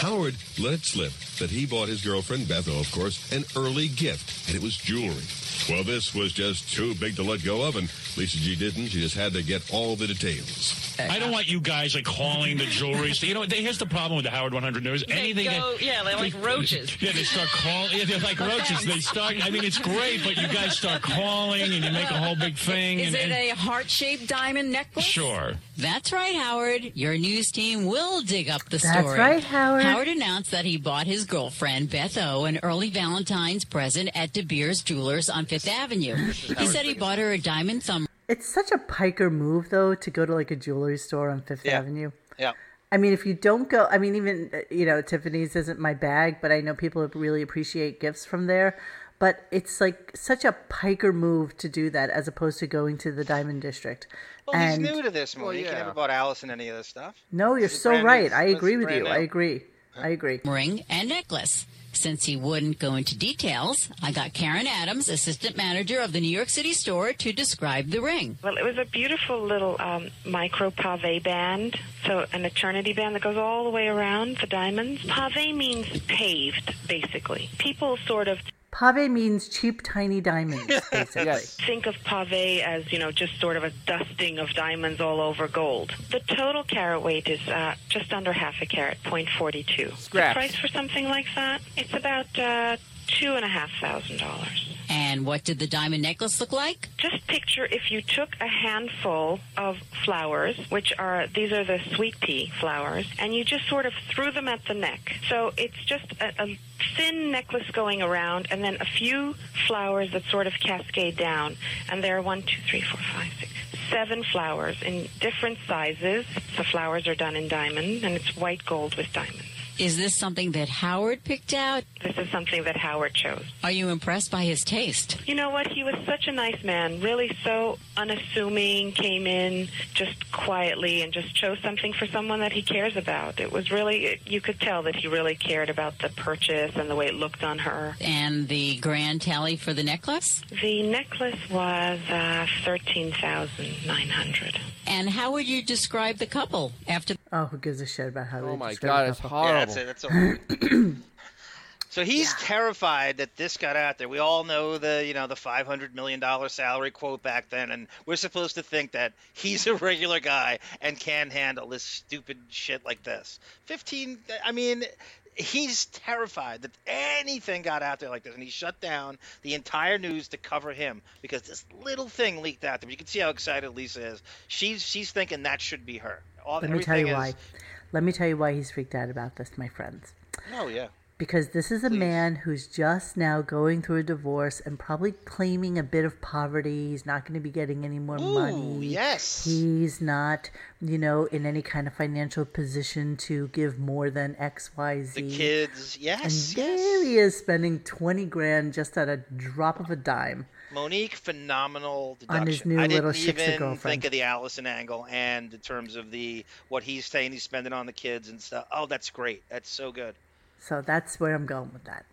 Howard let it slip that he bought his girlfriend, Bethel, of course, an early gift, and it was jewelry. Well, this was just too big to let go of, and Lisa G didn't. She just had to get all the details. I don't want you guys like hauling the jewelry. So you know, what? here's the problem with the Howard 100 News. Anything go- that, yeah, they're like roaches. Yeah, they start calling. Yeah, they're like roaches. They start. I mean, it's great, but you guys start calling and you make a whole big thing. Is and, it and- a heart shaped diamond necklace? Sure. That's right, Howard. Your news team will dig up the That's story. right, Howard. Howard announced that he bought his girlfriend, Beth O, an early Valentine's present at De Beers Jewelers on Fifth Avenue. He said he bought her a diamond thumb It's such a piker move, though, to go to like a jewelry store on Fifth Avenue. Yeah. I mean, if you don't go, I mean, even, uh, you know, Tiffany's isn't my bag, but I know people really appreciate gifts from there. But it's like such a piker move to do that as opposed to going to the Diamond District. Well, he's and new to this movie. Well, He yeah. never bought Alice in any of this stuff. no, you're This is so brand new. right. I This is agree with brand you. new. I agree. I agree. ring and necklace. Since he wouldn't go into details, I got Karen Adams, assistant manager of the New York City store, to describe the ring. Well, it was a beautiful little um, micro pave band, so an eternity band that goes all the way around the diamonds. Pave means paved, basically. People sort of Pave means cheap, tiny diamonds, basically. think of pave as, you know, just sort of a dusting of diamonds all over gold. The total carat weight is uh, just under half a carat, 0.42. Scraps. The price for something like that, it's about uh, two and a half thousand dollars. And what did the diamond necklace look like? Just picture if you took a handful of flowers, which are these are the sweet pea flowers, and you just sort of threw them at the neck. So it's just a, a thin necklace going around, and then a few flowers that sort of cascade down. And there are one, two, three, four, five, six, seven flowers in different sizes. The flowers are done in diamond, and it's white gold with diamonds. Is this something that Howard picked out? This is something that Howard chose. Are you impressed by his taste? You know what? He was such a nice man, really so unassuming, came in just quietly and just chose something for someone that he cares about. It was really, you could tell that he really cared about the purchase and the way it looked on her. And the grand tally for the necklace? The necklace was uh, 13900 And how would you describe the couple after Oh, who gives a shit about how Oh they my describe God, a it's couple? horrible. Yeah, that's it, that's all. So he's terrified that this got out there. We all know the you know the five hundred million dollar salary quote back then, and we're supposed to think that he's a regular guy and can handle this stupid shit like this. Fifteen. I mean, he's terrified that anything got out there like this, and he shut down the entire news to cover him because this little thing leaked out there. But you can see how excited Lisa is. She's she's thinking that should be her. All, Let me tell you everything why. is- Let me tell you why he's freaked out about this, my friends. Oh yeah. Because this is a man who's just now going through a divorce and probably claiming a bit of poverty. He's not going to be getting any more money. Yes. He's not, you know, in any kind of financial position to give more than XYZ. The kids, yes, And there he is spending 20 grand just at a drop of a dime. Monique, phenomenal deduction. On his new I didn't little Shiksa even girlfriend. think of the Allison angle and in terms of the what he's saying he's spending on the kids and stuff. Oh, that's great. That's so good. So that's where I'm going with that.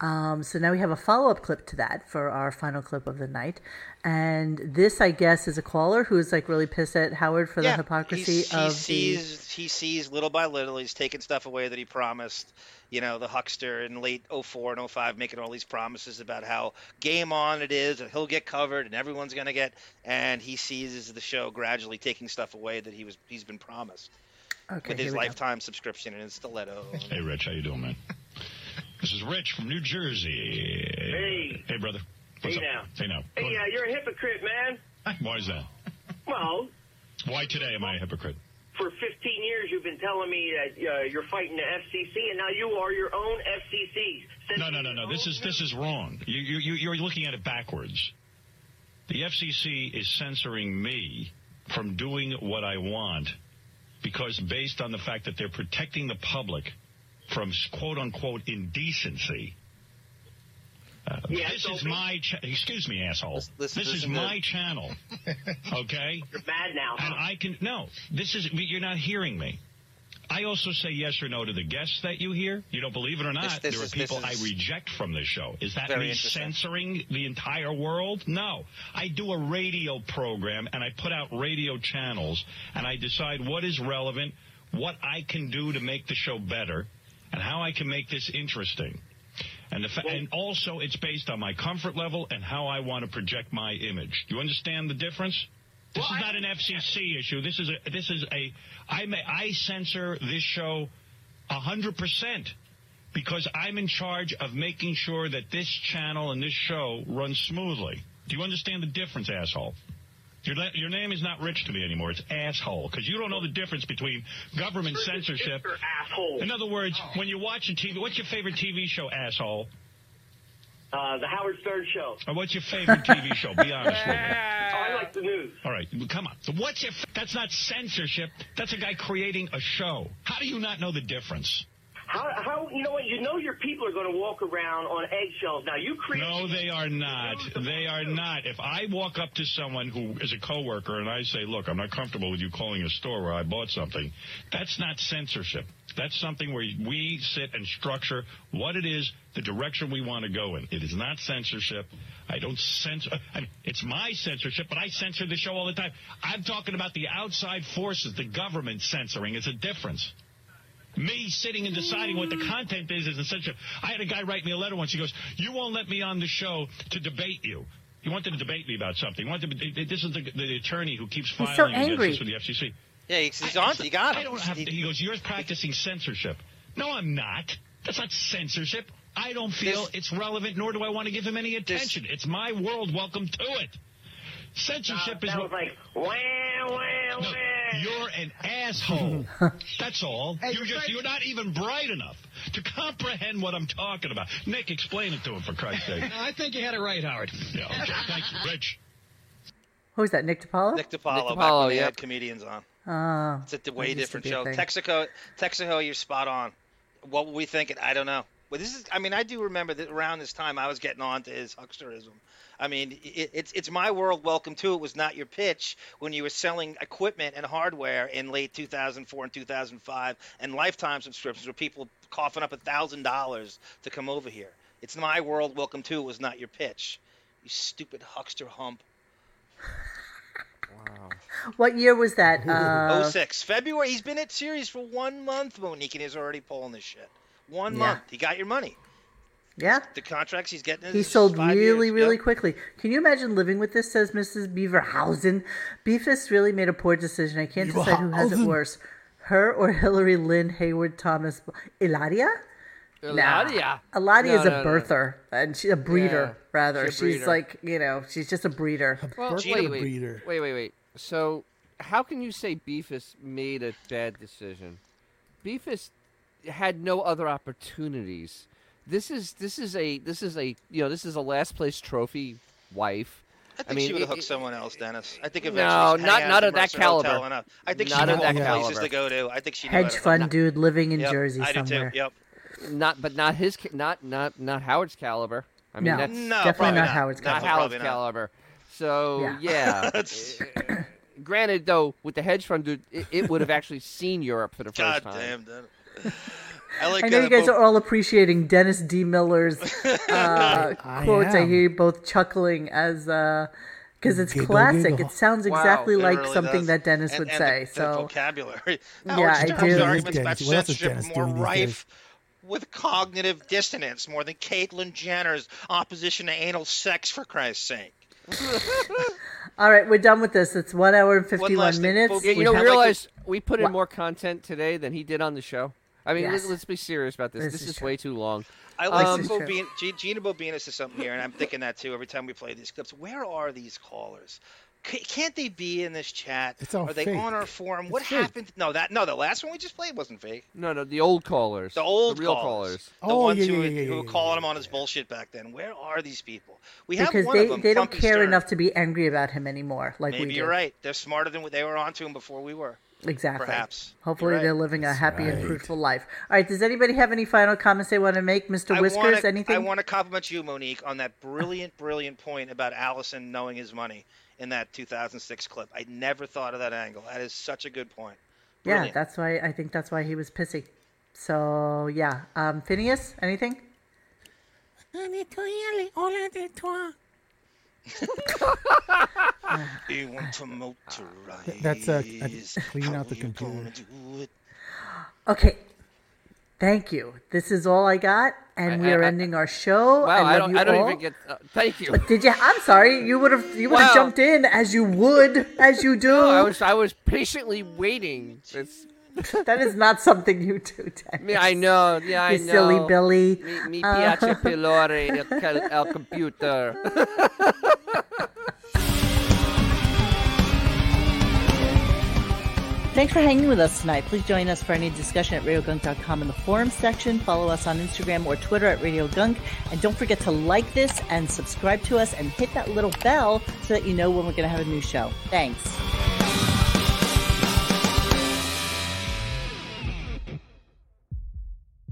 Um, so now we have a follow up clip to that for our final clip of the night. And this, I guess, is a caller who is like really pissed at Howard for the hypocrisy he, of the. sees he sees little by little he's taking stuff away that he promised you know the huckster in late 04 and 05 making all these promises about how game on it is and he'll get covered and everyone's going to get and he sees the show gradually taking stuff away that he was he's been promised Okay, with here his we go. lifetime subscription and his stiletto Hey, Rich, how you doing, man? This is Rich from New Jersey. Hey. Hey, brother. What's Hey, up? Hey, now. Hey, uh, you're a hypocrite, man. Why is that? Well, Why today am I a hypocrite? for 15 years you've been telling me that uh, you're fighting the FCC, and now you are your own FCC. No, no, no, no. This is this is wrong. You you you- you're looking at it backwards. The FCC is censoring me from doing what I want because based on the fact that they're protecting the public from quote unquote indecency. Uh, this is my cha- excuse me, asshole. listen- this listen is to- my channel. Okay. You're mad now. And I can no. This is you're not hearing me. I also say yes or no to the guests that you hear. You don't believe it or not. this there is- are people this is- I reject from this show. Is that Very me interesting. censoring the entire world? No. I do a radio program and I put out radio channels and I decide what is relevant, what I can do to make the show better, and how I can make this interesting. And, the fa- and also, it's based on my comfort level and how I want to project my image. Do you understand the difference? This is not an FCC issue. This is a this is a I may I censor this show hundred percent because I'm in charge of making sure that this channel and this show run smoothly. Do you understand the difference, asshole? Your, la- your name is not rich to me anymore. It's asshole because you don't know the difference between government censorship. asshole. Oh. In other words, when you watch a TV, what's your favorite TV show, asshole? Uh, the Howard Stern Show. Or what's your favorite TV show? Be honest with me. I like the news. All right, well, come on. What's your? F- that's not censorship. That's a guy creating a show. How do you not know the difference? How, how you know what? You know your people are going to walk around on eggshells. Now you create. No, they are not. They are not. If I walk up to someone who is a coworker and I say, "Look, I'm not comfortable with you calling a store where I bought something," that's not censorship. That's something where we sit and structure what it is, the direction we want to go in. It is not censorship. I don't censor. I mean, it's my censorship, but I censor the show all the time. I'm talking about the outside forces, the government censoring. It's a difference me sitting and deciding what the content is isn't such a. I had a guy write me a letter once. He goes, "You won't let me on the show to debate you." He wanted to debate me about something. He wanted to, this is the, the attorney who keeps so filing angry. against us with the FCC. yeah he's, he's on he got him I don't have to. He goes, "You're practicing censorship." No, I'm not. That's not censorship. I don't feel it's relevant, nor do I want to give him any attention. it's my world. Welcome to it. Censorship is what. like wah wah wah. you're an asshole. That's all. you're just you're not even bright enough to comprehend what I'm talking about. Nick, explain it to him for Christ's sake. I think you had it right, Howard. Yeah, okay. Thank you, Rich. Who's that, Nick DiPaolo? Nick DiPaolo, back DiPaolo, when they yep. had comedians on. Ah, It's a that way used to different be a show. thing. Texaco, Texaco, you're spot on. What were we thinking? I don't know. Well, this is. I mean, I do remember that around this time I was getting on to his hucksterism. I mean, it, it's it's my world. Welcome to it was not your pitch when you were selling equipment and hardware in late 2004 and 2005 and lifetime subscriptions where people coughing up a thousand dollars to come over here. It's my world. Welcome to it was not your pitch. You stupid huckster hump. What year was that? Uh, 06. Oh, February. He's been at series for one month, Monique, and he's already pulling this shit. One Yeah. month. He got your money. Yeah. The contracts he's getting. is He sold five really, years. really Yep. quickly. Can you imagine living with this? Says Mrs. Beaverhausen. Beefus really made a poor decision. I can't decide who has it Beaverhausen. worse, her or Hillary Lynn Hayward Thomas Eladia. Nah. Eladia. Eladia No, is a no, no. birther and she's a breeder Yeah, rather. she's She's, a breeder. like you know, she's just a breeder. Well, wait, wait, wait, wait, wait. So, how can you say Beefus made a bad decision? Beefus had no other opportunities. This is this is a this is a you know this is a last place trophy wife. I think she would have hooked someone else, Dennis. I think No, eventually. she's not- hanging out not at of the that Mercer Hotel caliber. enough. I think Not she of knew that all the places caliber. to go to. I think she knew how Hedge to- fund dude living in Yep, Jersey I do too. somewhere. Yep. Not, but not his, ca- not not not Howard's caliber. I mean, No. that's No, Definitely probably not not. Howard's Not caliber. Howard's Probably not. caliber. So Yeah. yeah. Uh, Granted, though, with the hedge fund, dude, it, it would have actually seen Europe for the first time. Damn, Dennis. I like I know uh, you guys Bo- are all appreciating Dennis D. Miller's uh, I quotes. I am. hear you both chuckling as because it's Giggle, classic. giggle. It sounds Wow. exactly It like really something does. that Dennis And- would and the- say. the so vocabulary. Yeah, Howard I Stern's do. What else arguments is about Dennis- what else is censorship Dennis more doing these rife with cognitive dissonance more than Caitlyn Jenner's opposition to anal sex. For Christ's sake. all right, we're done with this. It's one hour and last fifty-one thing, minutes. Yeah, you We know, have- realize we put in What? more content today than he did on the show. I mean, Yes. let, us be serious about this. This This, is is, way too long. I like Um, Bo Bean, G- Gina Bobina says something here, and I'm thinking that too every time we play these clips. Where are these callers? C- can't they be in this chat? It's all are they fake. on our forum? what fake. happened? No, that no, the last one we just played wasn't fake. No, no, the old callers, the old real callers. callers. The ones Oh, yeah, who, yeah, yeah, who yeah, were calling him on his bullshit back then. Where are these people? We have because one they, of them. they don't Plumpy care Stern. enough to be angry about him anymore, like Maybe we do. you're right. They're smarter than they were onto him before we were. Exactly. Perhaps. Hopefully, You're right. they're living a happy and fruitful life. All right. Does anybody have any final comments they want to make, Mister I Whiskers? wanna- anything? I want to compliment you, Monique, on that brilliant, brilliant point about Allison knowing his money in that 2006 clip. I never thought of that angle. That is such a good point. Yeah, Brilliant. that's why I think that's why he was pissy. So yeah, um, Phineas, anything? You want to motorize? Th- That's uh, uh, clean out the computer. Okay, thank you. This is all I got, and I- we are I- I- ending our show. Wow, I I, love don't, you I don't all. even get. Uh, thank you. Did you? I'm sorry. You would have. You would have Wow. jumped in as you would, as you do. No, I was, I was patiently waiting. It's, that is not something you do, Dennis. me, I know. Yeah, I you know. silly Billy. Mi, mi Uh, piace pilore il, cal- al computer. Thanks for hanging with us tonight. Please join us for any discussion at RadioGunk.com in the forum section. Follow us on Instagram or Twitter at Radio Gunk. And don't forget to like this and subscribe to us and hit that little bell so that you know when we're going to have a new show. Thanks.